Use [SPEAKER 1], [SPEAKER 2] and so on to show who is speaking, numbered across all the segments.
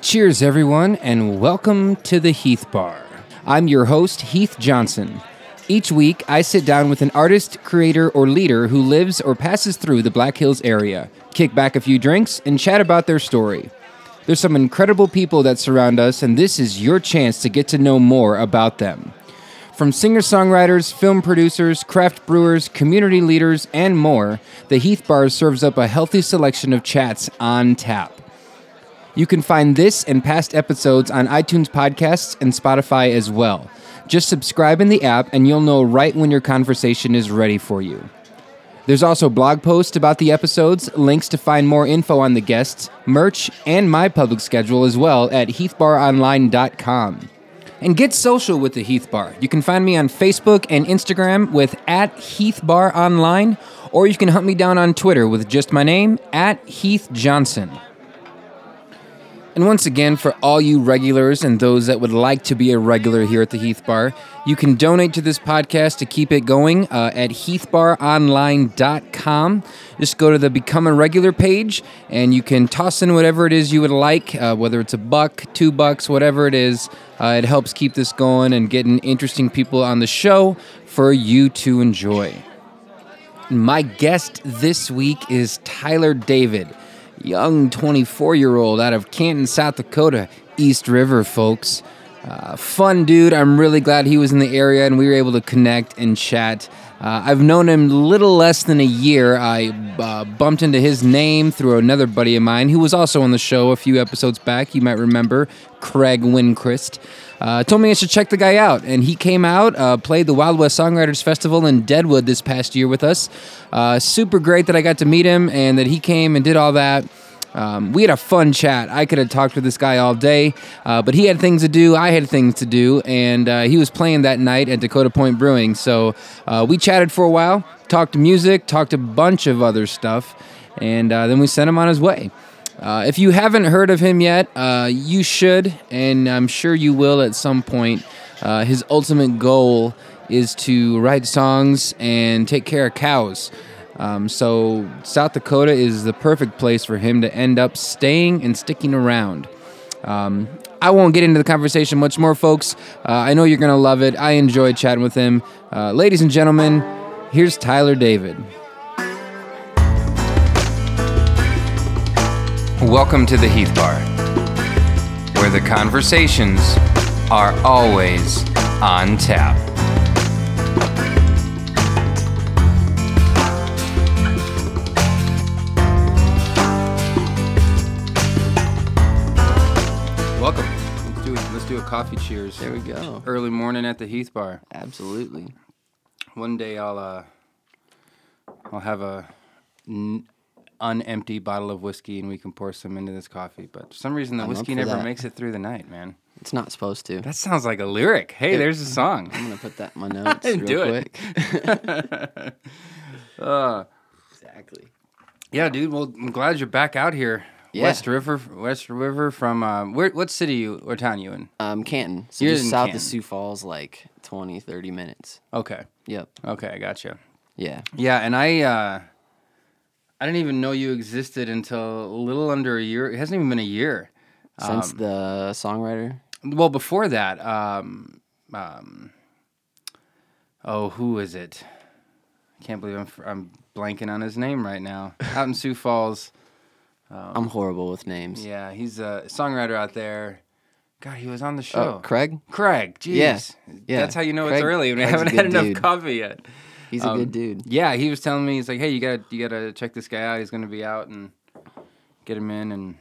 [SPEAKER 1] Cheers, everyone, and welcome to the Heath Bar. I'm your host, Heath Johnson. Each week, I sit down with an artist, creator, or leader who lives or passes through the Black Hills area, kick back a few drinks, and chat about their story. There's some incredible people that surround us, and this is your chance to get to know more about them. From singer songwriters, film producers, craft brewers, community leaders, and more, the Heath Bar serves up a healthy selection of chats on tap. You can find this and past episodes on iTunes Podcasts and Spotify as well. Just subscribe in the app and you'll know right when your conversation is ready for you. There's also blog posts about the episodes, links to find more info on the guests, merch, and my public schedule as well at heathbaronline.com. And get social with the Heath Bar. You can find me on Facebook and Instagram with at Heath Bar Online, or you can hunt me down on Twitter with just my name, at Heath Johnson. And once again, for all you regulars and those that would like to be a regular here at the Heath Bar, you can donate to this podcast to keep it going uh, at heathbaronline.com. Just go to the Become a Regular page and you can toss in whatever it is you would like, uh, whether it's a buck, two bucks, whatever it is. Uh, it helps keep this going and getting interesting people on the show for you to enjoy. My guest this week is Tyler David, young 24 year old out of Canton, South Dakota, East River, folks. Uh, fun dude. I'm really glad he was in the area and we were able to connect and chat. Uh, I've known him little less than a year. I uh, bumped into his name through another buddy of mine who was also on the show a few episodes back. You might remember Craig Wincrist. Uh, told me I should check the guy out, and he came out, uh, played the Wild West Songwriters Festival in Deadwood this past year with us. Uh, super great that I got to meet him and that he came and did all that. Um, we had a fun chat. I could have talked to this guy all day, uh, but he had things to do. I had things to do, and uh, he was playing that night at Dakota Point Brewing. So uh, we chatted for a while, talked music, talked a bunch of other stuff, and uh, then we sent him on his way. Uh, if you haven't heard of him yet, uh, you should, and I'm sure you will at some point. Uh, his ultimate goal is to write songs and take care of cows. Um, so South Dakota is the perfect place for him to end up staying and sticking around. Um, I won't get into the conversation much more, folks. Uh, I know you're gonna love it. I enjoyed chatting with him, uh, ladies and gentlemen. Here's Tyler David. Welcome to the Heath Bar, where the conversations are always on tap. Welcome. Let's do, let's do a coffee cheers.
[SPEAKER 2] There we go.
[SPEAKER 1] Early morning at the Heath Bar.
[SPEAKER 2] Absolutely.
[SPEAKER 1] One day I'll uh, I'll have a n- unempty bottle of whiskey and we can pour some into this coffee. But for some reason, the
[SPEAKER 2] I'm up
[SPEAKER 1] whiskey
[SPEAKER 2] for
[SPEAKER 1] never
[SPEAKER 2] that.
[SPEAKER 1] makes it through the night, man.
[SPEAKER 2] It's not supposed to.
[SPEAKER 1] That sounds like a lyric. Hey, there's a song.
[SPEAKER 2] I'm gonna put that in my notes.
[SPEAKER 1] didn't
[SPEAKER 2] real
[SPEAKER 1] do it. Uh.
[SPEAKER 2] quick. Exactly.
[SPEAKER 1] Yeah, dude. Well, I'm glad you're back out here.
[SPEAKER 2] Yeah.
[SPEAKER 1] West River, West River from uh, where? What city you or town you in?
[SPEAKER 2] Um, Canton. So
[SPEAKER 1] You're
[SPEAKER 2] just
[SPEAKER 1] in
[SPEAKER 2] south
[SPEAKER 1] Canton.
[SPEAKER 2] of Sioux Falls, like 20, 30 minutes.
[SPEAKER 1] Okay,
[SPEAKER 2] Yep.
[SPEAKER 1] okay, I gotcha.
[SPEAKER 2] Yeah.
[SPEAKER 1] Yeah, and I uh, I didn't even know you existed until a little under a year. It hasn't even been a year.
[SPEAKER 2] Since
[SPEAKER 1] Um,
[SPEAKER 2] the songwriter.
[SPEAKER 1] Well, before that, um, um, oh, who is it? I can't believe I'm, fr- I'm blanking on his name right now. Out in Sioux Falls.
[SPEAKER 2] I'm horrible with names.
[SPEAKER 1] um, Yeah, he's a songwriter out there. God, he was on the show.
[SPEAKER 2] Oh, Craig.
[SPEAKER 1] Craig, jeez.
[SPEAKER 2] Yeah, yeah.
[SPEAKER 1] That's how you know it's
[SPEAKER 2] Craig-
[SPEAKER 1] early. We
[SPEAKER 2] Craig's a
[SPEAKER 1] haven't
[SPEAKER 2] good
[SPEAKER 1] had enough
[SPEAKER 2] dude.
[SPEAKER 1] coffee yet.
[SPEAKER 2] He's a
[SPEAKER 1] Um,
[SPEAKER 2] good dude.
[SPEAKER 1] Yeah, he was telling me he's like, "Hey, you gotta you gotta check this guy out. He's gonna be out and get him in." And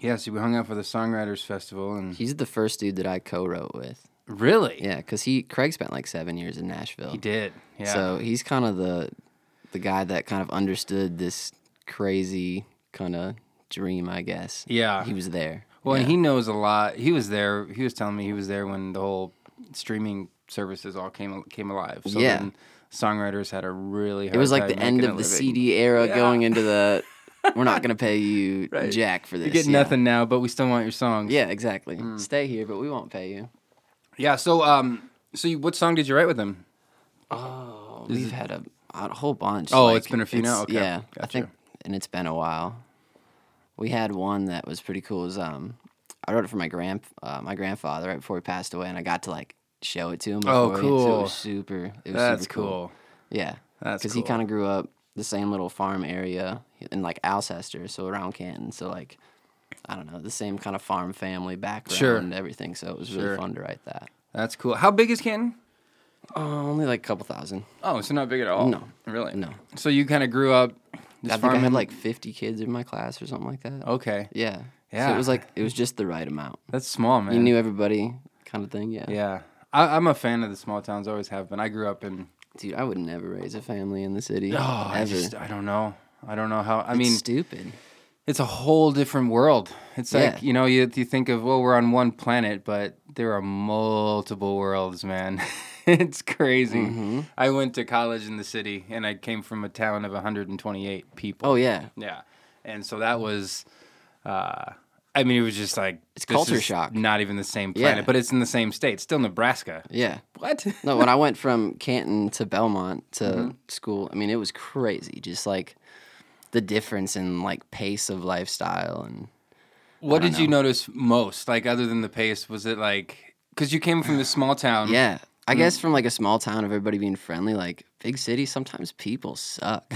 [SPEAKER 1] yeah, so we hung out for the songwriters festival and
[SPEAKER 2] He's the first dude that I co-wrote with.
[SPEAKER 1] really,
[SPEAKER 2] Yeah, because he Craig spent like seven years in Nashville.
[SPEAKER 1] he did. Yeah,
[SPEAKER 2] So he's kind of the the guy that kind of understood this crazy kind of dream, I guess.
[SPEAKER 1] Yeah.
[SPEAKER 2] He was there.
[SPEAKER 1] Well,
[SPEAKER 2] yeah.
[SPEAKER 1] and he knows a lot. He was there. He was telling me he was there when the whole streaming services all came came alive. So
[SPEAKER 2] Yeah.
[SPEAKER 1] then songwriters had a really hard
[SPEAKER 2] It was like
[SPEAKER 1] time
[SPEAKER 2] the end
[SPEAKER 1] making
[SPEAKER 2] of
[SPEAKER 1] a
[SPEAKER 2] the
[SPEAKER 1] living.
[SPEAKER 2] CD era
[SPEAKER 1] Yeah.
[SPEAKER 2] going into the we're not going to pay you
[SPEAKER 1] Right.
[SPEAKER 2] jack for this.
[SPEAKER 1] You get
[SPEAKER 2] yeah.
[SPEAKER 1] nothing Mm. now, but we still want your songs.
[SPEAKER 2] Yeah, exactly. Stay here, but we won't pay you.
[SPEAKER 1] yeah. So, um, so you, what song did you write with him?
[SPEAKER 2] Oh, we've had a, a whole bunch.
[SPEAKER 1] Oh, it's been a few
[SPEAKER 2] it's-
[SPEAKER 1] now? Okay,
[SPEAKER 2] Yeah, I
[SPEAKER 1] gotcha.
[SPEAKER 2] think, and it's been a while. We had one that was pretty cool. It was um, I wrote it for my grand uh, my grandfather right before he passed away, and I got to like show it to him.
[SPEAKER 3] Oh,
[SPEAKER 2] beforehand, So
[SPEAKER 3] cool.
[SPEAKER 2] it was super. It was
[SPEAKER 1] That's
[SPEAKER 2] super cool.
[SPEAKER 1] cool.
[SPEAKER 2] Yeah,
[SPEAKER 1] That's
[SPEAKER 2] he
[SPEAKER 1] cool.
[SPEAKER 2] kind of grew up the same little farm area in like Alcester, so around Canton. So like, I don't know, the same kind of farm family background
[SPEAKER 3] Sure.
[SPEAKER 2] and everything. So it was
[SPEAKER 1] Sure.
[SPEAKER 2] really fun to write that.
[SPEAKER 1] That's cool. How big is Canton?
[SPEAKER 2] Uh, only like a couple thousand.
[SPEAKER 1] Oh, so not big at all.
[SPEAKER 2] No.
[SPEAKER 1] really.
[SPEAKER 2] No.
[SPEAKER 1] So you kind of grew up. This
[SPEAKER 2] I think I
[SPEAKER 1] farming-
[SPEAKER 2] had like 50 kids in my class or something like that.
[SPEAKER 1] Okay,
[SPEAKER 2] Yeah. So
[SPEAKER 1] Yeah.
[SPEAKER 2] it was like it was just the right amount.
[SPEAKER 1] that's small, man.
[SPEAKER 2] You knew everybody, kind of thing. Yeah.
[SPEAKER 1] Yeah, I, I'm a fan of the small towns. Always have been. I grew up in.
[SPEAKER 2] Dude, I would never raise a family in the city.
[SPEAKER 1] Oh,
[SPEAKER 2] ever.
[SPEAKER 1] I just I don't know. I don't know how. I
[SPEAKER 2] It's
[SPEAKER 1] mean,
[SPEAKER 2] stupid.
[SPEAKER 1] it's a whole different world. It's
[SPEAKER 2] Yeah.
[SPEAKER 1] like you know, you you think of well, we're on one planet, but there are multiple worlds, man. it's crazy. I went to college in the city, and I came from a town of 128 people.
[SPEAKER 2] Oh yeah.
[SPEAKER 1] Yeah, and so that was. Uh, I mean, it was just like
[SPEAKER 2] It's
[SPEAKER 1] this
[SPEAKER 2] culture
[SPEAKER 1] is
[SPEAKER 2] shock.
[SPEAKER 1] Not even the same planet,
[SPEAKER 2] Yeah.
[SPEAKER 1] but it's in the same state. Still Nebraska.
[SPEAKER 2] Yeah.
[SPEAKER 1] What?
[SPEAKER 2] No, when I went from Canton to Belmont to
[SPEAKER 1] Mm-hmm.
[SPEAKER 2] school, I mean it was crazy. Just like the difference in like pace of lifestyle and
[SPEAKER 1] What did you notice most? Like other than the pace, was it like because you came from this small town?
[SPEAKER 2] yeah. I guess from like a small town of everybody being friendly, like big city, sometimes people suck.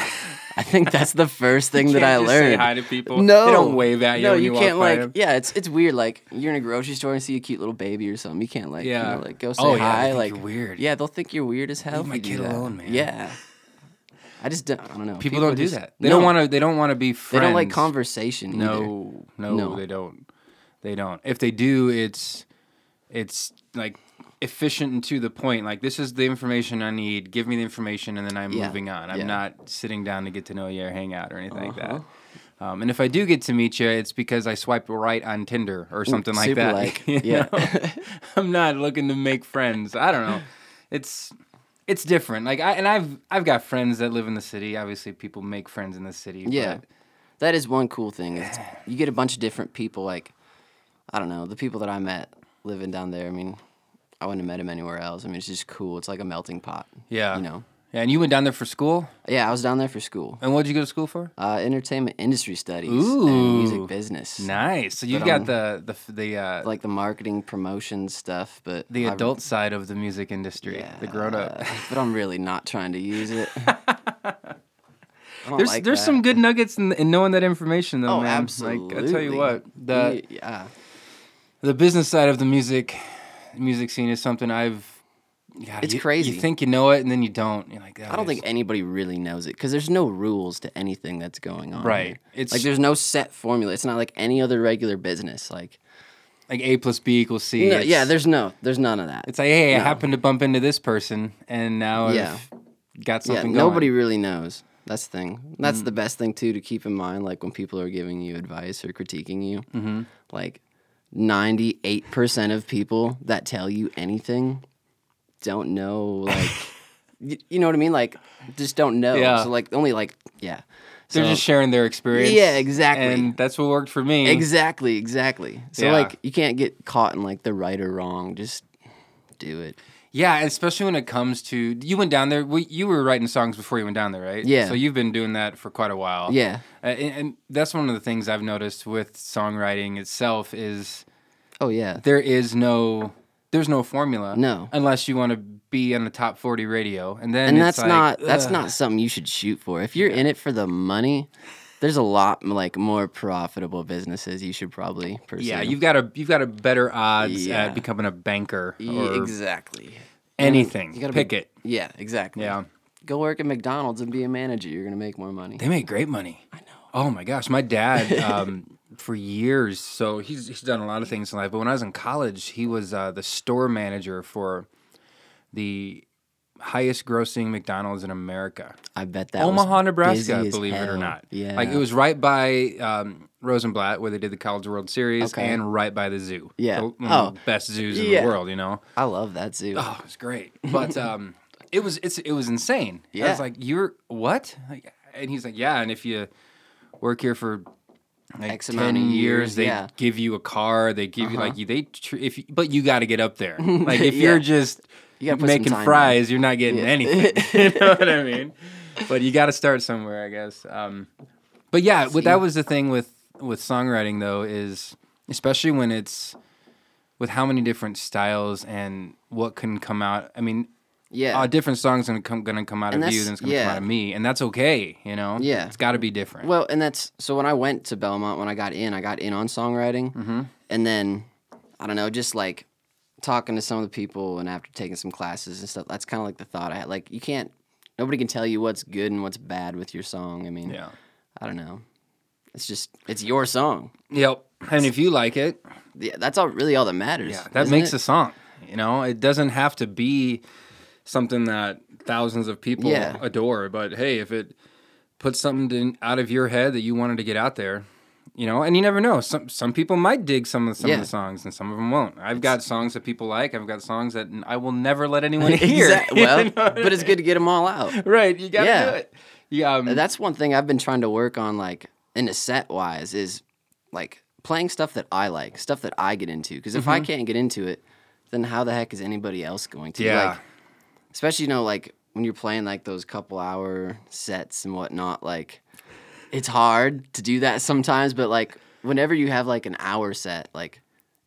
[SPEAKER 2] I think that's the first thing that I
[SPEAKER 1] can't just say
[SPEAKER 2] learned.
[SPEAKER 1] hi to people.
[SPEAKER 2] No,
[SPEAKER 1] They don't wave at you
[SPEAKER 2] No,
[SPEAKER 1] when
[SPEAKER 2] you,
[SPEAKER 1] you walk
[SPEAKER 2] can't
[SPEAKER 1] by
[SPEAKER 2] like.
[SPEAKER 1] them.
[SPEAKER 2] Yeah, it's it's weird. Like you're in a grocery store and see a cute little baby or something. You can't like. you
[SPEAKER 1] Yeah.
[SPEAKER 2] know, like go say
[SPEAKER 1] Oh, yeah, they
[SPEAKER 2] hi.
[SPEAKER 1] think
[SPEAKER 2] like
[SPEAKER 1] you're weird.
[SPEAKER 2] Yeah, they'll think you're weird as hell.
[SPEAKER 1] my
[SPEAKER 2] if you do
[SPEAKER 1] kid
[SPEAKER 2] that.
[SPEAKER 1] alone, man.
[SPEAKER 2] Yeah. I just don't. I don't know.
[SPEAKER 1] people, don't do
[SPEAKER 2] just-
[SPEAKER 1] that. They
[SPEAKER 2] no,
[SPEAKER 1] don't want to. They don't want to be
[SPEAKER 2] They
[SPEAKER 1] friends.
[SPEAKER 2] don't like conversation. either.
[SPEAKER 1] No, no,
[SPEAKER 2] No.
[SPEAKER 1] they don't. They don't. If they do, it's it's like efficient and to the point. Like this is the information I need. Give me the information, and then I'm
[SPEAKER 2] Yeah,
[SPEAKER 1] moving on. I'm
[SPEAKER 2] yeah. Uh-huh.
[SPEAKER 1] not sitting down to get to know you or hang out or anything like that. Um, and if I do get to meet you, it's because I swiped right on Tinder or something like
[SPEAKER 2] super
[SPEAKER 1] that.
[SPEAKER 2] like,
[SPEAKER 1] you
[SPEAKER 2] yeah.
[SPEAKER 1] know? I'm not looking to make friends. I don't know. It's it's different. Like I and I've I've got friends that live in the city. Obviously, people make friends in the city.
[SPEAKER 2] Yeah,
[SPEAKER 1] but-
[SPEAKER 2] that is one cool thing. It's, you get a bunch of different people. Like, I don't know, the people that I met living down there. I mean, I wouldn't have met him anywhere else. I mean, it's just cool. It's like a melting pot.
[SPEAKER 1] Yeah.
[SPEAKER 2] you know.
[SPEAKER 1] Yeah, and you went down there for school?
[SPEAKER 2] Yeah, I was down there for school.
[SPEAKER 1] And what did you go to school for?
[SPEAKER 2] Uh, entertainment industry studies and
[SPEAKER 1] Ooh.
[SPEAKER 2] music business.
[SPEAKER 1] Nice. So you
[SPEAKER 2] But,
[SPEAKER 1] got
[SPEAKER 2] um,
[SPEAKER 1] the the f- the uh,
[SPEAKER 2] Like the marketing promotion stuff, but
[SPEAKER 1] the
[SPEAKER 2] I-
[SPEAKER 1] adult side of the music industry, the grown up.
[SPEAKER 2] uh, but I'm really not trying to use it. I don't
[SPEAKER 1] There's
[SPEAKER 2] like
[SPEAKER 1] there's
[SPEAKER 2] that.
[SPEAKER 1] some good nuggets in, in knowing that information though,
[SPEAKER 2] Oh,
[SPEAKER 1] man.
[SPEAKER 2] absolutely.
[SPEAKER 1] Like I tell you what, the
[SPEAKER 2] We- yeah,
[SPEAKER 1] the business side of the music music scene is something I've God,
[SPEAKER 2] It's
[SPEAKER 1] you-
[SPEAKER 2] crazy.
[SPEAKER 1] You think you know it and then you don't. You're like, "Oh,
[SPEAKER 2] I don't think anybody really knows it because there's no rules to anything that's going on.
[SPEAKER 1] Right.
[SPEAKER 2] It's
[SPEAKER 1] It's-
[SPEAKER 2] like there's no set formula. It's not like any other regular business. Like
[SPEAKER 1] like A plus B equals C.
[SPEAKER 2] no,
[SPEAKER 1] It's-
[SPEAKER 2] yeah, there's no, there's none of that.
[SPEAKER 1] it's like, hey, I happened to bump into this person and now
[SPEAKER 2] Yeah.
[SPEAKER 1] I've got
[SPEAKER 2] yeah,
[SPEAKER 1] something going. Mm.
[SPEAKER 2] nobody really knows. That's the thing. That's the best thing too to keep in mind. Like when people are giving you advice or critiquing you,
[SPEAKER 1] Mm-hmm.
[SPEAKER 2] like ninety-eight percent of people that tell you anything don't know. Like, y- you know what I mean? Like, just don't know.
[SPEAKER 1] Yeah.
[SPEAKER 2] So like, only like, yeah.
[SPEAKER 1] They're
[SPEAKER 2] So-
[SPEAKER 1] just sharing their experience.
[SPEAKER 2] Yeah, exactly.
[SPEAKER 1] And that's what worked for me.
[SPEAKER 2] exactly, exactly. So
[SPEAKER 1] Hmm. Yeah.
[SPEAKER 2] like, you can't get caught in like the right or wrong. Just do it.
[SPEAKER 1] Yeah, especially when it comes to you went down there. We, you were writing songs before you went down there, right?
[SPEAKER 2] Yeah.
[SPEAKER 1] So you've been doing that for quite a while.
[SPEAKER 2] Yeah.
[SPEAKER 1] Uh, and, and that's one of the things I've noticed with songwriting itself is
[SPEAKER 2] Oh yeah.
[SPEAKER 1] there is no there's no formula.
[SPEAKER 2] No.
[SPEAKER 1] Unless you want to be on the top forty radio, and then
[SPEAKER 2] and
[SPEAKER 1] it's
[SPEAKER 2] that's
[SPEAKER 1] like,
[SPEAKER 2] not that's
[SPEAKER 1] ugh.
[SPEAKER 2] not something you should shoot for. If you're in it for the money, there's a lot like more profitable businesses you should probably pursue.
[SPEAKER 1] Yeah, you've got a you've got a better odds
[SPEAKER 2] Yeah.
[SPEAKER 1] at becoming a banker
[SPEAKER 2] Ye-
[SPEAKER 1] or
[SPEAKER 2] exactly.
[SPEAKER 1] anything.
[SPEAKER 2] You gotta be-
[SPEAKER 1] Pick it.
[SPEAKER 2] Yeah, exactly.
[SPEAKER 1] Yeah.
[SPEAKER 2] Go work at McDonald's and be a manager. You're gonna make more money.
[SPEAKER 1] They make great money. I know. Oh my gosh, my dad um, for years. So he's he's done a lot of things in life. But when I was in college, he was uh, the store manager for the highest grossing McDonald's in America,
[SPEAKER 2] I bet that was
[SPEAKER 1] Omaha, Nebraska.
[SPEAKER 2] busy as
[SPEAKER 1] Believe it or
[SPEAKER 2] hell.
[SPEAKER 1] not.
[SPEAKER 2] Yeah.
[SPEAKER 1] Like it was right by um, Rosenblatt where they did the College World Series,
[SPEAKER 2] Okay.
[SPEAKER 1] and right by the zoo.
[SPEAKER 2] Yeah.
[SPEAKER 1] The- one
[SPEAKER 2] Oh.
[SPEAKER 1] of the best zoos in
[SPEAKER 2] Yeah.
[SPEAKER 1] the world. You know.
[SPEAKER 2] I love that zoo.
[SPEAKER 1] Oh, it was great. But um, it was it's it was insane. I
[SPEAKER 2] Yeah.
[SPEAKER 1] was like, "You're what?" Like, and he's like, "Yeah." And if you work here for like
[SPEAKER 2] X
[SPEAKER 1] ten
[SPEAKER 2] amount of
[SPEAKER 1] years,
[SPEAKER 2] years,
[SPEAKER 1] they
[SPEAKER 2] yeah. Uh-huh.
[SPEAKER 1] give you a car. They give you like you they tr- if you, but you got to get up there. Like if
[SPEAKER 2] Yeah.
[SPEAKER 1] you're just
[SPEAKER 2] You gotta put some
[SPEAKER 1] making
[SPEAKER 2] time in.
[SPEAKER 1] fries, you're not getting anything. you know what I mean? But you got to start somewhere, I guess. Um, but yeah, what, that was the thing with with songwriting though is especially when it's with how many different styles and what can come out. I mean,
[SPEAKER 2] Yeah.
[SPEAKER 1] a different song's gonna come gonna come out
[SPEAKER 2] And
[SPEAKER 1] of you
[SPEAKER 2] that's-
[SPEAKER 1] than it's gonna come
[SPEAKER 2] yeah.
[SPEAKER 1] out of me, and that's okay. You know,
[SPEAKER 2] Yeah.
[SPEAKER 1] it's got to be different.
[SPEAKER 2] Well, and that's so when I went to Belmont, when I got in, I got in on songwriting.
[SPEAKER 1] Mm-hmm.
[SPEAKER 2] And then, I don't know, just like talking to some of the people and after taking some classes and stuff, that's kind of like the thought I had. Like, you can't, nobody can tell you what's good and what's bad with your song. I mean,
[SPEAKER 1] yeah.
[SPEAKER 2] I don't know. It's just, it's your song.
[SPEAKER 1] Yep. And if you like it,
[SPEAKER 2] Yeah, that's all really all that matters.
[SPEAKER 1] Yeah, that
[SPEAKER 2] isn't
[SPEAKER 1] makes
[SPEAKER 2] it?
[SPEAKER 1] a song. You know, it doesn't have to be something that thousands of people
[SPEAKER 2] Yeah.
[SPEAKER 1] adore. But hey, if it puts something in, out of your head that you wanted to get out there, you know, and you never know. Some some people might dig some of some of
[SPEAKER 2] Yeah.
[SPEAKER 1] the songs, and some of them won't. I've got songs that people like. I've got songs that I will never let anyone hear.
[SPEAKER 2] Exact-
[SPEAKER 1] You
[SPEAKER 2] well,
[SPEAKER 1] know?
[SPEAKER 2] but it's good to get them all out.
[SPEAKER 1] right, you gotta
[SPEAKER 2] Yeah.
[SPEAKER 1] do it. Yeah, um,
[SPEAKER 2] That's one thing I've been trying to work on, like in a set wise, is like playing stuff that I like, stuff that I get into. Because if I
[SPEAKER 1] Mm-hmm.
[SPEAKER 2] can't get into it, then how the heck is anybody else going to?
[SPEAKER 1] yeah,
[SPEAKER 2] Like, especially you know, like when you're playing like those couple hour sets and whatnot, like it's hard to do that sometimes. But like whenever you have like an hour set, like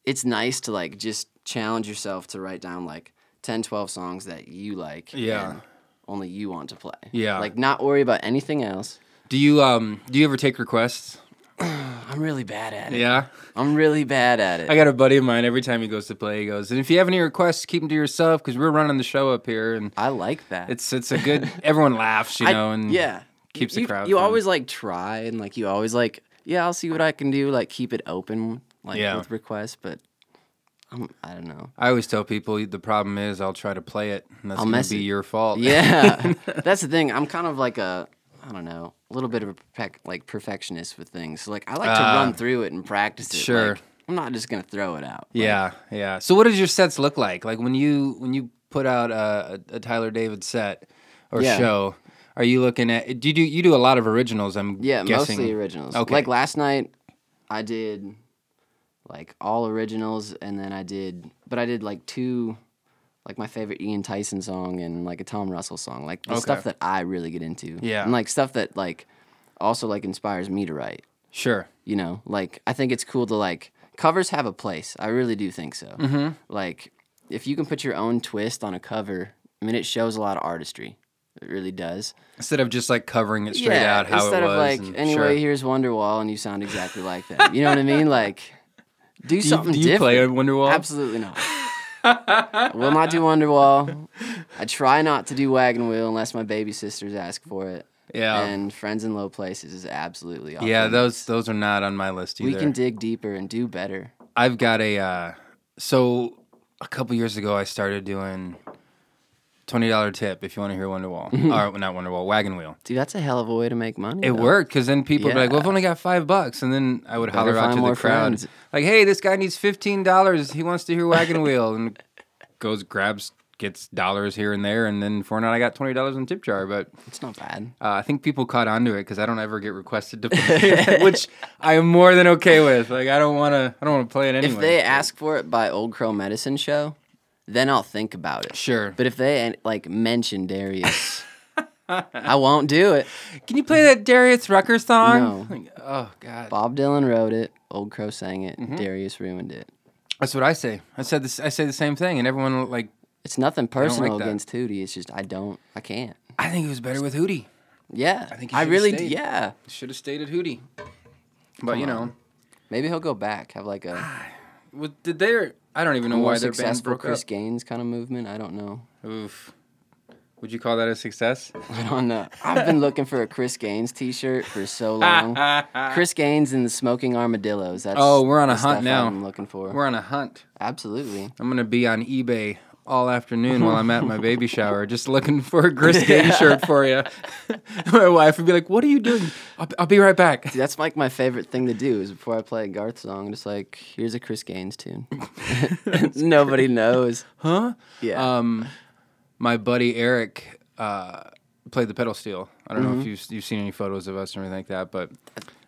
[SPEAKER 2] it's nice to like just challenge yourself to write down like 10, 12 songs that you like.
[SPEAKER 1] Yeah.
[SPEAKER 2] and Only you want to play.
[SPEAKER 1] Yeah.
[SPEAKER 2] Like not worry about anything else.
[SPEAKER 1] Do you um do you ever take requests?
[SPEAKER 2] I'm really bad at it.
[SPEAKER 1] Yeah.
[SPEAKER 2] I'm really bad at it.
[SPEAKER 1] I got a buddy of mine. Every time he goes to play, he goes, "And if you have any requests, keep them to yourself because we're running the show up here, and
[SPEAKER 2] I like that.
[SPEAKER 1] it's it's a good. everyone laughs, you
[SPEAKER 2] I-
[SPEAKER 1] know, and
[SPEAKER 2] yeah,
[SPEAKER 1] keeps the
[SPEAKER 2] you,
[SPEAKER 1] crowd
[SPEAKER 2] You
[SPEAKER 1] fun.
[SPEAKER 2] always like try and like you always like yeah. I'll see what I can do. Like keep it open like
[SPEAKER 1] Yeah.
[SPEAKER 2] with requests, but I'm, I don't know.
[SPEAKER 1] I always tell people the problem is I'll try to play it, and that's
[SPEAKER 2] I'll
[SPEAKER 1] gonna
[SPEAKER 2] mess
[SPEAKER 1] be
[SPEAKER 2] it."
[SPEAKER 1] your fault.
[SPEAKER 2] Yeah, that's the thing. I'm kind of like a I don't know a little bit of a perfect, like perfectionist with things. So like I like to
[SPEAKER 1] Ah.
[SPEAKER 2] run through it and practice it.
[SPEAKER 1] Sure.
[SPEAKER 2] Like, I'm not just gonna throw it out.
[SPEAKER 1] yeah, yeah. So what does your sets look like? Like when you when you put out a, a Tyler David set or
[SPEAKER 2] Yeah.
[SPEAKER 1] show, are you looking at? Do you do you do a lot of originals? I'm
[SPEAKER 2] Yeah,
[SPEAKER 1] guessing.
[SPEAKER 2] mostly originals.
[SPEAKER 1] Okay.
[SPEAKER 2] Like last night, I did like all originals, and then I did, but I did like two, like my favorite Ian Tyson song and like a Tom Russell song, like the
[SPEAKER 1] Okay.
[SPEAKER 2] stuff that I really get into.
[SPEAKER 1] Yeah.
[SPEAKER 2] and like stuff that like also like inspires me to write.
[SPEAKER 1] Sure.
[SPEAKER 2] You know, like I think it's cool to like covers have a place. I really do think so.
[SPEAKER 1] Mm-hmm.
[SPEAKER 2] Like if you can put your own twist on a cover, I mean, it shows a lot of artistry. It really does
[SPEAKER 1] Instead of just like covering it straight out how
[SPEAKER 2] instead
[SPEAKER 1] it was.
[SPEAKER 2] of like
[SPEAKER 1] and-
[SPEAKER 2] anyway,
[SPEAKER 1] sure.
[SPEAKER 2] here's Wonderwall, and you sound exactly like them. You know what I mean? Like, do,
[SPEAKER 1] do you,
[SPEAKER 2] something
[SPEAKER 1] do you
[SPEAKER 2] different.
[SPEAKER 1] play a Wonderwall?
[SPEAKER 2] Absolutely not. I will not do Wonderwall. I try not to do Wagon Wheel unless my baby sisters ask for it.
[SPEAKER 1] Yeah.
[SPEAKER 2] And Friends in Low Places is absolutely off
[SPEAKER 1] Yeah, those
[SPEAKER 2] limits.
[SPEAKER 1] those are not on my list either.
[SPEAKER 2] We can dig deeper and do better.
[SPEAKER 1] I've got a uh, so a couple years ago I started doing twenty dollar tip if you want to hear Wonderwall
[SPEAKER 2] Mm-hmm.
[SPEAKER 1] or not Wonderwall Wagon Wheel.
[SPEAKER 2] Dude, that's a hell of a way to make money.
[SPEAKER 1] It
[SPEAKER 2] though.
[SPEAKER 1] worked because then people would be like, "Well, I've
[SPEAKER 2] Yeah.
[SPEAKER 1] only got five bucks," and then I would
[SPEAKER 2] Better
[SPEAKER 1] holler out
[SPEAKER 2] find
[SPEAKER 1] to the
[SPEAKER 2] more
[SPEAKER 1] crowd,
[SPEAKER 2] friends.
[SPEAKER 1] like, "Hey, this guy needs fifteen dollars. He wants to hear Wagon Wheel," and goes grabs gets dollars here and there, and then for now I got twenty dollars in tip jar, but.
[SPEAKER 2] It's not bad.
[SPEAKER 1] Uh, I think people caught on to it because I don't ever get requested to play, which I am more than okay with. Like I don't want to, I don't want to play it anyway.
[SPEAKER 2] If they ask for it by Old Crow Medicine Show, then I'll think about it.
[SPEAKER 1] sure,
[SPEAKER 2] But if they like mention Darius, I won't do it.
[SPEAKER 1] Can you play that Darius Rucker song?
[SPEAKER 2] No.
[SPEAKER 1] Like, oh God,
[SPEAKER 2] Bob Dylan wrote it. Old Crow sang it.
[SPEAKER 1] Mm-hmm.
[SPEAKER 2] Darius ruined it.
[SPEAKER 1] that's what I say. I said this. I say the same thing, and everyone like.
[SPEAKER 2] It's nothing personal
[SPEAKER 1] that.
[SPEAKER 2] against Hootie. It's just I don't. I can't.
[SPEAKER 1] I think it was better with Hootie.
[SPEAKER 2] Yeah. I
[SPEAKER 1] think
[SPEAKER 2] think
[SPEAKER 1] he
[SPEAKER 2] I
[SPEAKER 1] should've
[SPEAKER 2] really.
[SPEAKER 1] stayed.
[SPEAKER 2] Yeah.
[SPEAKER 1] Should have stayed at Hootie. But you know,
[SPEAKER 2] Maybe he'll go back. Have like a
[SPEAKER 1] what did they? I don't even know
[SPEAKER 2] more
[SPEAKER 1] why their band
[SPEAKER 2] successful
[SPEAKER 1] broke
[SPEAKER 2] Chris
[SPEAKER 1] up.
[SPEAKER 2] Gaines kind of movement. I don't know.
[SPEAKER 1] Oof. Would you call that a success?
[SPEAKER 2] I don't know. I've been looking for a Chris Gaines T-shirt for so long. Chris Gaines and the Smoking Armadillos. That's
[SPEAKER 1] Oh, we're on a
[SPEAKER 2] the
[SPEAKER 1] hunt
[SPEAKER 2] stuff
[SPEAKER 1] now.
[SPEAKER 2] I'm looking for.
[SPEAKER 1] We're on a hunt.
[SPEAKER 2] Absolutely.
[SPEAKER 1] I'm gonna be on eBay all afternoon while I'm at my baby shower, just looking for a Chris Gaines shirt for you. my wife would be like, "What are you doing? I'll, I'll be right back."
[SPEAKER 2] Dude, that's like my favorite thing to do is before I play a Garth song, I'm just like, here's a Chris Gaines tune. Nobody knows.
[SPEAKER 1] Huh?
[SPEAKER 2] Yeah.
[SPEAKER 1] um, my buddy Eric uh, played the pedal steel. I don't know if you've, you've seen any photos of us or anything like that, but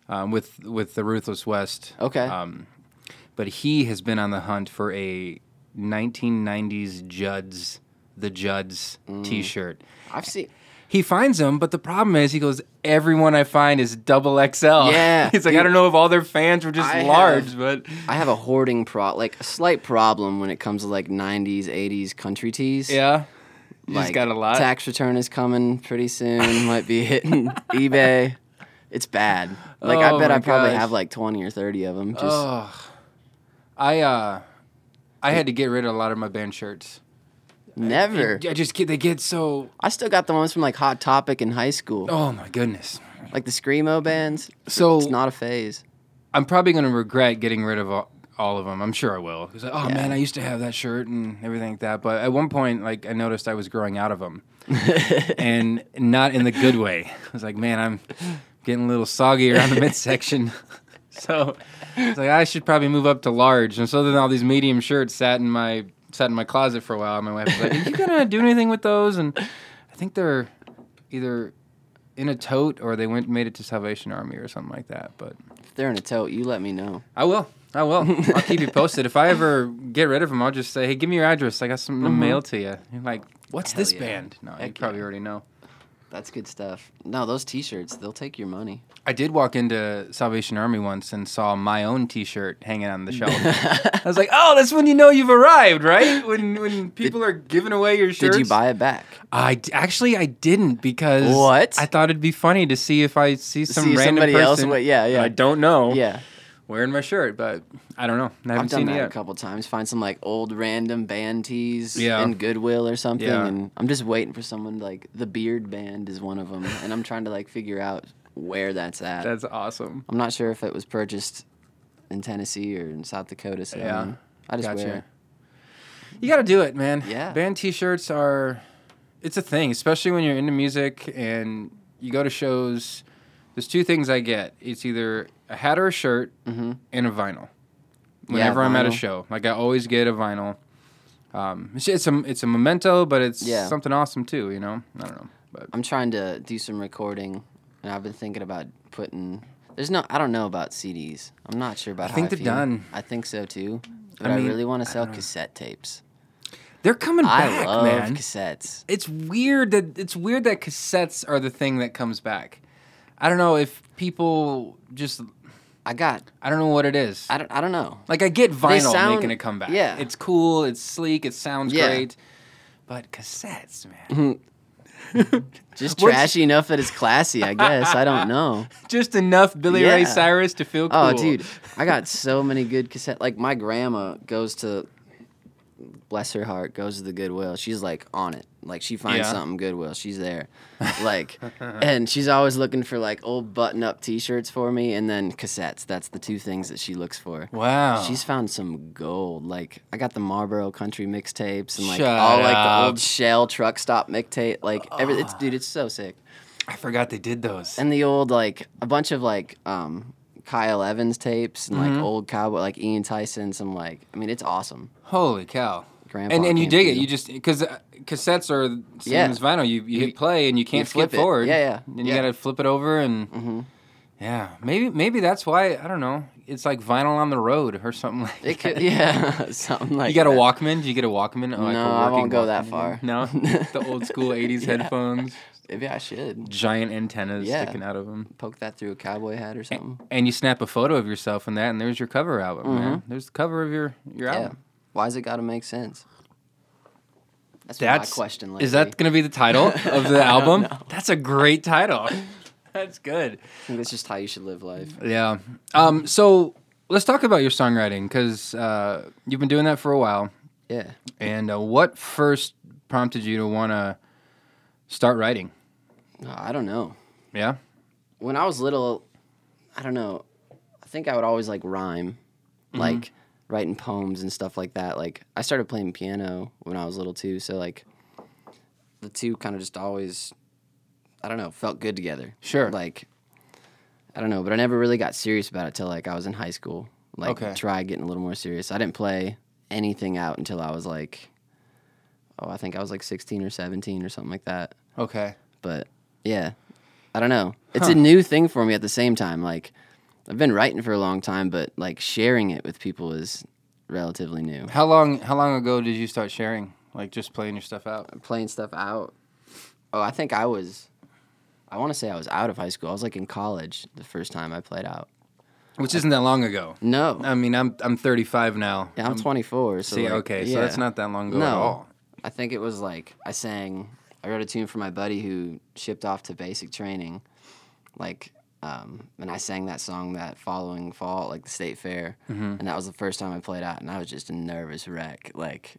[SPEAKER 1] um, with with the Ruthless West.
[SPEAKER 2] okay.
[SPEAKER 1] Um, but he has been on the hunt for a 1990s Judd's the Judd's T-shirt.
[SPEAKER 2] I've seen
[SPEAKER 1] He finds them, but the problem is he goes, everyone I find is double XL.
[SPEAKER 2] Yeah,
[SPEAKER 1] He's like, I
[SPEAKER 2] dude.
[SPEAKER 1] don't know if all their fans were just
[SPEAKER 2] I
[SPEAKER 1] large,
[SPEAKER 2] have-
[SPEAKER 1] but
[SPEAKER 2] I have a hoarding pro, like a slight problem when it comes to like '90s, '80s country tees.
[SPEAKER 1] yeah. You
[SPEAKER 2] like,
[SPEAKER 1] just got a lot.
[SPEAKER 2] Tax return is coming pretty soon. Might be hitting eBay. It's bad. Like
[SPEAKER 1] Oh
[SPEAKER 2] I bet
[SPEAKER 1] my
[SPEAKER 2] I probably
[SPEAKER 1] gosh. Oh,
[SPEAKER 2] have like twenty or thirty of them. Just
[SPEAKER 1] Ugh. I uh I had to get rid of a lot of my band shirts.
[SPEAKER 2] never.
[SPEAKER 1] I just get they get so
[SPEAKER 2] I still got the ones from like Hot Topic in high school,
[SPEAKER 1] oh my goodness.
[SPEAKER 2] like the screamo bands.
[SPEAKER 1] So
[SPEAKER 2] It's not a phase.
[SPEAKER 1] I'm probably going to regret getting rid of all, all of them. I'm sure I will. 'Cause, like, oh man, I used to have that shirt and everything like that. But at one point, like I noticed I was growing out of them, and not in the good way. I was like, man, I'm getting a little soggy around the midsection. so it's like I should probably move up to large. And so then all these medium shirts sat in my sat in my closet for a while. And my wife was like, "Are you gonna do anything with those?" And I think they're either in a tote or they went made it to Salvation Army or something like that. But
[SPEAKER 2] If they're in a tote, you let me know.
[SPEAKER 1] I will. I will. I'll keep you posted. If I ever get rid of them, I'll just say, "Hey, give me your address. I got something to mail to you." You're like, "What's
[SPEAKER 2] Mm-hmm. Hell
[SPEAKER 1] this
[SPEAKER 2] yeah.
[SPEAKER 1] band?" No, you
[SPEAKER 2] Heck
[SPEAKER 1] probably already know.
[SPEAKER 2] That's good stuff. No, those T-shirts, they'll take your money.
[SPEAKER 1] I did walk into Salvation Army once and saw my own T-shirt hanging on the shelf. I was like, "Oh, that's when you know you've arrived, right? When when people are giving away your shirts."
[SPEAKER 2] Did you buy it back?
[SPEAKER 1] I d- actually I didn't because
[SPEAKER 2] What?
[SPEAKER 1] I thought it'd be funny to see if I see some
[SPEAKER 2] See if
[SPEAKER 1] random
[SPEAKER 2] somebody
[SPEAKER 1] person.
[SPEAKER 2] else would- yeah, yeah.
[SPEAKER 1] I don't know.
[SPEAKER 2] Yeah,
[SPEAKER 1] Wearing my shirt, but I don't know. I haven't
[SPEAKER 2] I've
[SPEAKER 1] seen
[SPEAKER 2] done that
[SPEAKER 1] it
[SPEAKER 2] a
[SPEAKER 1] yet.
[SPEAKER 2] couple times. Find some like old random band tees
[SPEAKER 1] Yeah.
[SPEAKER 2] in Goodwill or something,
[SPEAKER 1] Yeah.
[SPEAKER 2] and I'm just waiting for someone like the Beard Band is one of them, and I'm trying to like figure out where that's at.
[SPEAKER 1] That's awesome.
[SPEAKER 2] I'm not sure if it was purchased in Tennessee or in South Dakota. So I
[SPEAKER 1] Yeah.
[SPEAKER 2] mean, I just
[SPEAKER 1] Gotcha.
[SPEAKER 2] wear it.
[SPEAKER 1] You gotta do it, man.
[SPEAKER 2] Yeah.
[SPEAKER 1] Band T-shirts are, it's a thing, especially when you're into music and you go to shows. There's two things I get. It's either a hat or a shirt,
[SPEAKER 2] Mm-hmm.
[SPEAKER 1] and a vinyl. Whenever I'm at a
[SPEAKER 2] vinyl.
[SPEAKER 1] show, like I always get a vinyl. Um, it's, it's a it's a memento, but it's
[SPEAKER 2] Yeah.
[SPEAKER 1] something awesome too. You know, I don't know, but
[SPEAKER 2] I'm trying to do some recording, and I've been thinking about putting. There's no, I don't know about CDs. I'm not sure about. I how
[SPEAKER 1] think
[SPEAKER 2] I
[SPEAKER 1] they're
[SPEAKER 2] feel.
[SPEAKER 1] done.
[SPEAKER 2] I think so too, but
[SPEAKER 1] I
[SPEAKER 2] I,
[SPEAKER 1] mean,
[SPEAKER 2] really want to sell cassette tapes.
[SPEAKER 1] they're coming
[SPEAKER 2] I
[SPEAKER 1] back,
[SPEAKER 2] love
[SPEAKER 1] man.
[SPEAKER 2] cassettes.
[SPEAKER 1] it's weird that it's weird that cassettes are the thing that comes back. I don't know if people just
[SPEAKER 2] I got.
[SPEAKER 1] I don't know what it is.
[SPEAKER 2] I don't. I don't know.
[SPEAKER 1] Like I get vinyl
[SPEAKER 2] sound-
[SPEAKER 1] making a comeback.
[SPEAKER 2] yeah.
[SPEAKER 1] it's cool. It's sleek. It sounds
[SPEAKER 2] Yeah.
[SPEAKER 1] great. But cassettes, man,
[SPEAKER 2] Just
[SPEAKER 1] What's-
[SPEAKER 2] trashy enough that it's classy. I guess. I don't know.
[SPEAKER 1] just enough Billy Ray
[SPEAKER 2] Yeah.
[SPEAKER 1] Cyrus to feel cool.
[SPEAKER 2] Oh, dude, I got so many good cassette. Like my grandma goes to, bless her heart, goes to the Goodwill. She's like on it. Like she finds
[SPEAKER 1] Yeah.
[SPEAKER 2] something Goodwill. She's there. Like, and she's always looking for like old button-up T-shirts for me, and then cassettes. That's the two things that she looks for.
[SPEAKER 1] Wow.
[SPEAKER 2] She's found some gold. Like I got the Marlboro Country mixtapes and like
[SPEAKER 1] Shut
[SPEAKER 2] all like the
[SPEAKER 1] up. Ah.
[SPEAKER 2] old Shell truck stop mixtape. Like every, it's dude, it's so sick
[SPEAKER 1] I forgot they did those.
[SPEAKER 2] and the old like a bunch of like um Kyle Evans tapes and
[SPEAKER 1] Mm-hmm.
[SPEAKER 2] like old cowboy like Ian Tyson some like I mean it's awesome.
[SPEAKER 1] Holy cow.
[SPEAKER 2] Grandpa
[SPEAKER 1] and and you
[SPEAKER 2] came
[SPEAKER 1] dig it.
[SPEAKER 2] through.
[SPEAKER 1] You just because uh, cassettes are the same
[SPEAKER 2] Yeah.
[SPEAKER 1] as vinyl. You you hit play and you can't
[SPEAKER 2] flip
[SPEAKER 1] flip,
[SPEAKER 2] it.
[SPEAKER 1] forward.
[SPEAKER 2] Yeah, yeah.
[SPEAKER 1] And you
[SPEAKER 2] Yeah. Mm-hmm.
[SPEAKER 1] gotta flip it over and. Yeah, maybe maybe that's why I don't know. It's like vinyl on the road or something like.
[SPEAKER 2] It
[SPEAKER 1] that.
[SPEAKER 2] could yeah something like
[SPEAKER 1] You got a
[SPEAKER 2] that.
[SPEAKER 1] Walkman? Do you get a Walkman? Oh, like a
[SPEAKER 2] No, I won't
[SPEAKER 1] working
[SPEAKER 2] go that
[SPEAKER 1] Walkman?
[SPEAKER 2] far.
[SPEAKER 1] No, the old school '80s headphones.
[SPEAKER 2] Maybe I should
[SPEAKER 1] giant antennas
[SPEAKER 2] Yeah.
[SPEAKER 1] sticking out of them.
[SPEAKER 2] poke that through a cowboy hat or something.
[SPEAKER 1] And you snap a photo of yourself in that, and there's your cover album, man. There's the cover of your your
[SPEAKER 2] Mm-hmm. Yeah.
[SPEAKER 1] album.
[SPEAKER 2] Why's it got to make sense? That's, been my question. Lately.
[SPEAKER 1] Is that going to be the title of the album? That's a great title. That's good.
[SPEAKER 2] I think that's just how you should live life.
[SPEAKER 1] Yeah. Um. So let's talk about your songwriting because uh, you've been doing that for a while.
[SPEAKER 2] Yeah.
[SPEAKER 1] And uh, what first prompted you to want to start writing?
[SPEAKER 2] No, I don't know.
[SPEAKER 1] Yeah.
[SPEAKER 2] when I was little, I don't know. I think I would always like rhyme,
[SPEAKER 1] Mm-hmm.
[SPEAKER 2] like writing poems and stuff like that. Like I started playing piano when I was little too, so like the two kind of just always, I don't know, felt good together.
[SPEAKER 1] Sure.
[SPEAKER 2] Like I don't know, but I never really got serious about it till like I was in high school. Like
[SPEAKER 1] Okay.
[SPEAKER 2] try getting a little more serious. I didn't play anything out until I was like, oh, I think I was like sixteen or seventeen or something like that
[SPEAKER 1] Okay.
[SPEAKER 2] but yeah, I don't know. It's a new thing for me at the same time. Like I've been writing for a long time, but like sharing it with people is relatively new.
[SPEAKER 1] How long How long ago did you start sharing? Like just playing your stuff out?
[SPEAKER 2] Playing stuff out Oh, I think I was. I want to say I was out of high school. I was like in college the first time I played out.
[SPEAKER 1] which isn't that long ago.
[SPEAKER 2] No,
[SPEAKER 1] I mean, I'm I'm 35 now.
[SPEAKER 2] yeah, I'm 24. So
[SPEAKER 1] See,
[SPEAKER 2] like,
[SPEAKER 1] okay, so
[SPEAKER 2] yeah.
[SPEAKER 1] that's not that long ago
[SPEAKER 2] no.
[SPEAKER 1] at all.
[SPEAKER 2] I think it was like I sang. I wrote a tune for my buddy who shipped off to basic training, like, um, and I sang that song that following fall, like the state fair,
[SPEAKER 1] Mm-hmm.
[SPEAKER 2] and that was the first time I played out, and I was just a nervous wreck, like,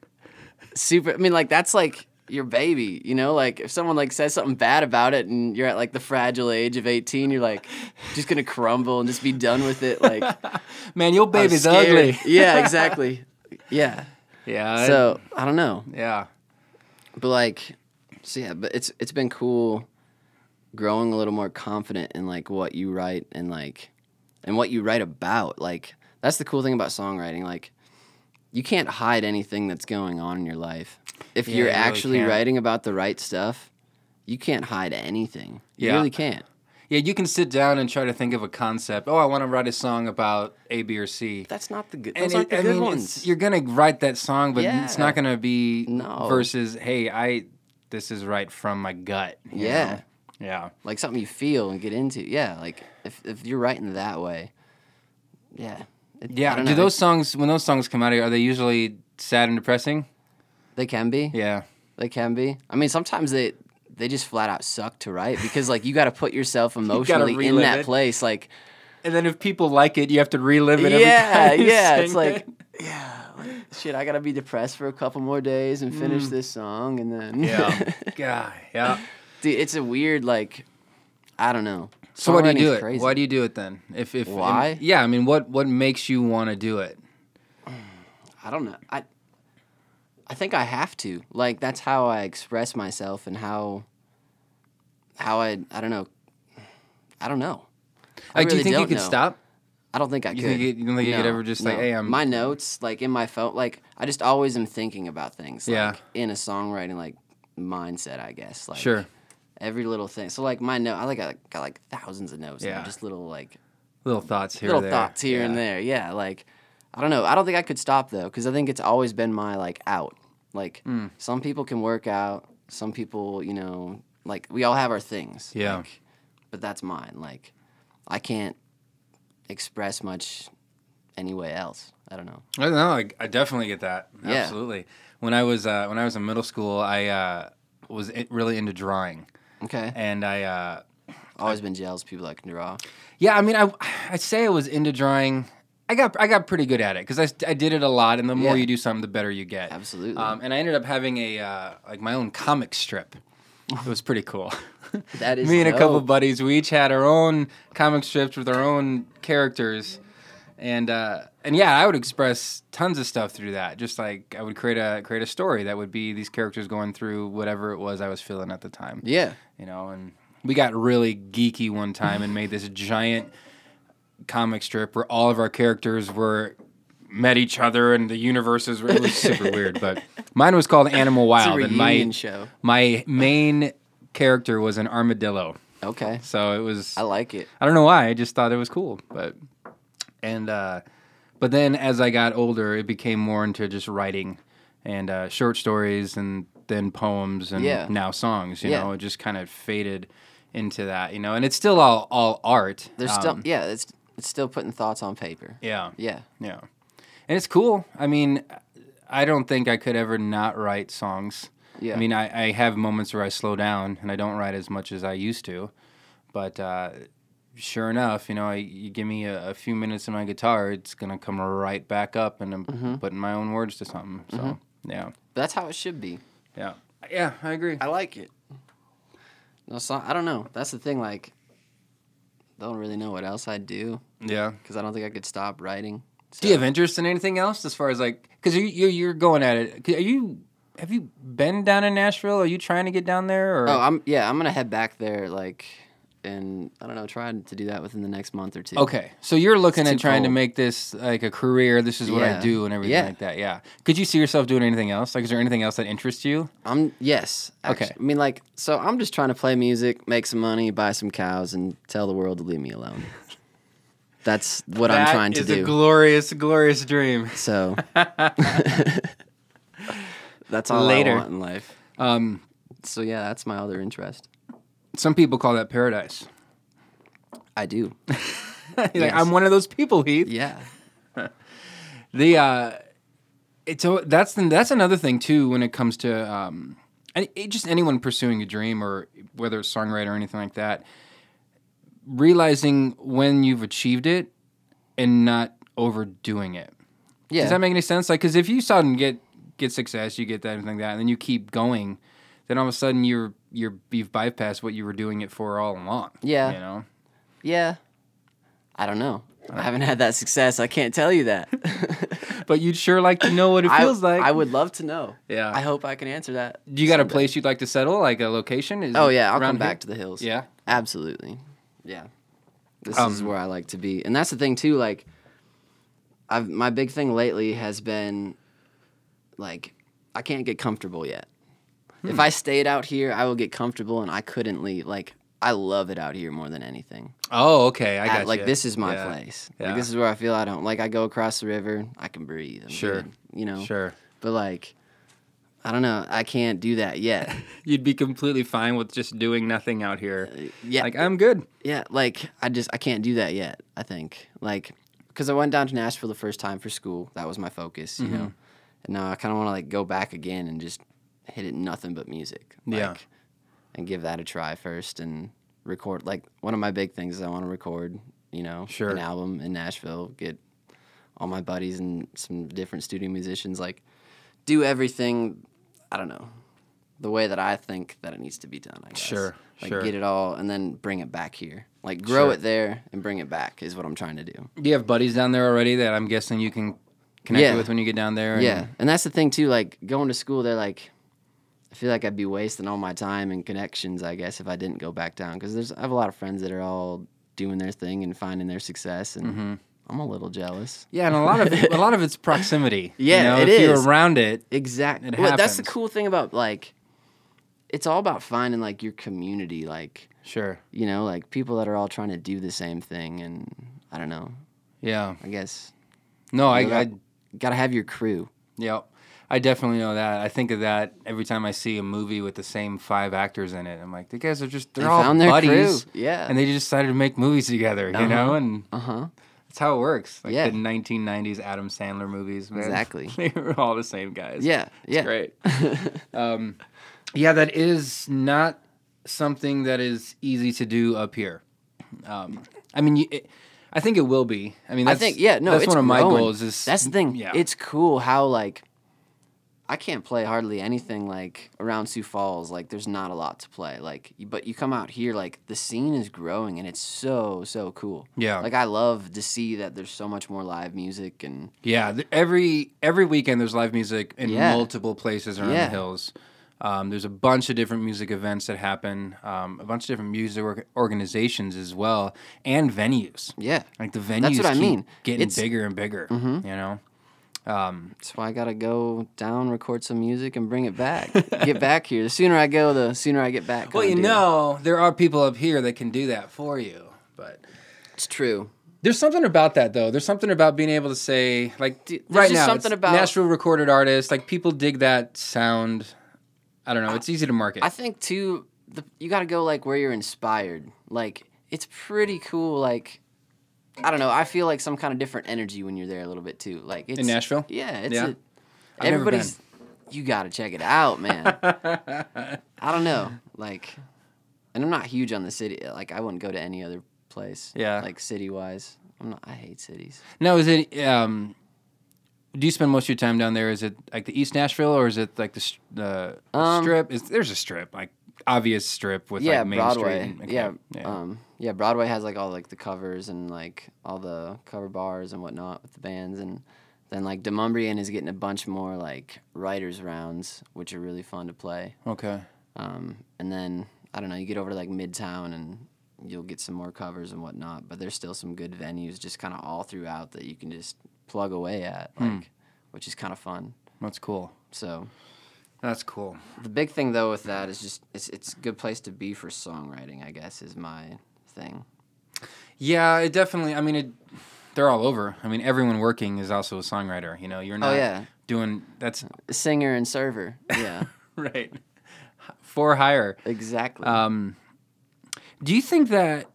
[SPEAKER 2] super. I mean, like that's like your baby, you know. Like if someone like says something bad about it, and you're at like the fragile age of 18, you're like just gonna crumble and just be done with it. Like I
[SPEAKER 1] Man, your
[SPEAKER 2] was
[SPEAKER 1] baby's
[SPEAKER 2] scared.
[SPEAKER 1] ugly.
[SPEAKER 2] Yeah, exactly. Yeah.
[SPEAKER 1] Yeah. I-
[SPEAKER 2] So I don't know.
[SPEAKER 1] yeah.
[SPEAKER 2] But like, so yeah, but it's it's been cool growing a little more confident in like what you write and like and what you write about. Like that's the cool thing about songwriting. Like you can't hide anything that's going on in your life. If
[SPEAKER 1] Yeah,
[SPEAKER 2] you're
[SPEAKER 1] you really
[SPEAKER 2] actually
[SPEAKER 1] can't.
[SPEAKER 2] writing about the right stuff, you can't hide anything. You
[SPEAKER 1] Yeah.
[SPEAKER 2] really can't.
[SPEAKER 1] Yeah, you can sit down and try to think of a concept. Oh, I want to write a song about A, B, or C.
[SPEAKER 2] That's not the good.
[SPEAKER 1] And
[SPEAKER 2] Those aren't
[SPEAKER 1] it-
[SPEAKER 2] the
[SPEAKER 1] I
[SPEAKER 2] good
[SPEAKER 1] mean, it's-
[SPEAKER 2] ones.
[SPEAKER 1] You're gonna write that song, but it's
[SPEAKER 2] Yeah.
[SPEAKER 1] not gonna be
[SPEAKER 2] No.
[SPEAKER 1] versus. Hey, I this is right from my gut. you
[SPEAKER 2] yeah.
[SPEAKER 1] know? yeah.
[SPEAKER 2] like something you feel and get into. Yeah, like if if you're writing that way, yeah, It- I
[SPEAKER 1] Yeah.
[SPEAKER 2] don't
[SPEAKER 1] Do
[SPEAKER 2] know.
[SPEAKER 1] those songs when those songs come out, are they usually sad and depressing?
[SPEAKER 2] They can be.
[SPEAKER 1] Yeah.
[SPEAKER 2] They can be. I mean, sometimes they they just flat out suck to write because like you got to put yourself emotionally in
[SPEAKER 1] relive
[SPEAKER 2] that
[SPEAKER 1] it.
[SPEAKER 2] place. Like,
[SPEAKER 1] And then if people like it, you have to relive it.
[SPEAKER 2] yeah,
[SPEAKER 1] every time you
[SPEAKER 2] yeah.
[SPEAKER 1] sing
[SPEAKER 2] It's like,
[SPEAKER 1] it.
[SPEAKER 2] yeah, like, shit. I gotta be depressed for a couple more days and finish this song, and then
[SPEAKER 1] Mm. yeah, God, yeah.
[SPEAKER 2] dude, it's a weird like, I don't know.
[SPEAKER 1] So why do you
[SPEAKER 2] Songwriting's
[SPEAKER 1] do it?
[SPEAKER 2] crazy.
[SPEAKER 1] Why do you do it then? If if and-
[SPEAKER 2] Why?
[SPEAKER 1] yeah, I mean, what what makes you want to do it?
[SPEAKER 2] I don't know. I I think I have to. Like that's how I express myself and how how I I don't know. I don't know. I
[SPEAKER 1] Like, do
[SPEAKER 2] really
[SPEAKER 1] you think you
[SPEAKER 2] don't
[SPEAKER 1] could
[SPEAKER 2] know.
[SPEAKER 1] stop?
[SPEAKER 2] I don't think I
[SPEAKER 1] You
[SPEAKER 2] could.
[SPEAKER 1] think you- you don't think you could ever just, like, hey, I'm-
[SPEAKER 2] my notes like in my phone. Like I just always am thinking about things. Like,
[SPEAKER 1] Yeah.
[SPEAKER 2] in a songwriting like mindset, I guess. Like
[SPEAKER 1] Sure.
[SPEAKER 2] Every little thing. So like my note, I like I got like thousands of notes. and
[SPEAKER 1] Yeah.
[SPEAKER 2] Just little like
[SPEAKER 1] Little thoughts here,
[SPEAKER 2] little
[SPEAKER 1] there.
[SPEAKER 2] thoughts here and
[SPEAKER 1] Yeah.
[SPEAKER 2] there. Yeah, like I don't know. I don't think I could stop though because I think it's always been my like out. Like
[SPEAKER 1] Hmm.
[SPEAKER 2] some people can work out. Some people, you know, like we all have our things.
[SPEAKER 1] Yeah.
[SPEAKER 2] like, but that's mine. Like I can't express much anyway else. I don't know.
[SPEAKER 1] I don't know. I, I definitely get that.
[SPEAKER 2] Yeah.
[SPEAKER 1] Absolutely. When I was uh, when I was in middle school, I uh, was i- really into drawing,
[SPEAKER 2] Okay.
[SPEAKER 1] and I uh,
[SPEAKER 2] always been jealous of people that can draw.
[SPEAKER 1] yeah, I mean, I I say I was into drawing. I got I got pretty good at it because I, I did it a lot, and the more
[SPEAKER 2] Yeah.
[SPEAKER 1] you do something, the better you get.
[SPEAKER 2] Absolutely.
[SPEAKER 1] Um, and I ended up having a uh, like my own comic strip. It was pretty cool.
[SPEAKER 2] That is
[SPEAKER 1] me and a couple
[SPEAKER 2] dope.
[SPEAKER 1] buddies we each had our own comic strips with our own characters and uh, and yeah i would express tons of stuff through that just like i would create a create a story that would be these characters going through whatever it was i was feeling at the time
[SPEAKER 2] Yeah.
[SPEAKER 1] you know and we got really geeky one time and made this giant comic strip where all of our characters were met each other and the universes were it was super weird but mine was called animal wild and my
[SPEAKER 2] reunion show.
[SPEAKER 1] my main character was an armadillo
[SPEAKER 2] Okay.
[SPEAKER 1] so it was
[SPEAKER 2] I like it.
[SPEAKER 1] I don't know why. I just thought it was cool, but and uh, but then as I got older, it became more into just writing and uh, short stories and then poems and
[SPEAKER 2] Yeah.
[SPEAKER 1] now songs. You
[SPEAKER 2] Yeah.
[SPEAKER 1] know, it just kind of faded into that. You know, and it's still all all art.
[SPEAKER 2] There's
[SPEAKER 1] um,
[SPEAKER 2] still yeah. It's it's still putting thoughts on paper.
[SPEAKER 1] yeah
[SPEAKER 2] Yeah.
[SPEAKER 1] yeah, and it's cool. I mean, I don't think I could ever not write songs.
[SPEAKER 2] Yeah.
[SPEAKER 1] I mean, I, I have moments where I slow down and I don't write as much as I used to, but uh, sure enough, you know, I, you give me a, a few minutes of my guitar, it's gonna come right back up, and I'm putting my own words to something. So yeah,
[SPEAKER 2] That's how it should be.
[SPEAKER 1] yeah, Mm-hmm. yeah, I agree.
[SPEAKER 2] I like it. No, so I don't know. That's the thing. Like, don't really know what else I'd do
[SPEAKER 1] yeah.
[SPEAKER 2] because I don't think I could stop writing. So,
[SPEAKER 1] Do you have interest in anything else as far as like, because you, you you're going at it? 'Cause Are you have you been down in Nashville? Are you trying to get down there? Or
[SPEAKER 2] Oh, I'm yeah. I'm gonna head back there. Like, and I don't know. Try to do that within the next month or two.
[SPEAKER 1] Okay, so you're looking
[SPEAKER 2] It's
[SPEAKER 1] at
[SPEAKER 2] too
[SPEAKER 1] trying to
[SPEAKER 2] cold.
[SPEAKER 1] make this like a career. This is what I
[SPEAKER 2] Yeah.
[SPEAKER 1] do and everything
[SPEAKER 2] Yeah.
[SPEAKER 1] like that. Yeah. Could you see yourself doing anything else? Like, is there anything else that interests you?
[SPEAKER 2] I'm yes.
[SPEAKER 1] Okay.
[SPEAKER 2] actu- I mean, like, so I'm just trying to play music, make some money, buy some cows, and tell the world to leave me alone. That's what I'm trying to do.
[SPEAKER 1] glorious, glorious dream.
[SPEAKER 2] so. That's all
[SPEAKER 1] Later. Um,
[SPEAKER 2] I want in life. So yeah, that's my other interest.
[SPEAKER 1] Some people call that paradise.
[SPEAKER 2] I do.
[SPEAKER 1] Like,
[SPEAKER 2] Yes.
[SPEAKER 1] I'm one of those people, Heath.
[SPEAKER 2] Yeah.
[SPEAKER 1] The uh, it's so that's that's another thing too when it comes to um, any- it- just anyone pursuing a dream or whether it's songwriter or anything like that, realizing when you've achieved it and not overdoing it.
[SPEAKER 2] Yeah.
[SPEAKER 1] Does that make any sense? Like, because if you sudden get get success, you get that and like that, and then you keep going, then all of a sudden you're you're you've bypassed what you were doing it for all along.
[SPEAKER 2] Yeah.
[SPEAKER 1] you know.
[SPEAKER 2] yeah. I don't know. I haven't had that success. I can't tell you that.
[SPEAKER 1] But you'd sure like to know what it
[SPEAKER 2] I,
[SPEAKER 1] feels like.
[SPEAKER 2] I would love to know.
[SPEAKER 1] Yeah.
[SPEAKER 2] I hope I can answer that.
[SPEAKER 1] Do you got a place you'd like to settle, like a location? Is
[SPEAKER 2] Oh
[SPEAKER 1] it
[SPEAKER 2] yeah, I'll
[SPEAKER 1] around
[SPEAKER 2] come
[SPEAKER 1] here?
[SPEAKER 2] back to the hills.
[SPEAKER 1] Yeah.
[SPEAKER 2] Absolutely. Yeah. This
[SPEAKER 1] Um,
[SPEAKER 2] is where I like to be. And that's the thing too, like I've my big thing lately has been like I can't get comfortable yet.
[SPEAKER 1] Hmm.
[SPEAKER 2] If I stayed out here, I would get comfortable and I couldn't leave. Like I love it out here more than anything.
[SPEAKER 1] Oh, okay. I
[SPEAKER 2] I-
[SPEAKER 1] got
[SPEAKER 2] like
[SPEAKER 1] you.
[SPEAKER 2] this is my
[SPEAKER 1] Yeah.
[SPEAKER 2] place.
[SPEAKER 1] Yeah.
[SPEAKER 2] Like this is where I feel I don't like I go across the river, I can breathe. I'm
[SPEAKER 1] Sure.
[SPEAKER 2] good, you know.
[SPEAKER 1] Sure.
[SPEAKER 2] But like I don't know, I can't do that yet.
[SPEAKER 1] You'd be completely fine with just doing nothing out here.
[SPEAKER 2] Uh, yeah.
[SPEAKER 1] Like I'm good.
[SPEAKER 2] yeah like i just i can't do that yet i think like because i went down to nashville the first time for school that was my focus you know
[SPEAKER 1] Mm-hmm.
[SPEAKER 2] and now i kind of want to like go back again and just hit it nothing but music like,
[SPEAKER 1] Yeah.
[SPEAKER 2] and give that a try first and record like one of my big things is i want to record you know
[SPEAKER 1] Sure.
[SPEAKER 2] an album in nashville get all my buddies and some different studio musicians like do everything i don't know the way that i think that it needs to be done i guess
[SPEAKER 1] Sure,
[SPEAKER 2] like
[SPEAKER 1] sure.
[SPEAKER 2] get it all and then bring it back here like grow
[SPEAKER 1] Sure.
[SPEAKER 2] it there and bring it back is what i'm trying to do
[SPEAKER 1] Do you have buddies down there already that I'm guessing you can connect
[SPEAKER 2] Yeah.
[SPEAKER 1] with when you get down there? and-
[SPEAKER 2] yeah and that's the thing too like going to school they're like i feel like i'd be wasting all my time and connections i guess if i didn't go back down because there's i have a lot of friends that are all doing their thing and finding their success and
[SPEAKER 1] Mm-hmm.
[SPEAKER 2] i'm a little jealous
[SPEAKER 1] Yeah, and a lot of a lot of it's proximity.
[SPEAKER 2] Yeah,
[SPEAKER 1] you know,
[SPEAKER 2] it
[SPEAKER 1] if you're
[SPEAKER 2] is.
[SPEAKER 1] around it,
[SPEAKER 2] Exactly.
[SPEAKER 1] It
[SPEAKER 2] that's the
[SPEAKER 1] happens.
[SPEAKER 2] cool thing about like, it's all about finding like your community, like
[SPEAKER 1] sure.
[SPEAKER 2] you know, like people that are all trying to do the same thing, and I don't know.
[SPEAKER 1] Yeah.
[SPEAKER 2] I guess
[SPEAKER 1] No, I,
[SPEAKER 2] You
[SPEAKER 1] I
[SPEAKER 2] got- gotta have your crew.
[SPEAKER 1] yeah, I definitely know that. I think of that every time I see a movie with the same five actors in it. I'm like, the guys are just they're
[SPEAKER 2] They
[SPEAKER 1] all
[SPEAKER 2] found their
[SPEAKER 1] buddies,
[SPEAKER 2] crew. Yeah.
[SPEAKER 1] and they just decided to make movies together, you know, and
[SPEAKER 2] Uh huh.
[SPEAKER 1] that's how it works. Like
[SPEAKER 2] Yeah.
[SPEAKER 1] the 1990s Adam Sandler movies, man.
[SPEAKER 2] Exactly.
[SPEAKER 1] they were all the same guys.
[SPEAKER 2] Yeah. yeah.
[SPEAKER 1] great. um, yeah, that is not something that is easy to do up here. Um, I mean, you, it, I think it will be. I mean,
[SPEAKER 2] I
[SPEAKER 1] that's,
[SPEAKER 2] think yeah. No,
[SPEAKER 1] that's
[SPEAKER 2] it's
[SPEAKER 1] one of my
[SPEAKER 2] growing.
[SPEAKER 1] goals. Is
[SPEAKER 2] that's the thing.
[SPEAKER 1] Yeah,
[SPEAKER 2] It's cool how like. I can't play hardly anything like around Sioux Falls. Like, there's not a lot to play. Like, you- but you come out here, like the scene is growing, and it's so so cool.
[SPEAKER 1] Yeah.
[SPEAKER 2] Like, I love to see that there's so much more live music and
[SPEAKER 1] yeah. th- Every every weekend there's live music in
[SPEAKER 2] Yeah.
[SPEAKER 1] multiple places around
[SPEAKER 2] Yeah.
[SPEAKER 1] the hills. Um, there's a bunch of different music events that happen, um, a bunch of different music org- organizations as well, and venues.
[SPEAKER 2] yeah.
[SPEAKER 1] Like the venues,
[SPEAKER 2] what I
[SPEAKER 1] keep
[SPEAKER 2] mean.
[SPEAKER 1] Getting
[SPEAKER 2] It's- Mm-hmm.
[SPEAKER 1] bigger and bigger, you know.
[SPEAKER 2] That's why I gotta go down, record some music, and bring it back. get back here. The sooner I go, the sooner I get back.
[SPEAKER 1] Well,
[SPEAKER 2] kinda
[SPEAKER 1] you
[SPEAKER 2] deal.
[SPEAKER 1] know, there are people up here that can do that for you, but
[SPEAKER 2] it's true.
[SPEAKER 1] there's something about that though. There's something about being able to say like
[SPEAKER 2] Dude, there's
[SPEAKER 1] right
[SPEAKER 2] just
[SPEAKER 1] now
[SPEAKER 2] something
[SPEAKER 1] it's
[SPEAKER 2] about-
[SPEAKER 1] Nashville recorded artists. Like people dig that sound. I don't know. It's easy to market.
[SPEAKER 2] I think too, the, you gotta go like where you're inspired. Like it's pretty cool. Like I don't know. I feel like some kind of different energy when you're there a little bit too. Like it's,
[SPEAKER 1] Nashville?
[SPEAKER 2] Yeah, it's
[SPEAKER 1] Yeah.
[SPEAKER 2] A,
[SPEAKER 1] never
[SPEAKER 2] everybody's. You gotta check it out, man. I don't know. Like, and I'm not huge on the city. Like I wouldn't go to any other place.
[SPEAKER 1] Yeah.
[SPEAKER 2] Like city wise, I'm not. I hate cities.
[SPEAKER 1] now, is it? Um, do you spend most of your time down there? Is it like the East Nashville or is it like the, s- the the
[SPEAKER 2] Um,
[SPEAKER 1] strip? Is there's a strip like obvious strip with
[SPEAKER 2] yeah,
[SPEAKER 1] like Main
[SPEAKER 2] Broadway.
[SPEAKER 1] Street? and- okay,
[SPEAKER 2] Yeah, Um, yeah, Broadway has like all like the covers and like all the cover bars and whatnot with the bands, and then like Demumbrian is getting a bunch more like writers rounds, which are really fun to play.
[SPEAKER 1] okay.
[SPEAKER 2] Um, and then I don't know, you get over to like Midtown and you'll get some more covers and whatnot, but there's still some good venues just kind of all throughout that you can just plug away at,
[SPEAKER 1] Hmm.
[SPEAKER 2] like, which is kind of fun.
[SPEAKER 1] That's cool.
[SPEAKER 2] So
[SPEAKER 1] That's cool.
[SPEAKER 2] the big thing though with that is just it's it's a good place to be for songwriting, I guess, is my thing.
[SPEAKER 1] Yeah, it definitely. I mean, it, they're all over. I mean, everyone working is also a songwriter. You know, you're not
[SPEAKER 2] Oh, yeah.
[SPEAKER 1] doing that's
[SPEAKER 2] Uh, Singer and server. Yeah.
[SPEAKER 1] right. for hire.
[SPEAKER 2] Exactly.
[SPEAKER 1] Um, do you think that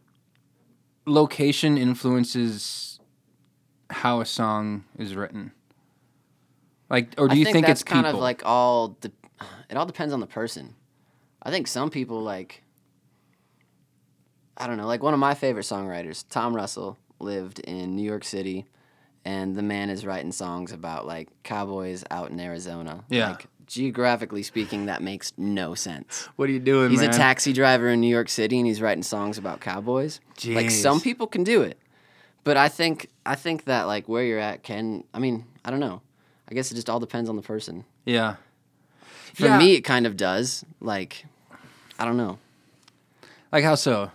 [SPEAKER 1] location influences how a song is written? Like, or do
[SPEAKER 2] I
[SPEAKER 1] you
[SPEAKER 2] think,
[SPEAKER 1] think,
[SPEAKER 2] that's
[SPEAKER 1] it's people?
[SPEAKER 2] kind of like all de- it all depends on the person. I think some people like I don't know, like one of my favorite songwriters, Tom Russell, lived in New York City and the man is writing songs about like cowboys out in Arizona.
[SPEAKER 1] Yeah.
[SPEAKER 2] Like geographically speaking that makes no sense.
[SPEAKER 1] what are you doing?
[SPEAKER 2] He's
[SPEAKER 1] man?
[SPEAKER 2] a taxi driver in New York City and he's writing songs about cowboys. Like
[SPEAKER 1] Jeez.
[SPEAKER 2] some people can do it. But I think I think that like where you're at can I mean, I don't know. I guess it just all depends on the person.
[SPEAKER 1] Yeah.
[SPEAKER 2] For
[SPEAKER 1] Yeah.
[SPEAKER 2] me it kind of does. Like I don't know.
[SPEAKER 1] Like how so?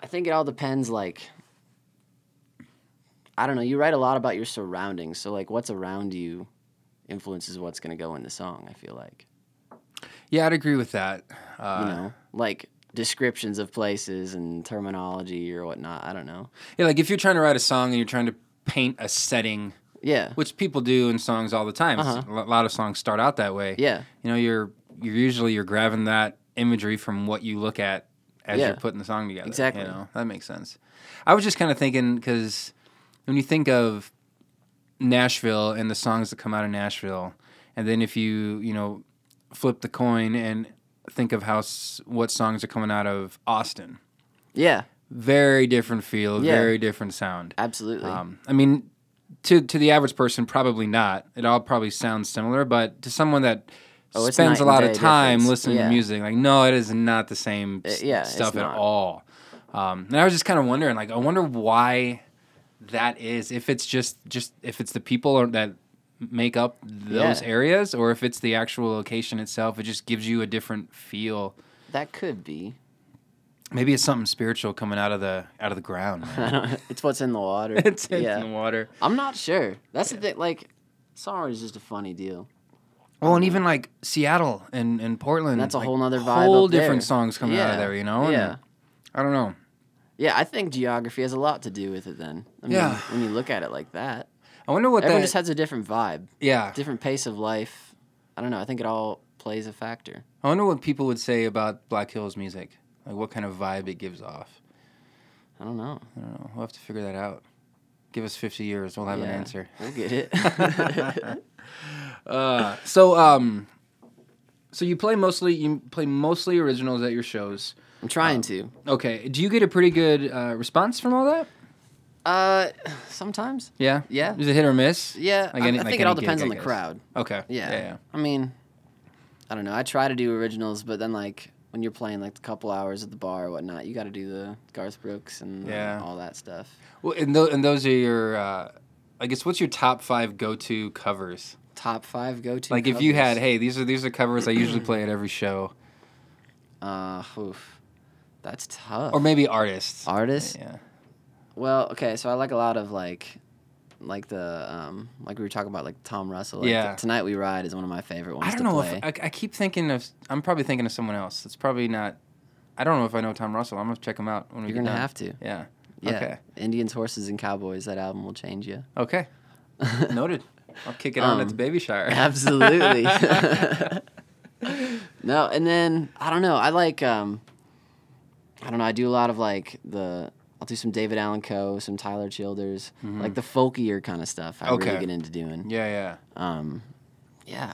[SPEAKER 2] I think it all depends like I don't know, you write a lot about your surroundings, so like what's around you influences what's going to go in the song, I feel like.
[SPEAKER 1] Yeah, I'd agree with that.
[SPEAKER 2] You
[SPEAKER 1] Uh,
[SPEAKER 2] know, like descriptions of places and terminology or whatnot. I don't know.
[SPEAKER 1] Yeah, like if you're trying to write a song and you're trying to paint a setting,
[SPEAKER 2] Yeah.
[SPEAKER 1] which people do in songs all the time. It's- A lot of songs start out that way.
[SPEAKER 2] Uh-huh. Yeah.
[SPEAKER 1] You know, you're you're usually you're grabbing that imagery from what you look at as
[SPEAKER 2] Yeah.
[SPEAKER 1] you're putting the song together.
[SPEAKER 2] Exactly.
[SPEAKER 1] You know, that makes sense. I was just kind of thinking because when you think of Nashville and the songs that come out of Nashville, and then if you you know flip the coin and think of how s- what songs are coming out of Austin,
[SPEAKER 2] Yeah.
[SPEAKER 1] very different feel,
[SPEAKER 2] Yeah.
[SPEAKER 1] very different sound.
[SPEAKER 2] Absolutely.
[SPEAKER 1] Um, I mean, to to the average person, probably not. It all probably sounds similar, but to someone that
[SPEAKER 2] Oh, it's
[SPEAKER 1] spends
[SPEAKER 2] night
[SPEAKER 1] a lot
[SPEAKER 2] and
[SPEAKER 1] of
[SPEAKER 2] day
[SPEAKER 1] time
[SPEAKER 2] difference.
[SPEAKER 1] listening
[SPEAKER 2] Yeah.
[SPEAKER 1] to music, like, no, it is not the same s-
[SPEAKER 2] Uh, yeah, it's
[SPEAKER 1] stuff at
[SPEAKER 2] not.
[SPEAKER 1] all. Um, and I was just kind of wondering, like, I wonder why that is. If it's just just if it's the people or that make up those
[SPEAKER 2] Yeah.
[SPEAKER 1] areas, or if it's the actual location itself, it just gives you a different feel.
[SPEAKER 2] that could be.
[SPEAKER 1] Maybe it's something spiritual coming out of the out of the ground. man.
[SPEAKER 2] it's what's in the water.
[SPEAKER 1] it's it's
[SPEAKER 2] yeah.
[SPEAKER 1] in the water.
[SPEAKER 2] I'm not sure. That's the thing. Like, songwriting is just a funny deal.
[SPEAKER 1] Well, and even like Seattle and, and Portland.
[SPEAKER 2] Um, That's a
[SPEAKER 1] like,
[SPEAKER 2] whole nother vibe
[SPEAKER 1] Whole
[SPEAKER 2] up there.
[SPEAKER 1] different songs coming out
[SPEAKER 2] Yeah.
[SPEAKER 1] of there, you know? And
[SPEAKER 2] Yeah.
[SPEAKER 1] I don't know.
[SPEAKER 2] Yeah, I think geography has a lot to do with it. Then, I mean,
[SPEAKER 1] Yeah.
[SPEAKER 2] when you look at it like that,
[SPEAKER 1] I wonder what
[SPEAKER 2] everyone
[SPEAKER 1] that.
[SPEAKER 2] just has a different vibe,
[SPEAKER 1] yeah.
[SPEAKER 2] different pace of life. I don't know. I think it all plays a factor.
[SPEAKER 1] I wonder what people would say about Black Hills music. Like what kind of vibe it gives off.
[SPEAKER 2] I don't know.
[SPEAKER 1] I don't know. We'll have to figure that out. Give us 50 years, we'll have an
[SPEAKER 2] Yeah,
[SPEAKER 1] answer.
[SPEAKER 2] We'll get it.
[SPEAKER 1] Uh, so, um, so you play mostly you play mostly originals at your shows.
[SPEAKER 2] I'm trying
[SPEAKER 1] Um,
[SPEAKER 2] to.
[SPEAKER 1] Okay, do you get a pretty good uh, response from all that?
[SPEAKER 2] Uh, sometimes.
[SPEAKER 1] Yeah,
[SPEAKER 2] Yeah.
[SPEAKER 1] Is it hit or miss?
[SPEAKER 2] Yeah,
[SPEAKER 1] Like
[SPEAKER 2] I,
[SPEAKER 1] any-
[SPEAKER 2] I
[SPEAKER 1] like
[SPEAKER 2] think it all
[SPEAKER 1] any gig,
[SPEAKER 2] depends
[SPEAKER 1] I
[SPEAKER 2] on the
[SPEAKER 1] guess.
[SPEAKER 2] crowd.
[SPEAKER 1] Okay.
[SPEAKER 2] Yeah.
[SPEAKER 1] yeah.
[SPEAKER 2] I mean, I don't know. I try to do originals, but then like when you're playing like a couple hours at the bar or whatnot, you got to do the Garth Brooks and uh,
[SPEAKER 1] Yeah.
[SPEAKER 2] all that stuff.
[SPEAKER 1] Well, and, tho- and those are your, uh, I guess, what's your top five go-to covers?
[SPEAKER 2] Top five go to.
[SPEAKER 1] Like, if you had, hey, these are these are covers I usually play at every show,
[SPEAKER 2] uh, oof, that's tough.
[SPEAKER 1] or maybe artists.
[SPEAKER 2] Artists.
[SPEAKER 1] Yeah.
[SPEAKER 2] Well, okay, so I like a lot of like, like the um, like we were talking about like Tom Russell. Like
[SPEAKER 1] Yeah.
[SPEAKER 2] the Tonight We Ride is one of my favorite ones
[SPEAKER 1] I don't
[SPEAKER 2] to
[SPEAKER 1] know
[SPEAKER 2] play.
[SPEAKER 1] if I, I keep thinking of. I'm probably thinking of someone else. It's probably not. I don't know if I know Tom Russell. I'm gonna check him out when we
[SPEAKER 2] You're
[SPEAKER 1] get
[SPEAKER 2] gonna
[SPEAKER 1] done.
[SPEAKER 2] have to.
[SPEAKER 1] Yeah.
[SPEAKER 2] Yeah.
[SPEAKER 1] Okay.
[SPEAKER 2] Indians, horses, and cowboys. That album will change you.
[SPEAKER 1] Okay. Noted. I'll kick it on at
[SPEAKER 2] Um,
[SPEAKER 1] the baby shower.
[SPEAKER 2] Absolutely. no, and then I don't know. I like um I don't know, I do a lot of like the I'll do some David Allen Coe, some Tyler Childers, like the folkier kind of stuff I
[SPEAKER 1] Mm-hmm. Okay.
[SPEAKER 2] really get into doing.
[SPEAKER 1] yeah, yeah.
[SPEAKER 2] Um yeah.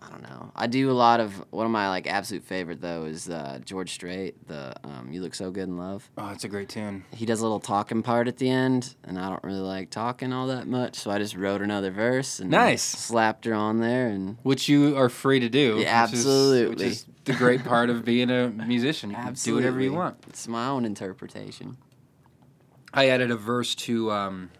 [SPEAKER 2] I don't know. I do a lot of one of my like absolute favorite though is uh, George Strait, the um, You Look So Good in Love.
[SPEAKER 1] Oh, it's a great tune.
[SPEAKER 2] He does a little talking part at the end, and I don't really like talking all that much, so I just wrote another verse and
[SPEAKER 1] Nice.
[SPEAKER 2] slapped her on there and
[SPEAKER 1] Which you are free to do.
[SPEAKER 2] Yeah,
[SPEAKER 1] which is-
[SPEAKER 2] absolutely.
[SPEAKER 1] which is the great part of being a musician. You can do whatever you
[SPEAKER 2] Absolutely.
[SPEAKER 1] want.
[SPEAKER 2] It's my own interpretation.
[SPEAKER 1] I added a verse to um,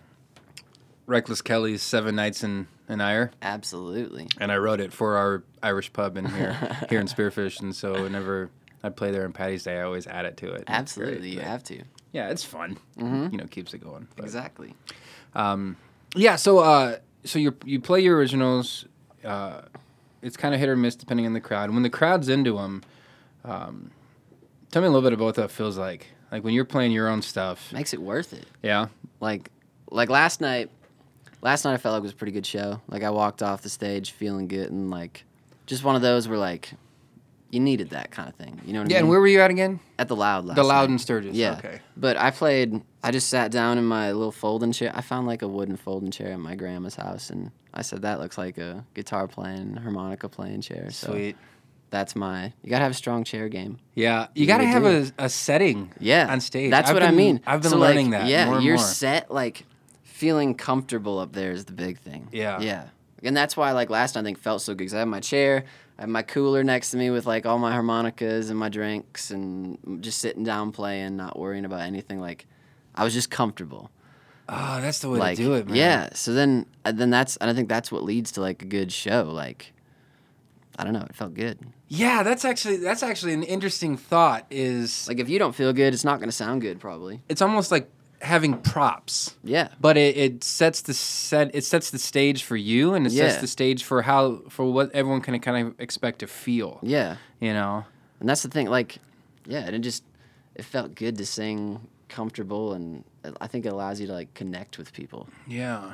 [SPEAKER 1] Reckless Kelly's Seven Nights in, in Ire,
[SPEAKER 2] Absolutely.
[SPEAKER 1] and I wrote it for our Irish pub in here, here in Spearfish. And so whenever I play there on Patty's Day, I always add it to it. It's
[SPEAKER 2] Absolutely. Mm-hmm.
[SPEAKER 1] great.
[SPEAKER 2] You
[SPEAKER 1] But,
[SPEAKER 2] have to.
[SPEAKER 1] yeah, it's fun. You know, keeps it going. But-
[SPEAKER 2] Exactly.
[SPEAKER 1] Yeah, so uh, so you you play your originals. Uh, it's kind of hit or miss depending on the crowd. When the crowd's into them, um, tell me a little bit about what that feels like. Like when you're playing your own stuff.
[SPEAKER 2] Makes it worth it.
[SPEAKER 1] Yeah.
[SPEAKER 2] Like like last night last night I felt like it was a pretty good show. Like I walked off the stage feeling good and like just one of those where like you needed that kind of thing. You know what
[SPEAKER 1] Yeah,
[SPEAKER 2] I mean?
[SPEAKER 1] and where were you at again?
[SPEAKER 2] at the Loud last
[SPEAKER 1] The Loudon
[SPEAKER 2] night.
[SPEAKER 1] Sturgis.
[SPEAKER 2] Yeah.
[SPEAKER 1] Okay.
[SPEAKER 2] But I played. I just sat down in my little folding chair. I found like a wooden folding chair at my grandma's house, and I said that looks like a guitar playing, harmonica playing chair. So
[SPEAKER 1] Sweet.
[SPEAKER 2] that's my. You gotta have a strong chair game.
[SPEAKER 1] Yeah, you gotta
[SPEAKER 2] really
[SPEAKER 1] have a, a setting.
[SPEAKER 2] Yeah,
[SPEAKER 1] on stage.
[SPEAKER 2] That's
[SPEAKER 1] I've
[SPEAKER 2] what I
[SPEAKER 1] been-
[SPEAKER 2] mean.
[SPEAKER 1] I've been
[SPEAKER 2] So, like,
[SPEAKER 1] learning that.
[SPEAKER 2] Yeah,
[SPEAKER 1] more and
[SPEAKER 2] you're
[SPEAKER 1] more.
[SPEAKER 2] set like feeling comfortable up there is the big thing.
[SPEAKER 1] Yeah.
[SPEAKER 2] yeah. And that's why like last night I think felt so good because I had my chair, I had my cooler next to me with like all my harmonicas and my drinks and just sitting down playing, not worrying about anything. Like I was just comfortable.
[SPEAKER 1] Oh, that's the way
[SPEAKER 2] like
[SPEAKER 1] to do it, man.
[SPEAKER 2] yeah. So then uh, then that's and I think that's what leads to like a good show. Like I don't know, it felt good.
[SPEAKER 1] yeah. That's actually that's actually an interesting thought. Is
[SPEAKER 2] Like if you don't feel good, it's not gonna sound good probably.
[SPEAKER 1] it's almost like having props.
[SPEAKER 2] Yeah.
[SPEAKER 1] but it, it sets the set it sets the stage for you and it
[SPEAKER 2] Yeah.
[SPEAKER 1] sets the stage for how for what everyone can kind of expect to feel
[SPEAKER 2] Yeah.
[SPEAKER 1] you know
[SPEAKER 2] And that's the thing, like, yeah, and it just it felt good to sing comfortable, and it- I think it allows you to like connect with people.
[SPEAKER 1] yeah
[SPEAKER 2] It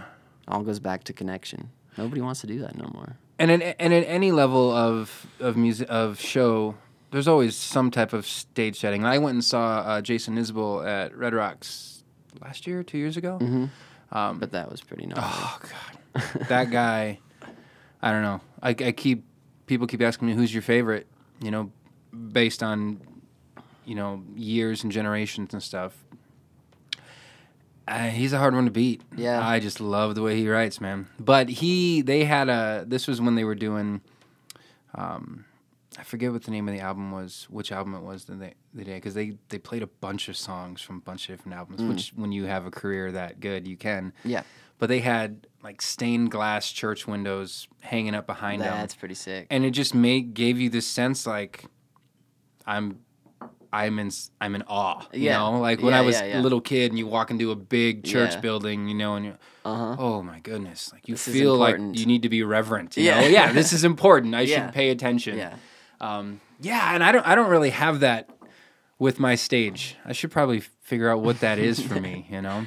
[SPEAKER 2] all goes back to connection. Nobody wants to do that no more.
[SPEAKER 1] and in, and at any level of of music of show there's always some type of stage setting i went and saw uh, jason isbell at red rocks last year two years
[SPEAKER 2] Mm-hmm.
[SPEAKER 1] ago Um,
[SPEAKER 2] but that was pretty gnarly.
[SPEAKER 1] oh god that guy i don't know I, I keep people keep asking me who's your favorite you know based on you know years and generations and stuff uh, he's a hard one to beat
[SPEAKER 2] Yeah.
[SPEAKER 1] i just love the way he writes man but he they had a this was when they were doing um i forget what the name of the album was which album it was that they they did because they they played a bunch of songs from a bunch of different albums which when you have a career that good you can
[SPEAKER 2] Yeah.
[SPEAKER 1] but they had like stained glass church windows hanging up behind them
[SPEAKER 2] That's pretty sick.
[SPEAKER 1] and it just made gave you this sense like i'm i'm in s- i'm in awe you
[SPEAKER 2] Yeah.
[SPEAKER 1] know like when
[SPEAKER 2] Yeah,
[SPEAKER 1] i was
[SPEAKER 2] yeah,
[SPEAKER 1] a
[SPEAKER 2] yeah.
[SPEAKER 1] little kid and you walk into a big church
[SPEAKER 2] Yeah.
[SPEAKER 1] building you know and you
[SPEAKER 2] Uh huh.
[SPEAKER 1] oh my goodness like you
[SPEAKER 2] This is
[SPEAKER 1] feel like
[SPEAKER 2] important.
[SPEAKER 1] you need to be reverent you
[SPEAKER 2] Yeah.
[SPEAKER 1] know? yeah this is important i
[SPEAKER 2] Yeah.
[SPEAKER 1] should pay attention
[SPEAKER 2] Yeah.
[SPEAKER 1] um, yeah and i don't i don't really have that with my stage i should probably figure out what that is for me you know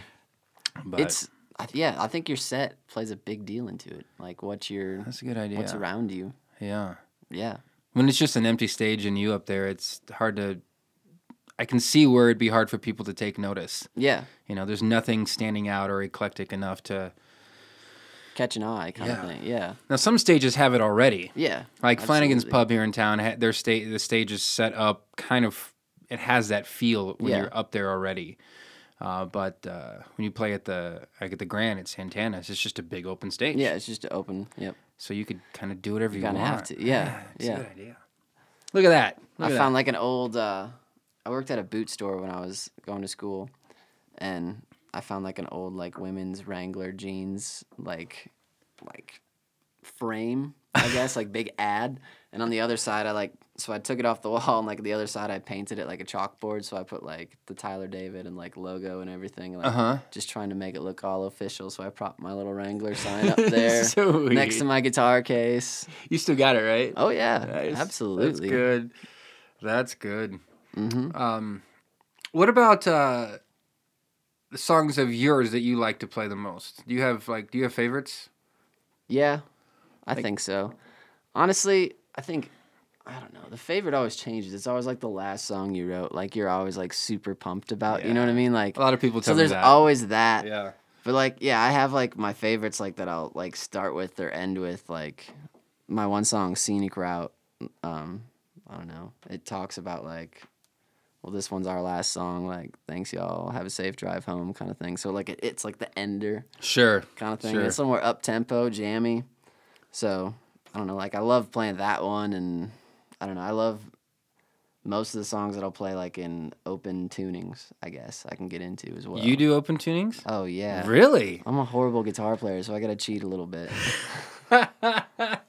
[SPEAKER 1] but
[SPEAKER 2] It's I th- yeah. I think your set plays a big deal into it. Like what's your
[SPEAKER 1] that's a good idea
[SPEAKER 2] what's around you.
[SPEAKER 1] yeah
[SPEAKER 2] Yeah.
[SPEAKER 1] when it's just an empty stage and you up there, it's hard to. I can see where it'd be hard for people to take notice.
[SPEAKER 2] Yeah.
[SPEAKER 1] You know, there's nothing standing out or eclectic enough to.
[SPEAKER 2] Catch an eye kind
[SPEAKER 1] Yeah.
[SPEAKER 2] of thing. Yeah.
[SPEAKER 1] Now, some stages have it already.
[SPEAKER 2] Yeah.
[SPEAKER 1] Like Flanagan's
[SPEAKER 2] absolutely.
[SPEAKER 1] Pub here in town, ha- their sta- the stage is set up kind of. It has that feel when
[SPEAKER 2] Yeah.
[SPEAKER 1] you're up there already. Uh, but uh, when you play at the like at the Grand at Santana's, it's just a big open stage.
[SPEAKER 2] Yeah. It's just open. Yep.
[SPEAKER 1] So you could kind of do whatever you,
[SPEAKER 2] kinda
[SPEAKER 1] want.
[SPEAKER 2] have to, yeah,
[SPEAKER 1] It's
[SPEAKER 2] yeah.
[SPEAKER 1] A good idea. Look at that. Look
[SPEAKER 2] I
[SPEAKER 1] at that.
[SPEAKER 2] found like an old. Uh, I worked at a boot store when I was going to school, and I found like an old like women's Wrangler jeans like like frame, I guess, like big ad. And on the other side, I like so I took it off the wall, and like the other side, I painted it like a chalkboard. So I put like the Tyler David and like logo and everything, like
[SPEAKER 1] Uh-huh.
[SPEAKER 2] just trying to make it look all official. So I propped my little Wrangler sign up there
[SPEAKER 1] Sweet.
[SPEAKER 2] next to my guitar case.
[SPEAKER 1] you still got it right.
[SPEAKER 2] Oh yeah,
[SPEAKER 1] Nice.
[SPEAKER 2] absolutely. Mm-hmm.
[SPEAKER 1] That's good. That's good. Um, what about uh, the songs of yours that you like to play the most? Do you have like do you have favorites?
[SPEAKER 2] Yeah, I think so. Honestly, I think I don't know. The favorite always changes. It's always like the last song you wrote. Like you're always like super pumped about. You know what I mean? Like
[SPEAKER 1] A lot of people
[SPEAKER 2] so.
[SPEAKER 1] tell
[SPEAKER 2] There's
[SPEAKER 1] me that.
[SPEAKER 2] always that.
[SPEAKER 1] yeah.
[SPEAKER 2] But like, yeah, I have like my favorites like that. I'll like start with or end with. Like my one song, "Scenic Route." Um, I don't know. It talks about like. Well, this one's our last song. Like, thanks, y'all. Have a safe drive home, kind of thing. So, like, it, it's like the ender
[SPEAKER 1] Sure.
[SPEAKER 2] kind of thing.
[SPEAKER 1] Sure.
[SPEAKER 2] It's somewhere up tempo, jammy. So I don't know. Like I love playing that one, and I don't know. I love most of the songs that I'll play like in open tunings. I guess I can get into as well.
[SPEAKER 1] You do open tunings?
[SPEAKER 2] Oh yeah.
[SPEAKER 1] Really?
[SPEAKER 2] I'm a horrible guitar player, so I gotta cheat a little bit.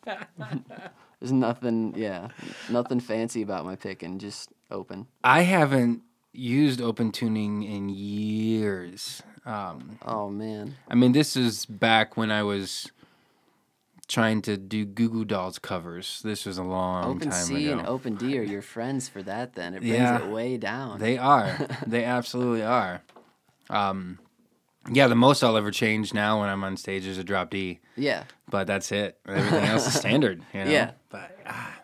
[SPEAKER 2] There's nothing, yeah, nothing fancy about my picking. Just open.
[SPEAKER 1] I haven't used open tuning in years. Um,
[SPEAKER 2] Oh man.
[SPEAKER 1] I mean, this is back when I was trying to do Goo Goo Dolls covers. This was a long
[SPEAKER 2] Open
[SPEAKER 1] time
[SPEAKER 2] C
[SPEAKER 1] ago.
[SPEAKER 2] and Open D are your friends for that. Then it brings
[SPEAKER 1] Yeah.
[SPEAKER 2] it way down.
[SPEAKER 1] They are. they absolutely are. Um, yeah, the most I'll ever change now when I'm on stage is a drop D,
[SPEAKER 2] yeah.
[SPEAKER 1] but that's it. Everything else is standard. You know?
[SPEAKER 2] Yeah.
[SPEAKER 1] But ah,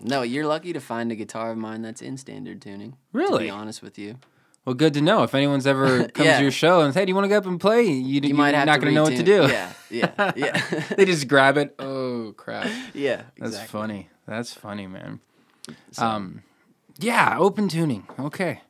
[SPEAKER 2] No, you're lucky to find a guitar of mine that's in standard tuning. To
[SPEAKER 1] Really?
[SPEAKER 2] be honest with you.
[SPEAKER 1] Well, good to know. If anyone's ever comes
[SPEAKER 2] Yeah.
[SPEAKER 1] to your show and says, "Hey, do you want to go up and play?" You,
[SPEAKER 2] You might have
[SPEAKER 1] not
[SPEAKER 2] to
[SPEAKER 1] gonna know what to
[SPEAKER 2] retune-
[SPEAKER 1] do.
[SPEAKER 2] Yeah, yeah, yeah,
[SPEAKER 1] they just grab it. Oh crap!
[SPEAKER 2] yeah.
[SPEAKER 1] That's
[SPEAKER 2] Exactly.
[SPEAKER 1] funny. That's funny, man. Um, yeah, open tuning. Okay.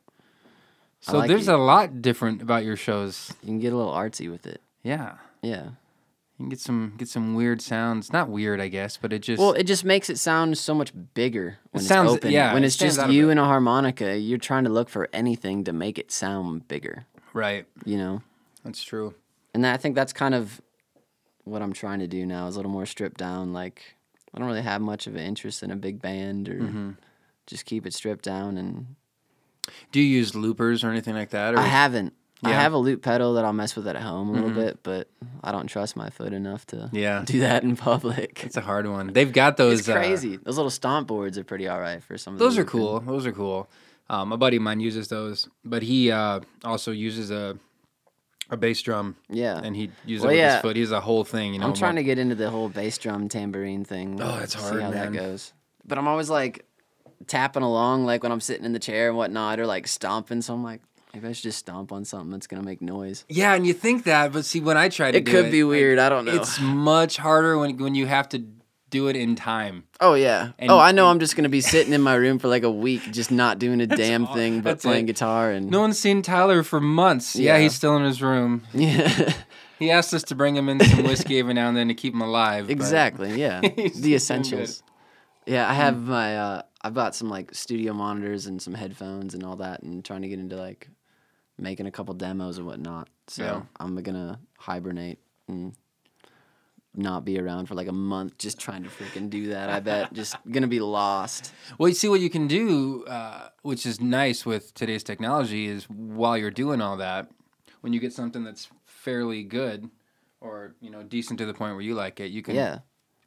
[SPEAKER 1] So
[SPEAKER 2] like
[SPEAKER 1] there's
[SPEAKER 2] it.
[SPEAKER 1] a lot different about your shows.
[SPEAKER 2] You can get a little artsy with it.
[SPEAKER 1] Yeah,
[SPEAKER 2] Yeah.
[SPEAKER 1] you can get some get some weird sounds. Not weird, I guess, but it just
[SPEAKER 2] Well, it just makes it sound so much bigger when it's
[SPEAKER 1] sounds-
[SPEAKER 2] open.
[SPEAKER 1] yeah,
[SPEAKER 2] when
[SPEAKER 1] it
[SPEAKER 2] it's
[SPEAKER 1] stands
[SPEAKER 2] just
[SPEAKER 1] out a
[SPEAKER 2] you
[SPEAKER 1] bit.
[SPEAKER 2] and a harmonica, you're trying to look for anything to make it sound bigger.
[SPEAKER 1] right.
[SPEAKER 2] You know.
[SPEAKER 1] That's true.
[SPEAKER 2] and I think that's kind of what I'm trying to do now is a little more stripped down. Like I don't really have much of an interest in a big band or
[SPEAKER 1] Mm-hmm.
[SPEAKER 2] just keep it stripped down. And
[SPEAKER 1] Do you use loopers or anything like that? Or
[SPEAKER 2] I haven't. I
[SPEAKER 1] Yeah. Mm-hmm.
[SPEAKER 2] have a loop pedal that I'll mess with at home a little bit, but I don't trust my foot enough to
[SPEAKER 1] Yeah.
[SPEAKER 2] do that in public.
[SPEAKER 1] it's a hard one. They've got those.
[SPEAKER 2] It's
[SPEAKER 1] uh,
[SPEAKER 2] crazy. Those little stomp boards are pretty all right for some of the
[SPEAKER 1] Those are
[SPEAKER 2] looping.
[SPEAKER 1] cool. Those are cool. Um, a buddy of mine uses those, but he uh, also uses a a bass drum.
[SPEAKER 2] Yeah.
[SPEAKER 1] and he uses
[SPEAKER 2] Well,
[SPEAKER 1] it with
[SPEAKER 2] yeah.
[SPEAKER 1] his foot. He's a whole thing. You know,
[SPEAKER 2] I'm trying to get into the whole bass drum tambourine thing.
[SPEAKER 1] Oh, it's
[SPEAKER 2] See
[SPEAKER 1] hard,
[SPEAKER 2] how
[SPEAKER 1] man.
[SPEAKER 2] that goes. But I'm always like tapping along, like when I'm sitting in the chair and whatnot, or like stomping. So I'm like, maybe I should just stomp on something that's gonna make noise.
[SPEAKER 1] Yeah, and you think that, but see, when I try to,
[SPEAKER 2] It
[SPEAKER 1] do
[SPEAKER 2] could be
[SPEAKER 1] like,
[SPEAKER 2] weird. I don't know.
[SPEAKER 1] It's much harder when when you have to do it in time.
[SPEAKER 2] Oh yeah.
[SPEAKER 1] And-
[SPEAKER 2] oh, I know. I'm just gonna be sitting in my room for like a week, just not doing a damn
[SPEAKER 1] all-
[SPEAKER 2] thing but
[SPEAKER 1] that's
[SPEAKER 2] playing
[SPEAKER 1] it.
[SPEAKER 2] guitar and
[SPEAKER 1] No one's seen Tyler for months. Yeah,
[SPEAKER 2] Yeah.
[SPEAKER 1] he's still in his room.
[SPEAKER 2] yeah,
[SPEAKER 1] He asked us to bring him in some whiskey every now and then to keep him alive. but-
[SPEAKER 2] exactly. Yeah,
[SPEAKER 1] He's just
[SPEAKER 2] the
[SPEAKER 1] doing good. Mm.
[SPEAKER 2] essentials. Yeah, I have my. Uh, I bought some like studio monitors and some headphones and all that, and trying to get into like making a couple demos and whatnot. So
[SPEAKER 1] Yeah.
[SPEAKER 2] I'm gonna hibernate and not be around for like a month, just trying to freaking do that. I bet just gonna be lost.
[SPEAKER 1] Well, you see what you can do, uh, which is nice with today's technology, is while you're doing all that, when you get something that's fairly good or you know decent to the point where you like it, you can
[SPEAKER 2] Yeah,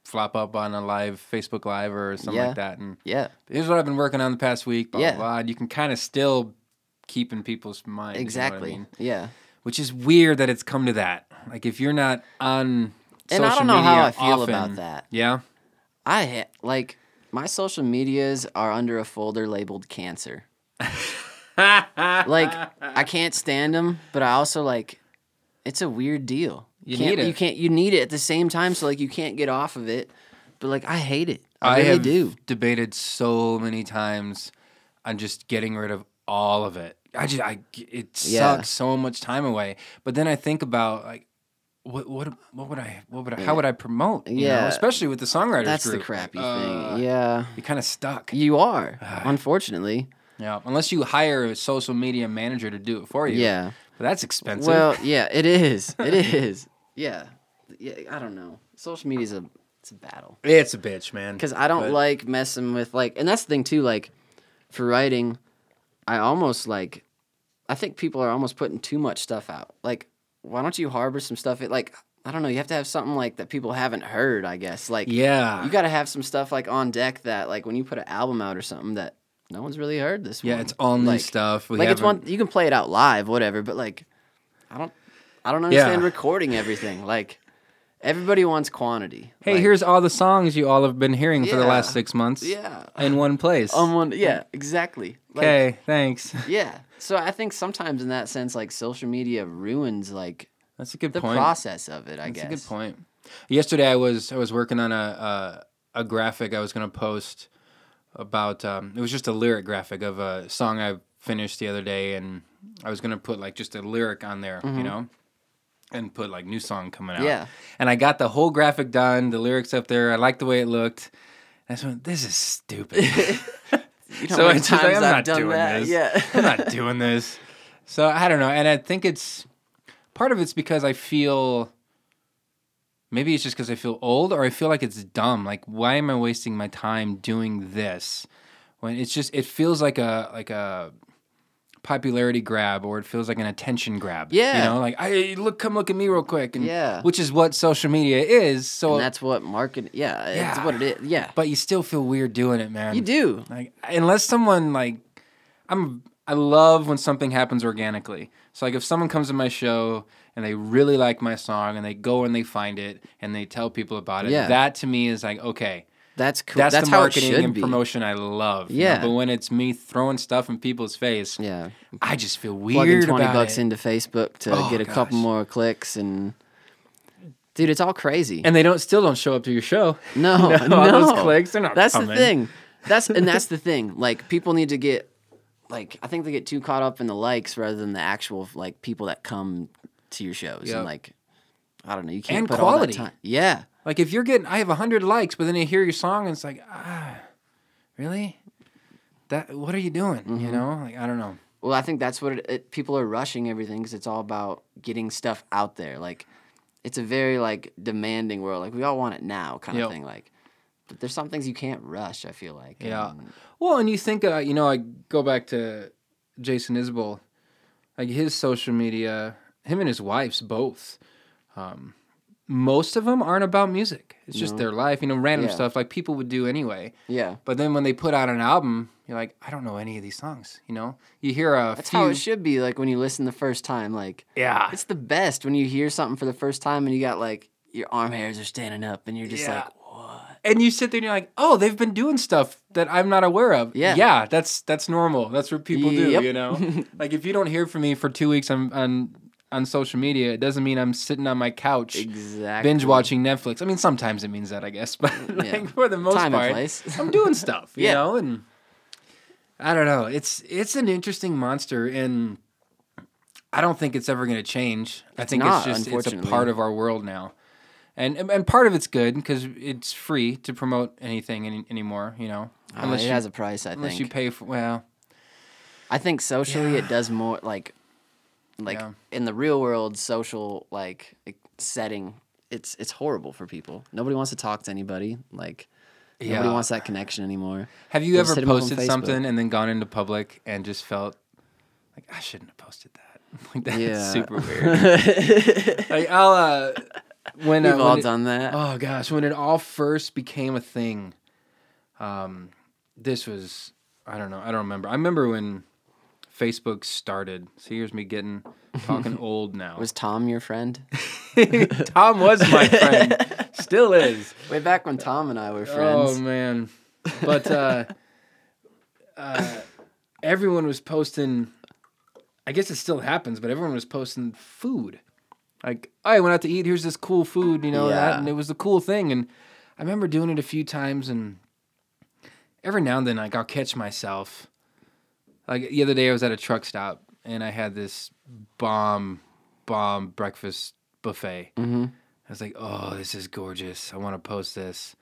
[SPEAKER 1] flop up on a live Facebook Live or something
[SPEAKER 2] Yeah.
[SPEAKER 1] like that, and
[SPEAKER 2] yeah,
[SPEAKER 1] here's what I've been working on the past week. Blah
[SPEAKER 2] Yeah.
[SPEAKER 1] blah. blah. and You can kind of still keep in people's minds, you know what I
[SPEAKER 2] exactly.
[SPEAKER 1] mean?
[SPEAKER 2] Yeah,
[SPEAKER 1] Which is weird that it's come to that. Like if you're not on
[SPEAKER 2] and
[SPEAKER 1] social
[SPEAKER 2] I don't know
[SPEAKER 1] media
[SPEAKER 2] how I feel
[SPEAKER 1] often-
[SPEAKER 2] about that.
[SPEAKER 1] Yeah.
[SPEAKER 2] I ha- like my social medias are under a folder labeled cancer. like I can't stand them, but I also like it's a weird deal.
[SPEAKER 1] You
[SPEAKER 2] can't,
[SPEAKER 1] need it.
[SPEAKER 2] You can't. You need it at the same time, so like you can't get off of it. But like I hate it. I, really
[SPEAKER 1] have
[SPEAKER 2] do.
[SPEAKER 1] debated so many times on just getting rid of all of it. I just I it sucks
[SPEAKER 2] Yeah.
[SPEAKER 1] so much time away. But then I think about like what what what would I what would I how would I promote? you know?
[SPEAKER 2] Yeah.
[SPEAKER 1] especially with the songwriters.
[SPEAKER 2] That's
[SPEAKER 1] group.
[SPEAKER 2] the crappy
[SPEAKER 1] Uh,
[SPEAKER 2] thing. Yeah,
[SPEAKER 1] You're kind of stuck.
[SPEAKER 2] you are. unfortunately,
[SPEAKER 1] Yeah, unless you hire a social media manager to do it for you.
[SPEAKER 2] yeah.
[SPEAKER 1] but that's expensive.
[SPEAKER 2] Well, yeah, it is. It is. Yeah, yeah. I don't know. Social media's a it's a battle.
[SPEAKER 1] it's a bitch, man.
[SPEAKER 2] because I don't
[SPEAKER 1] But-
[SPEAKER 2] like messing with like, and that's the thing too. Like, for writing, I almost like, I think people are almost putting too much stuff out. Like, why don't you harbor some stuff? It like, I don't know. You have to have something like that people haven't heard. I guess like,
[SPEAKER 1] yeah,
[SPEAKER 2] you got to have some stuff like on deck that like when you put an album out or something that no one's really heard this.
[SPEAKER 1] yeah,
[SPEAKER 2] one.
[SPEAKER 1] it's all new
[SPEAKER 2] Like-
[SPEAKER 1] stuff. We
[SPEAKER 2] like it's
[SPEAKER 1] haven't-
[SPEAKER 2] one you can play it out live, whatever. But like, I don't, I don't understand recording everything. Like, everybody wants quantity.
[SPEAKER 1] Hey,
[SPEAKER 2] Like,
[SPEAKER 1] here's all the songs you all have been hearing for the
[SPEAKER 2] Yeah.
[SPEAKER 1] last six months.
[SPEAKER 2] Yeah. Oh
[SPEAKER 1] in one place.
[SPEAKER 2] on one. Yeah, exactly. Like,
[SPEAKER 1] okay, thanks.
[SPEAKER 2] Yeah. So I think sometimes in that sense, like social media ruins like
[SPEAKER 1] That's a good
[SPEAKER 2] the
[SPEAKER 1] point.
[SPEAKER 2] process of it. I
[SPEAKER 1] That's
[SPEAKER 2] guess.
[SPEAKER 1] a good point. Yesterday, I was I was working on a a, a graphic I was going to post about. Um, it was just a lyric graphic of a song I finished the other day, and I was going to put like just a lyric on there, you know, and put like new song coming out.
[SPEAKER 2] Mm-hmm. Yeah.
[SPEAKER 1] And I got the whole graphic done, the lyrics up there. I liked the way it looked. And I just went, "This is stupid."
[SPEAKER 2] You know
[SPEAKER 1] so I
[SPEAKER 2] how many
[SPEAKER 1] just like,
[SPEAKER 2] times
[SPEAKER 1] I'm
[SPEAKER 2] I've
[SPEAKER 1] not
[SPEAKER 2] done
[SPEAKER 1] doing
[SPEAKER 2] that?
[SPEAKER 1] this.
[SPEAKER 2] Yeah.
[SPEAKER 1] I'm not doing this. So I don't know, and I think it's part of it's because I feel maybe it's just because I feel old, or I feel like it's dumb. Like, why am I wasting my time doing this when it's just it feels like a like a popularity grab or it feels like an attention grab
[SPEAKER 2] Yeah.
[SPEAKER 1] you know like i look come look at me real quick and
[SPEAKER 2] Yeah.
[SPEAKER 1] which is what social media is so
[SPEAKER 2] And that's what market. Yeah, It's
[SPEAKER 1] Yeah.
[SPEAKER 2] what it is. Yeah.
[SPEAKER 1] but you still feel weird doing it man
[SPEAKER 2] you do.
[SPEAKER 1] like unless someone like I'm I love when something happens organically. So like if someone comes to my show and they really like my song and they go and they find it and they tell people about it,
[SPEAKER 2] Yeah.
[SPEAKER 1] that to me is like okay.
[SPEAKER 2] That's cool.
[SPEAKER 1] That's,
[SPEAKER 2] That's,
[SPEAKER 1] the
[SPEAKER 2] how it
[SPEAKER 1] marketing
[SPEAKER 2] should
[SPEAKER 1] and
[SPEAKER 2] be.
[SPEAKER 1] promotion I love. you know?
[SPEAKER 2] Yeah.
[SPEAKER 1] But when it's me throwing stuff in people's face,
[SPEAKER 2] Yeah.
[SPEAKER 1] I just feel
[SPEAKER 2] Plugging
[SPEAKER 1] weird
[SPEAKER 2] 20
[SPEAKER 1] about
[SPEAKER 2] bucks
[SPEAKER 1] it.
[SPEAKER 2] into Facebook to
[SPEAKER 1] Oh,
[SPEAKER 2] get a couple
[SPEAKER 1] gosh.
[SPEAKER 2] more clicks and Dude, it's all crazy.
[SPEAKER 1] and they don't still don't show up to your show.
[SPEAKER 2] No,
[SPEAKER 1] You know,
[SPEAKER 2] no.
[SPEAKER 1] all those clicks, they're not
[SPEAKER 2] That's the
[SPEAKER 1] coming.
[SPEAKER 2] thing. That's and that's the thing. Like people need to get like I think they get too caught up in the likes rather than the actual like people that come to your shows
[SPEAKER 1] Yep.
[SPEAKER 2] and like I don't know. You can't
[SPEAKER 1] And
[SPEAKER 2] put
[SPEAKER 1] quality.
[SPEAKER 2] all that time. Yeah,
[SPEAKER 1] Like if you're getting, I have hundred likes, but then they hear your song and it's like, ah, really? That what are you doing?
[SPEAKER 2] Mm-hmm.
[SPEAKER 1] You know, like I don't know.
[SPEAKER 2] Well, I think that's what it, it, people are rushing everything because it's all about getting stuff out there. Like, it's a very like demanding world. Like we all want it now, kind
[SPEAKER 1] Yep.
[SPEAKER 2] of thing. Like, but there's some things you can't rush. I feel like.
[SPEAKER 1] Yeah.
[SPEAKER 2] And-
[SPEAKER 1] Well, and you think, uh, you know, I go back to Jason Isbell, like his social media, him and his wife's both. Um, most of them aren't about music. It's just their life, you know, random
[SPEAKER 2] Yeah.
[SPEAKER 1] stuff like people would do anyway.
[SPEAKER 2] yeah.
[SPEAKER 1] But then when they put out an album, you're like, I don't know any of these songs. You know, you hear a
[SPEAKER 2] That's
[SPEAKER 1] few.
[SPEAKER 2] how it should be. Like when you listen the first time, like
[SPEAKER 1] yeah,
[SPEAKER 2] it's the best when you hear something for the first time and you got like your arm hairs are standing up and you're just
[SPEAKER 1] Yeah.
[SPEAKER 2] like, what?
[SPEAKER 1] and you sit there and you're like, oh, they've been doing stuff that I'm not aware of.
[SPEAKER 2] Yeah.
[SPEAKER 1] yeah, that's that's normal. That's what people
[SPEAKER 2] Yep.
[SPEAKER 1] do. You know, like if you don't hear from me for two weeks on on on social media, it doesn't mean I'm sitting on my couch
[SPEAKER 2] Exactly.
[SPEAKER 1] binge watching Netflix. I mean, sometimes it means that, I guess, but like for the most
[SPEAKER 2] Time and
[SPEAKER 1] part,
[SPEAKER 2] place.
[SPEAKER 1] I'm doing stuff. You
[SPEAKER 2] Yeah.
[SPEAKER 1] know, and I don't know. It's it's an interesting monster and. I don't think it's ever going to change. I think it's
[SPEAKER 2] not,
[SPEAKER 1] just it's a
[SPEAKER 2] unfortunately.
[SPEAKER 1] part of our world now, and and- and part of it's good because it's free to promote anything any, anymore. You know,
[SPEAKER 2] Uh,
[SPEAKER 1] unless
[SPEAKER 2] it
[SPEAKER 1] you
[SPEAKER 2] has a price, I
[SPEAKER 1] unless
[SPEAKER 2] think.
[SPEAKER 1] you pay for well,
[SPEAKER 2] I think socially it does more like like
[SPEAKER 1] Yeah.
[SPEAKER 2] in the real world social like e- setting it's it's horrible for people. Nobody wants to talk to anybody. Like nobody
[SPEAKER 1] Yeah.
[SPEAKER 2] wants that connection anymore.
[SPEAKER 1] Have you
[SPEAKER 2] They'll just
[SPEAKER 1] ever
[SPEAKER 2] hit 'em up on
[SPEAKER 1] posted
[SPEAKER 2] Facebook.
[SPEAKER 1] something and then gone into public and just felt like I shouldn't have posted that? Like that's
[SPEAKER 2] Yeah.
[SPEAKER 1] super weird. like I'll uh, when uh,
[SPEAKER 2] We've
[SPEAKER 1] when
[SPEAKER 2] all
[SPEAKER 1] it-
[SPEAKER 2] done that.
[SPEAKER 1] Oh gosh, when it all first became a thing, um, this was I don't know, I don't remember. I remember when Facebook started. So here's me getting talking old now.
[SPEAKER 2] Was Tom your friend?
[SPEAKER 1] Tom was my friend, still is.
[SPEAKER 2] Way back when Tom and I were friends.
[SPEAKER 1] Oh man, but uh, uh, everyone was posting. I guess it still happens, but everyone was posting food. Like I went out to eat. Here's this cool food, you know that,
[SPEAKER 2] Yeah.
[SPEAKER 1] and it was the cool thing. And I remember doing it a few times, and every now and then, like I'll catch myself. Like the other day, I was at a truck stop, and I had this bomb, bomb breakfast buffet. Mm-hmm. I was like, "Oh, this is gorgeous! I want to post this."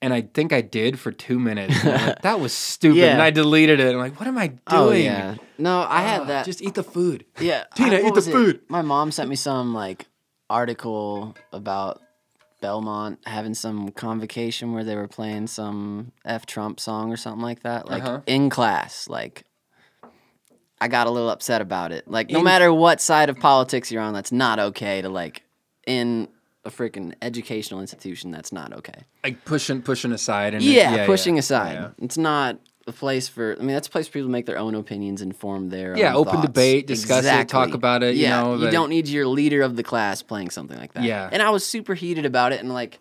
[SPEAKER 1] and I think I did for two minutes. And I went, that was stupid,
[SPEAKER 2] Yeah.
[SPEAKER 1] and I deleted it. I'm like, what am I doing?
[SPEAKER 2] Oh, yeah. No, I
[SPEAKER 1] Ah,
[SPEAKER 2] had that.
[SPEAKER 1] Just eat the food.
[SPEAKER 2] yeah.
[SPEAKER 1] Tina,
[SPEAKER 2] I-
[SPEAKER 1] eat
[SPEAKER 2] what
[SPEAKER 1] the
[SPEAKER 2] was it?
[SPEAKER 1] food.
[SPEAKER 2] My mom sent me some like article about Belmont having some convocation where they were playing some F Trump song or something like that, like
[SPEAKER 1] Uh-huh.
[SPEAKER 2] in class. Like, I got a little upset about it. Like, no matter what side of politics you're on, that's not okay to like in a freaking educational institution. That's not okay.
[SPEAKER 1] Like pushing, pushing aside, and
[SPEAKER 2] Yeah, pushing aside.
[SPEAKER 1] Yeah,
[SPEAKER 2] It's not a place for. I mean, that's a place for people to make their own opinions and form their.
[SPEAKER 1] Yeah,
[SPEAKER 2] own
[SPEAKER 1] open
[SPEAKER 2] thoughts.
[SPEAKER 1] debate, discuss it, talk about it, you
[SPEAKER 2] Yeah,
[SPEAKER 1] know, like-
[SPEAKER 2] don't need your leader of the class playing something like that.
[SPEAKER 1] Yeah.
[SPEAKER 2] and I was super heated about it, and like.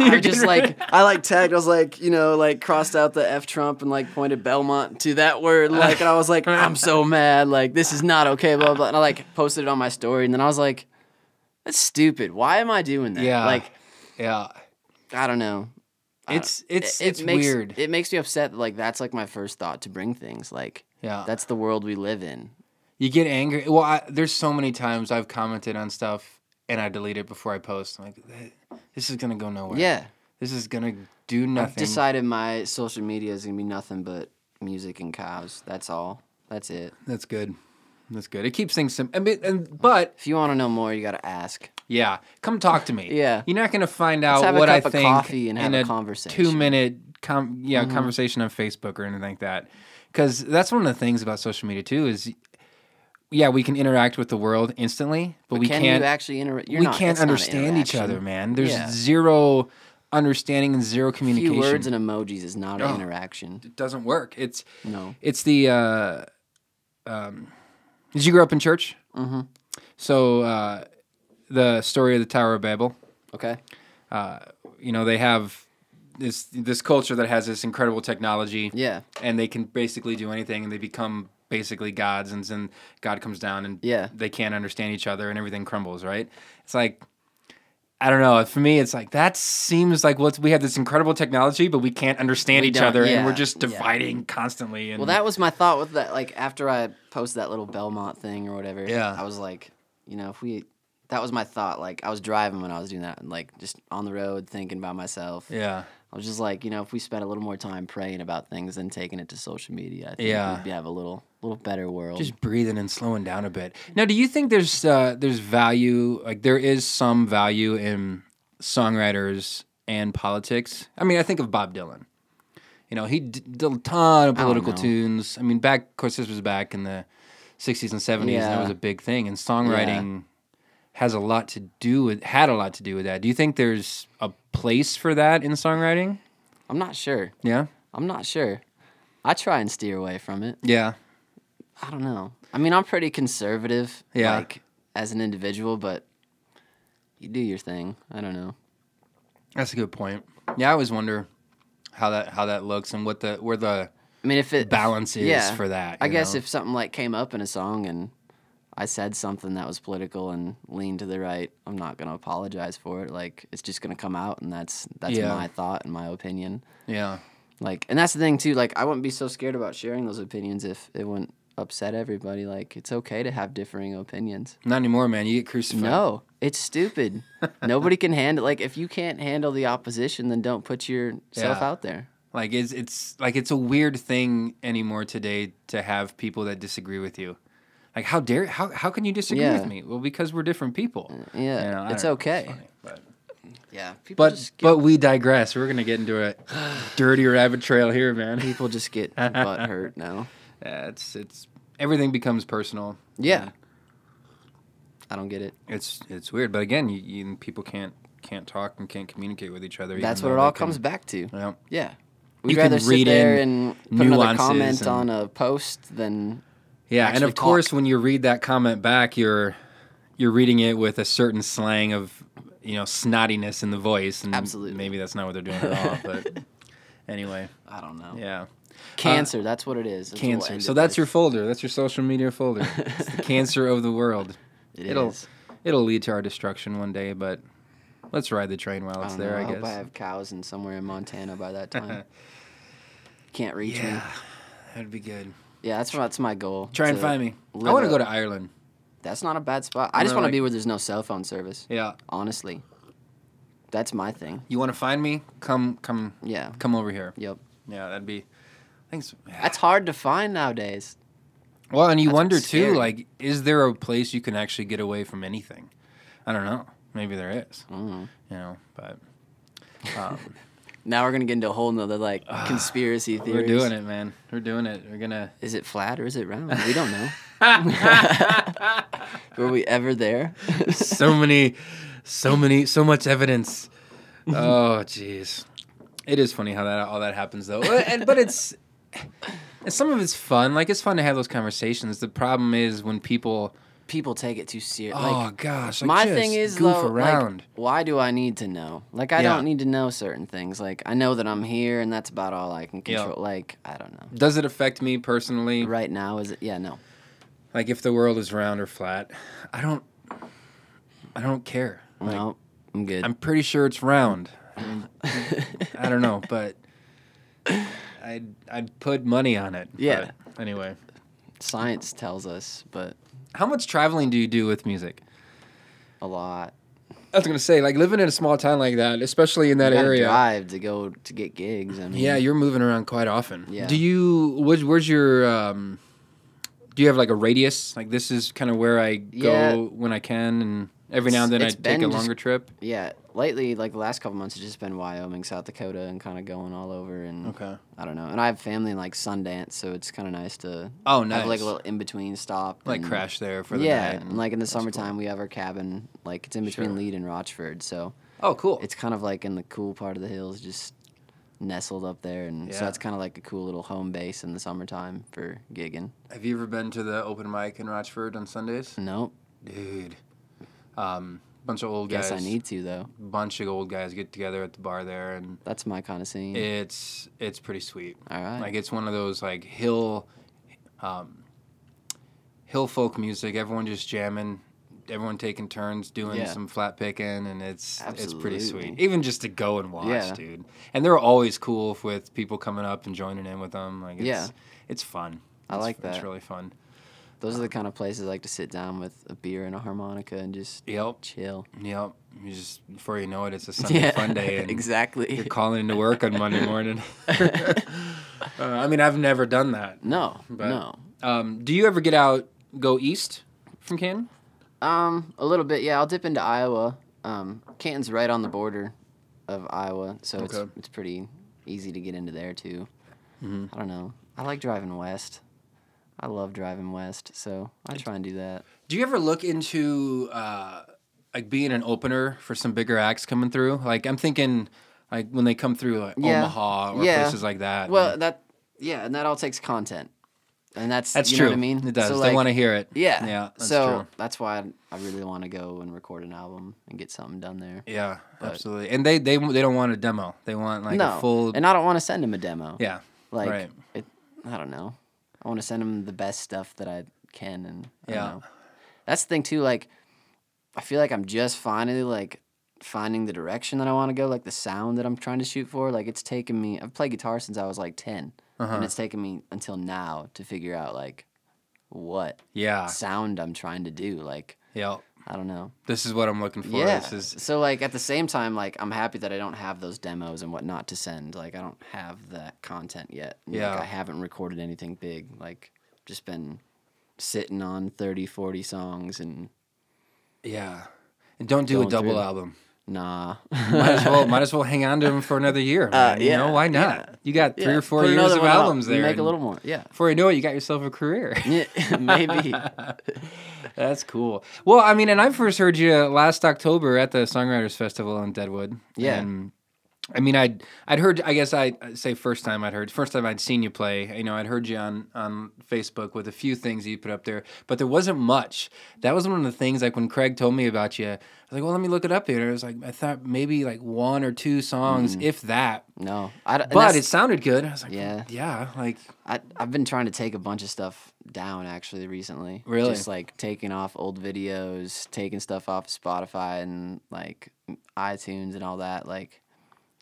[SPEAKER 2] I was just like I like tagged. I was like, you know, like crossed out the F Trump and like pointed Belmont to that word. Like, and I was like, I'm so mad. Like, this is not okay. Blah blah. And I like posted it on my story, and then I was like, that's stupid. Why am I doing that?
[SPEAKER 1] Yeah.
[SPEAKER 2] Like,
[SPEAKER 1] yeah.
[SPEAKER 2] I don't know
[SPEAKER 1] It's it's
[SPEAKER 2] uh, it- it
[SPEAKER 1] it's
[SPEAKER 2] makes,
[SPEAKER 1] weird.
[SPEAKER 2] It makes me upset. That, like that's like my first thought to bring things. Like
[SPEAKER 1] yeah,
[SPEAKER 2] that's the world we live in.
[SPEAKER 1] you get angry. Well, I, there's so many times I've commented on stuff and I delete it before I post. I'm like, "That- this is gonna go nowhere.
[SPEAKER 2] Yeah.
[SPEAKER 1] this is gonna do nothing.
[SPEAKER 2] Decided my social media is gonna be nothing but music and cows. That's all. That's it.
[SPEAKER 1] That's good. That's good. It keeps things simple. I mean, and but
[SPEAKER 2] If you want to know more, you gotta ask.
[SPEAKER 1] Yeah, come talk to me.
[SPEAKER 2] Yeah.
[SPEAKER 1] you're not going to find
[SPEAKER 2] Let's
[SPEAKER 1] out
[SPEAKER 2] have a
[SPEAKER 1] what I
[SPEAKER 2] cup of
[SPEAKER 1] think
[SPEAKER 2] coffee and have
[SPEAKER 1] in
[SPEAKER 2] a
[SPEAKER 1] a,
[SPEAKER 2] conversation. Mm-hmm.
[SPEAKER 1] two-minute com- yeah conversation on Facebook or anything like that. Because that's one of the things about social media too is, yeah, we can interact with the world instantly, but, we
[SPEAKER 2] Can
[SPEAKER 1] can't
[SPEAKER 2] you actually interact?
[SPEAKER 1] we can't understand each other, man. There's
[SPEAKER 2] Yeah.
[SPEAKER 1] zero understanding and zero
[SPEAKER 2] A few
[SPEAKER 1] communication. Oh.
[SPEAKER 2] words and emojis is not an interaction.
[SPEAKER 1] it doesn't work. It's
[SPEAKER 2] No.
[SPEAKER 1] it's the. Uh, um, did you grow up in church? Mm-hmm. So uh, the story of the Tower of Babel.
[SPEAKER 2] Okay.
[SPEAKER 1] you know they have this this culture that has this incredible technology.
[SPEAKER 2] Yeah.
[SPEAKER 1] and they can basically do anything, and they become basically gods, and then God comes down, and
[SPEAKER 2] Yeah.
[SPEAKER 1] they can't understand each other, and everything crumbles. Right? It's like. I don't know. For me, it's like that seems like what we have this incredible technology, but we can't understand
[SPEAKER 2] We
[SPEAKER 1] each
[SPEAKER 2] don't-
[SPEAKER 1] other,
[SPEAKER 2] yeah,
[SPEAKER 1] and we're just
[SPEAKER 2] yeah.
[SPEAKER 1] dividing constantly. And
[SPEAKER 2] Well, that was my thought with that. Like after I posted that little Belmont thing or whatever,
[SPEAKER 1] Yeah.
[SPEAKER 2] I was like, you know, if we, that was my thought. Like I was driving when I was doing that, and like just on the road thinking by myself.
[SPEAKER 1] yeah,
[SPEAKER 2] I was just like, you know, if we spent a little more time praying about things and taking it to social media, I think
[SPEAKER 1] Yeah.
[SPEAKER 2] we'd have a little, little better world.
[SPEAKER 1] just breathing and slowing down a bit. Now, do you think there's uh, there's value? Like there is some value in songwriters and politics. I mean, I think of Bob Dylan. You know, he d- did a ton of political
[SPEAKER 2] know.
[SPEAKER 1] tunes. I mean, back of course this was back in the '60s and '70s, and that
[SPEAKER 2] Yeah.
[SPEAKER 1] was a big thing. And songwriting has a lot to do with had a lot to do with that. Do you think there's a place for that in songwriting?
[SPEAKER 2] I'm not sure.
[SPEAKER 1] Yeah,
[SPEAKER 2] I'm not sure. I try and steer away from it.
[SPEAKER 1] yeah,
[SPEAKER 2] I don't know. I mean, I'm pretty conservative,
[SPEAKER 1] Yeah.
[SPEAKER 2] like as an individual, but you do your thing. I don't know.
[SPEAKER 1] that's a good point. Yeah, I always wonder how that how that looks and what the where the
[SPEAKER 2] I mean, if it
[SPEAKER 1] balance is
[SPEAKER 2] yeah.
[SPEAKER 1] for that.
[SPEAKER 2] I
[SPEAKER 1] you
[SPEAKER 2] guess
[SPEAKER 1] know?
[SPEAKER 2] if something like came up in a song and I said something that was political and leaned to the right, I'm not gonna apologize for it. Like it's just gonna come out, and that's that's
[SPEAKER 1] Yeah.
[SPEAKER 2] my thought and my opinion.
[SPEAKER 1] yeah,
[SPEAKER 2] Like, and that's the thing too. Like, I wouldn't be so scared about sharing those opinions if it wouldn't upset everybody. Like, it's okay to have differing opinions.
[SPEAKER 1] not anymore, man. You get crucified.
[SPEAKER 2] No, it's stupid. Nobody can handle. Like, if you can't handle the opposition, then don't put yourself
[SPEAKER 1] Yeah.
[SPEAKER 2] out there.
[SPEAKER 1] like it's it's like it's a weird thing anymore today to have people that disagree with you. Like how dare how how can you disagree
[SPEAKER 2] Yeah.
[SPEAKER 1] with me? Well, because we're different people.
[SPEAKER 2] yeah,
[SPEAKER 1] You know, I
[SPEAKER 2] it's
[SPEAKER 1] don't-
[SPEAKER 2] okay.
[SPEAKER 1] funny, but
[SPEAKER 2] Yeah, people
[SPEAKER 1] but,
[SPEAKER 2] just get,
[SPEAKER 1] but we digress. We're gonna get into a dirty rabbit trail here, man.
[SPEAKER 2] people just get butt hurt now.
[SPEAKER 1] Yeah, it's it's everything becomes personal.
[SPEAKER 2] Yeah, I don't get it.
[SPEAKER 1] It's it's weird, but again, you, you people can't can't talk and can't communicate with each other. even
[SPEAKER 2] That's what
[SPEAKER 1] though
[SPEAKER 2] it
[SPEAKER 1] they
[SPEAKER 2] all
[SPEAKER 1] can-
[SPEAKER 2] comes back to.
[SPEAKER 1] Yeah.
[SPEAKER 2] Yeah, we'd
[SPEAKER 1] can
[SPEAKER 2] rather sit
[SPEAKER 1] read
[SPEAKER 2] there
[SPEAKER 1] in
[SPEAKER 2] and put another
[SPEAKER 1] nuances
[SPEAKER 2] comment
[SPEAKER 1] and-
[SPEAKER 2] on a post than
[SPEAKER 1] Yeah, and
[SPEAKER 2] actually
[SPEAKER 1] of course, when you read that comment back, you're you're reading it with a certain slang of you know snottiness in the voice, and
[SPEAKER 2] Absolutely.
[SPEAKER 1] maybe that's not what they're doing at all. But anyway,
[SPEAKER 2] I don't know.
[SPEAKER 1] yeah,
[SPEAKER 2] Cancer. that's what it is. That's what we'll
[SPEAKER 1] cancer.
[SPEAKER 2] end
[SPEAKER 1] So
[SPEAKER 2] it
[SPEAKER 1] that's
[SPEAKER 2] with.
[SPEAKER 1] your folder. That's your social media folder. It's the cancer of the world.
[SPEAKER 2] It
[SPEAKER 1] will
[SPEAKER 2] is.
[SPEAKER 1] it'll lead to our destruction one day, but let's ride the train while it's
[SPEAKER 2] I
[SPEAKER 1] there.
[SPEAKER 2] don't know.
[SPEAKER 1] I
[SPEAKER 2] hope I
[SPEAKER 1] guess
[SPEAKER 2] have cows in somewhere in Montana by that time. Can't reach me.
[SPEAKER 1] Yeah. that'd be good.
[SPEAKER 2] Yeah, that's that's my goal.
[SPEAKER 1] Try and
[SPEAKER 2] to
[SPEAKER 1] find me. I
[SPEAKER 2] live
[SPEAKER 1] want to
[SPEAKER 2] a-
[SPEAKER 1] go to Ireland.
[SPEAKER 2] That's not a bad spot. I
[SPEAKER 1] I'm
[SPEAKER 2] just
[SPEAKER 1] gonna,
[SPEAKER 2] want to be
[SPEAKER 1] like-
[SPEAKER 2] where there's no cell phone service.
[SPEAKER 1] Yeah,
[SPEAKER 2] Honestly, that's my thing.
[SPEAKER 1] you want to find me? Come, come,
[SPEAKER 2] Yeah.
[SPEAKER 1] come over here.
[SPEAKER 2] Yep.
[SPEAKER 1] Yeah, that'd be. Thanks.
[SPEAKER 2] That's hard to find nowadays.
[SPEAKER 1] Well, and you
[SPEAKER 2] That's
[SPEAKER 1] wonder
[SPEAKER 2] what's
[SPEAKER 1] too,
[SPEAKER 2] scary.
[SPEAKER 1] like, is there a place you can actually get away from anything? I don't know. Maybe there is.
[SPEAKER 2] Mm.
[SPEAKER 1] You know, but um,
[SPEAKER 2] Now we're gonna get into a whole nother like conspiracy theories.
[SPEAKER 1] we're doing it, man. We're doing it. We're gonna.
[SPEAKER 2] Is it flat or is it round? We don't know. Were we ever there?
[SPEAKER 1] So many, so many, so much evidence. Oh, jeez. It is funny how that all that happens though, Well, and, but it's and some of it's fun. Like it's fun to have those conversations. The problem is when people.
[SPEAKER 2] People take it too seriously.
[SPEAKER 1] oh gosh. Like,
[SPEAKER 2] my
[SPEAKER 1] just
[SPEAKER 2] thing is
[SPEAKER 1] goof
[SPEAKER 2] though,
[SPEAKER 1] around.
[SPEAKER 2] like, why do I need to know? Like, I
[SPEAKER 1] Yeah.
[SPEAKER 2] don't need to know certain things. Like, I know that I'm here, and that's about all I can control. Like, I don't know.
[SPEAKER 1] Does it affect me personally?
[SPEAKER 2] Right now, is it? Yeah, no.
[SPEAKER 1] like if the world is round or flat i don't i don't care
[SPEAKER 2] no, I'm good.
[SPEAKER 1] i'm pretty sure it's round i, mean, I don't know but i'd i'd put money on it
[SPEAKER 2] Yeah.
[SPEAKER 1] but anyway
[SPEAKER 2] Science tells us, but
[SPEAKER 1] how much traveling do you do with music
[SPEAKER 2] a lot.
[SPEAKER 1] i was gonna say like living in a small town like that especially in that
[SPEAKER 2] You gotta drive to go to get gigs. I mean,
[SPEAKER 1] yeah you're moving around quite often
[SPEAKER 2] Yeah.
[SPEAKER 1] do you where's, where's your um do you have like a radius like this is kind of where i go
[SPEAKER 2] Yeah.
[SPEAKER 1] when i can and every now and then i
[SPEAKER 2] It's- it's
[SPEAKER 1] take a
[SPEAKER 2] been just-
[SPEAKER 1] longer trip
[SPEAKER 2] yeah. Lately, like the last couple months, it's just been Wyoming, South Dakota, and kind of going all over. And
[SPEAKER 1] Okay.
[SPEAKER 2] I don't know. And I have family in, like Sundance, so it's kind of nice to
[SPEAKER 1] Oh,
[SPEAKER 2] have like
[SPEAKER 1] nice.
[SPEAKER 2] a little in between stop.
[SPEAKER 1] like
[SPEAKER 2] and-
[SPEAKER 1] crash there for the
[SPEAKER 2] yeah,
[SPEAKER 1] night
[SPEAKER 2] and like in the summertime, we have our cabin. Like it's in between Lead and Rochford, so
[SPEAKER 1] Oh, cool.
[SPEAKER 2] it's kind of like in the cool part of the hills, just nestled up there, and so
[SPEAKER 1] Yeah.
[SPEAKER 2] that's kind of like a cool little home base in the summertime for gigging.
[SPEAKER 1] Have you ever been to the open mic in Rochford on Sundays?
[SPEAKER 2] Nope.
[SPEAKER 1] Dude. Um, bunch of old
[SPEAKER 2] Guess
[SPEAKER 1] guys.
[SPEAKER 2] I need to though.
[SPEAKER 1] bunch of old guys get together at the bar there, and
[SPEAKER 2] That's my kind of scene.
[SPEAKER 1] it's it's pretty sweet.
[SPEAKER 2] All right.
[SPEAKER 1] Like it's one of those like hill, um, hill folk music. Everyone just jamming, everyone taking turns doing
[SPEAKER 2] Yeah.
[SPEAKER 1] some flat picking, and it's it's pretty
[SPEAKER 2] Absolutely.
[SPEAKER 1] sweet. Even just to go and watch,
[SPEAKER 2] Yeah.
[SPEAKER 1] dude. And they're always cool with people coming up and joining in with them. Like it's,
[SPEAKER 2] Yeah.
[SPEAKER 1] it's fun.
[SPEAKER 2] I
[SPEAKER 1] It's-
[SPEAKER 2] like
[SPEAKER 1] It's
[SPEAKER 2] that.
[SPEAKER 1] really fun.
[SPEAKER 2] Those are the kind of places I like to sit down with a beer and a harmonica and just
[SPEAKER 1] Yep.
[SPEAKER 2] chill.
[SPEAKER 1] Yep. You just before you know it, it's a Sunday fun day. And You're
[SPEAKER 2] exactly.
[SPEAKER 1] calling into work on Monday morning. Uh, I mean, I've never done that.
[SPEAKER 2] No,
[SPEAKER 1] But-
[SPEAKER 2] no.
[SPEAKER 1] Um, do you ever get out, go east from Canton?
[SPEAKER 2] Um, a little bit. Yeah, I'll dip into Iowa. Um, Canton's right on the border of Iowa, so it's
[SPEAKER 1] Okay.
[SPEAKER 2] it's pretty easy to get into there too.
[SPEAKER 1] Mm-hmm.
[SPEAKER 2] I don't know. I like driving west. I love driving west, so I try and do that.
[SPEAKER 1] Do you ever look into uh, like being an opener for some bigger acts coming through? Like I'm thinking, like when they come through, like
[SPEAKER 2] Yeah.
[SPEAKER 1] Omaha or
[SPEAKER 2] Yeah.
[SPEAKER 1] places like that.
[SPEAKER 2] Well, that yeah, and that all takes content, and that's
[SPEAKER 1] that's
[SPEAKER 2] you
[SPEAKER 1] true.
[SPEAKER 2] Know what I mean,
[SPEAKER 1] it does.
[SPEAKER 2] So,
[SPEAKER 1] they
[SPEAKER 2] like,
[SPEAKER 1] want to hear it.
[SPEAKER 2] Yeah.
[SPEAKER 1] yeah. That's
[SPEAKER 2] so
[SPEAKER 1] true.
[SPEAKER 2] that's why I really want to go and record an album and get something done there.
[SPEAKER 1] Yeah, absolutely. And they they they don't want a demo. They want like
[SPEAKER 2] no,
[SPEAKER 1] a full.
[SPEAKER 2] and I don't want to send him a demo.
[SPEAKER 1] yeah.
[SPEAKER 2] like
[SPEAKER 1] right.
[SPEAKER 2] it, I don't know. I want to send him the best stuff that I can, and I don't
[SPEAKER 1] Yeah.
[SPEAKER 2] know. that's the thing too. Like, I feel like I'm just finally like finding the direction that I want to go, like the sound that I'm trying to shoot for. Like, it's taken me. I've played guitar since I was like 10
[SPEAKER 1] Uh-huh.
[SPEAKER 2] and it's taken me until now to figure out like what
[SPEAKER 1] Yeah.
[SPEAKER 2] sound I'm trying to do. Like,
[SPEAKER 1] Yeah.
[SPEAKER 2] I don't know.
[SPEAKER 1] This is what I'm looking for.
[SPEAKER 2] Yeah.
[SPEAKER 1] This is
[SPEAKER 2] So like at the same time, like I'm happy that I don't have those demos and whatnot to send. Like I don't have that content yet. And,
[SPEAKER 1] Yeah.
[SPEAKER 2] Like I haven't recorded anything big. Like just been sitting on 30, 40 songs and
[SPEAKER 1] Yeah. And don't do
[SPEAKER 2] Going
[SPEAKER 1] a double
[SPEAKER 2] through.
[SPEAKER 1] album.
[SPEAKER 2] nah.
[SPEAKER 1] Might as well might as well hang on to them for another year. man, You
[SPEAKER 2] Uh, yeah,
[SPEAKER 1] know, why not? You got three
[SPEAKER 2] Yeah,
[SPEAKER 1] or four
[SPEAKER 2] put
[SPEAKER 1] years
[SPEAKER 2] another
[SPEAKER 1] of
[SPEAKER 2] one out.
[SPEAKER 1] albums there.
[SPEAKER 2] Make a
[SPEAKER 1] and
[SPEAKER 2] little more. Yeah.
[SPEAKER 1] Before you know it, you got yourself a career.
[SPEAKER 2] Yeah, Maybe.
[SPEAKER 1] That's cool. Well, I mean, and I first heard you last October at the Songwriters Festival in Deadwood.
[SPEAKER 2] Yeah.
[SPEAKER 1] And I mean, I'd I'd heard. I guess I would say first time I'd heard. First time I'd seen you play. You know, I'd heard you on on Facebook with a few things you put up there, but there wasn't much. That was one of the things. Like when Craig told me about you, I was like, "Well, let me look it up here." And I was like, I thought maybe like one or two songs,
[SPEAKER 2] Mm.
[SPEAKER 1] if that.
[SPEAKER 2] No. I, don't- and
[SPEAKER 1] But
[SPEAKER 2] that's-
[SPEAKER 1] it sounded good. I was like,
[SPEAKER 2] Yeah.
[SPEAKER 1] "Yeah, yeah." Like,
[SPEAKER 2] I, I've been trying to take a bunch of stuff down actually recently.
[SPEAKER 1] Really?
[SPEAKER 2] Just like taking off old videos, taking stuff off Spotify and like iTunes and all that. Like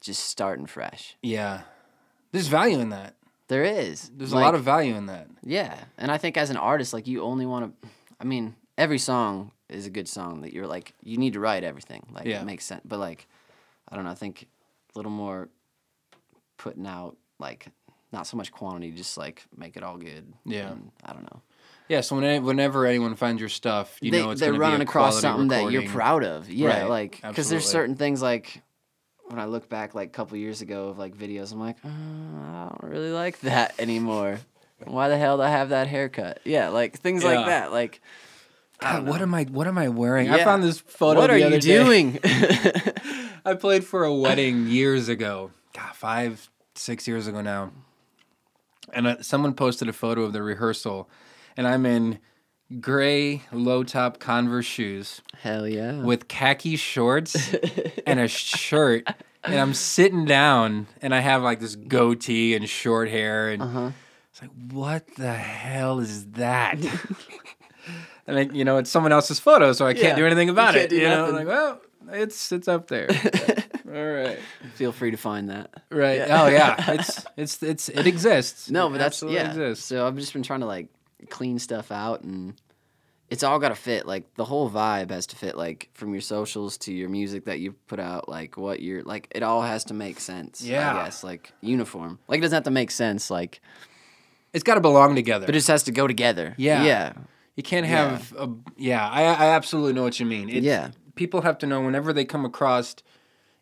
[SPEAKER 2] just starting fresh.
[SPEAKER 1] yeah. There's value in that.
[SPEAKER 2] There is.
[SPEAKER 1] There's
[SPEAKER 2] Like,
[SPEAKER 1] a lot of value in that.
[SPEAKER 2] Yeah. And I think as an artist, like you only want to, I mean, every song is a good song that you're like, you need to write everything. Like
[SPEAKER 1] Yeah.
[SPEAKER 2] it makes sense. But like, I don't know. I think a little more putting out like not so much quantity, just like make it all good.
[SPEAKER 1] Yeah.
[SPEAKER 2] And I don't know.
[SPEAKER 1] Yeah, so when, whenever anyone finds your stuff, you
[SPEAKER 2] they,
[SPEAKER 1] know it's
[SPEAKER 2] they're
[SPEAKER 1] gonna
[SPEAKER 2] running
[SPEAKER 1] be a
[SPEAKER 2] across
[SPEAKER 1] quality
[SPEAKER 2] something that
[SPEAKER 1] recording.
[SPEAKER 2] you're proud of. Yeah,
[SPEAKER 1] Right,
[SPEAKER 2] like because
[SPEAKER 1] absolutely.
[SPEAKER 2] there's certain things like when I look back like a couple years ago of like videos, I'm like, uh, I don't really like that anymore. Why the hell do I have that haircut? Yeah, like things
[SPEAKER 1] Yeah.
[SPEAKER 2] like that. Like,
[SPEAKER 1] God, what am I? What am I wearing? I
[SPEAKER 2] Yeah.
[SPEAKER 1] found this photo.
[SPEAKER 2] what
[SPEAKER 1] the
[SPEAKER 2] are you
[SPEAKER 1] other day.
[SPEAKER 2] doing?
[SPEAKER 1] I played for a wedding years ago. God, five, six years ago now. And uh, someone posted a photo of the rehearsal, and I'm in gray low top Converse shoes
[SPEAKER 2] hell yeah.
[SPEAKER 1] with khaki shorts and a shirt. And I'm sitting down, and I have like this goatee and short hair, and
[SPEAKER 2] Uh-huh.
[SPEAKER 1] it's like, what the hell is that? and I, you know, it's someone else's photo, so I can't
[SPEAKER 2] Yeah,
[SPEAKER 1] do anything
[SPEAKER 2] you
[SPEAKER 1] about
[SPEAKER 2] can't
[SPEAKER 1] it.
[SPEAKER 2] do
[SPEAKER 1] you know,
[SPEAKER 2] nothing.
[SPEAKER 1] like, well, it's it's up there. All right,
[SPEAKER 2] Feel free to find that.
[SPEAKER 1] right. Oh yeah, it's it's it's it exists.
[SPEAKER 2] No,
[SPEAKER 1] It
[SPEAKER 2] but that's
[SPEAKER 1] absolutely
[SPEAKER 2] yeah.
[SPEAKER 1] exists.
[SPEAKER 2] So I've just been trying to like clean stuff out, and it's all got to fit. Like the whole vibe has to fit. Like from your socials to your music that you put out, like what you're like, it all has to make sense.
[SPEAKER 1] Yeah.
[SPEAKER 2] I guess like uniform. Like it doesn't have to make sense. Like,
[SPEAKER 1] It's got to belong together.
[SPEAKER 2] but it just has to go together.
[SPEAKER 1] Yeah.
[SPEAKER 2] yeah,
[SPEAKER 1] You can't have a yeah. I I absolutely know what you mean. It's,
[SPEAKER 2] Yeah.
[SPEAKER 1] people have to know whenever they come across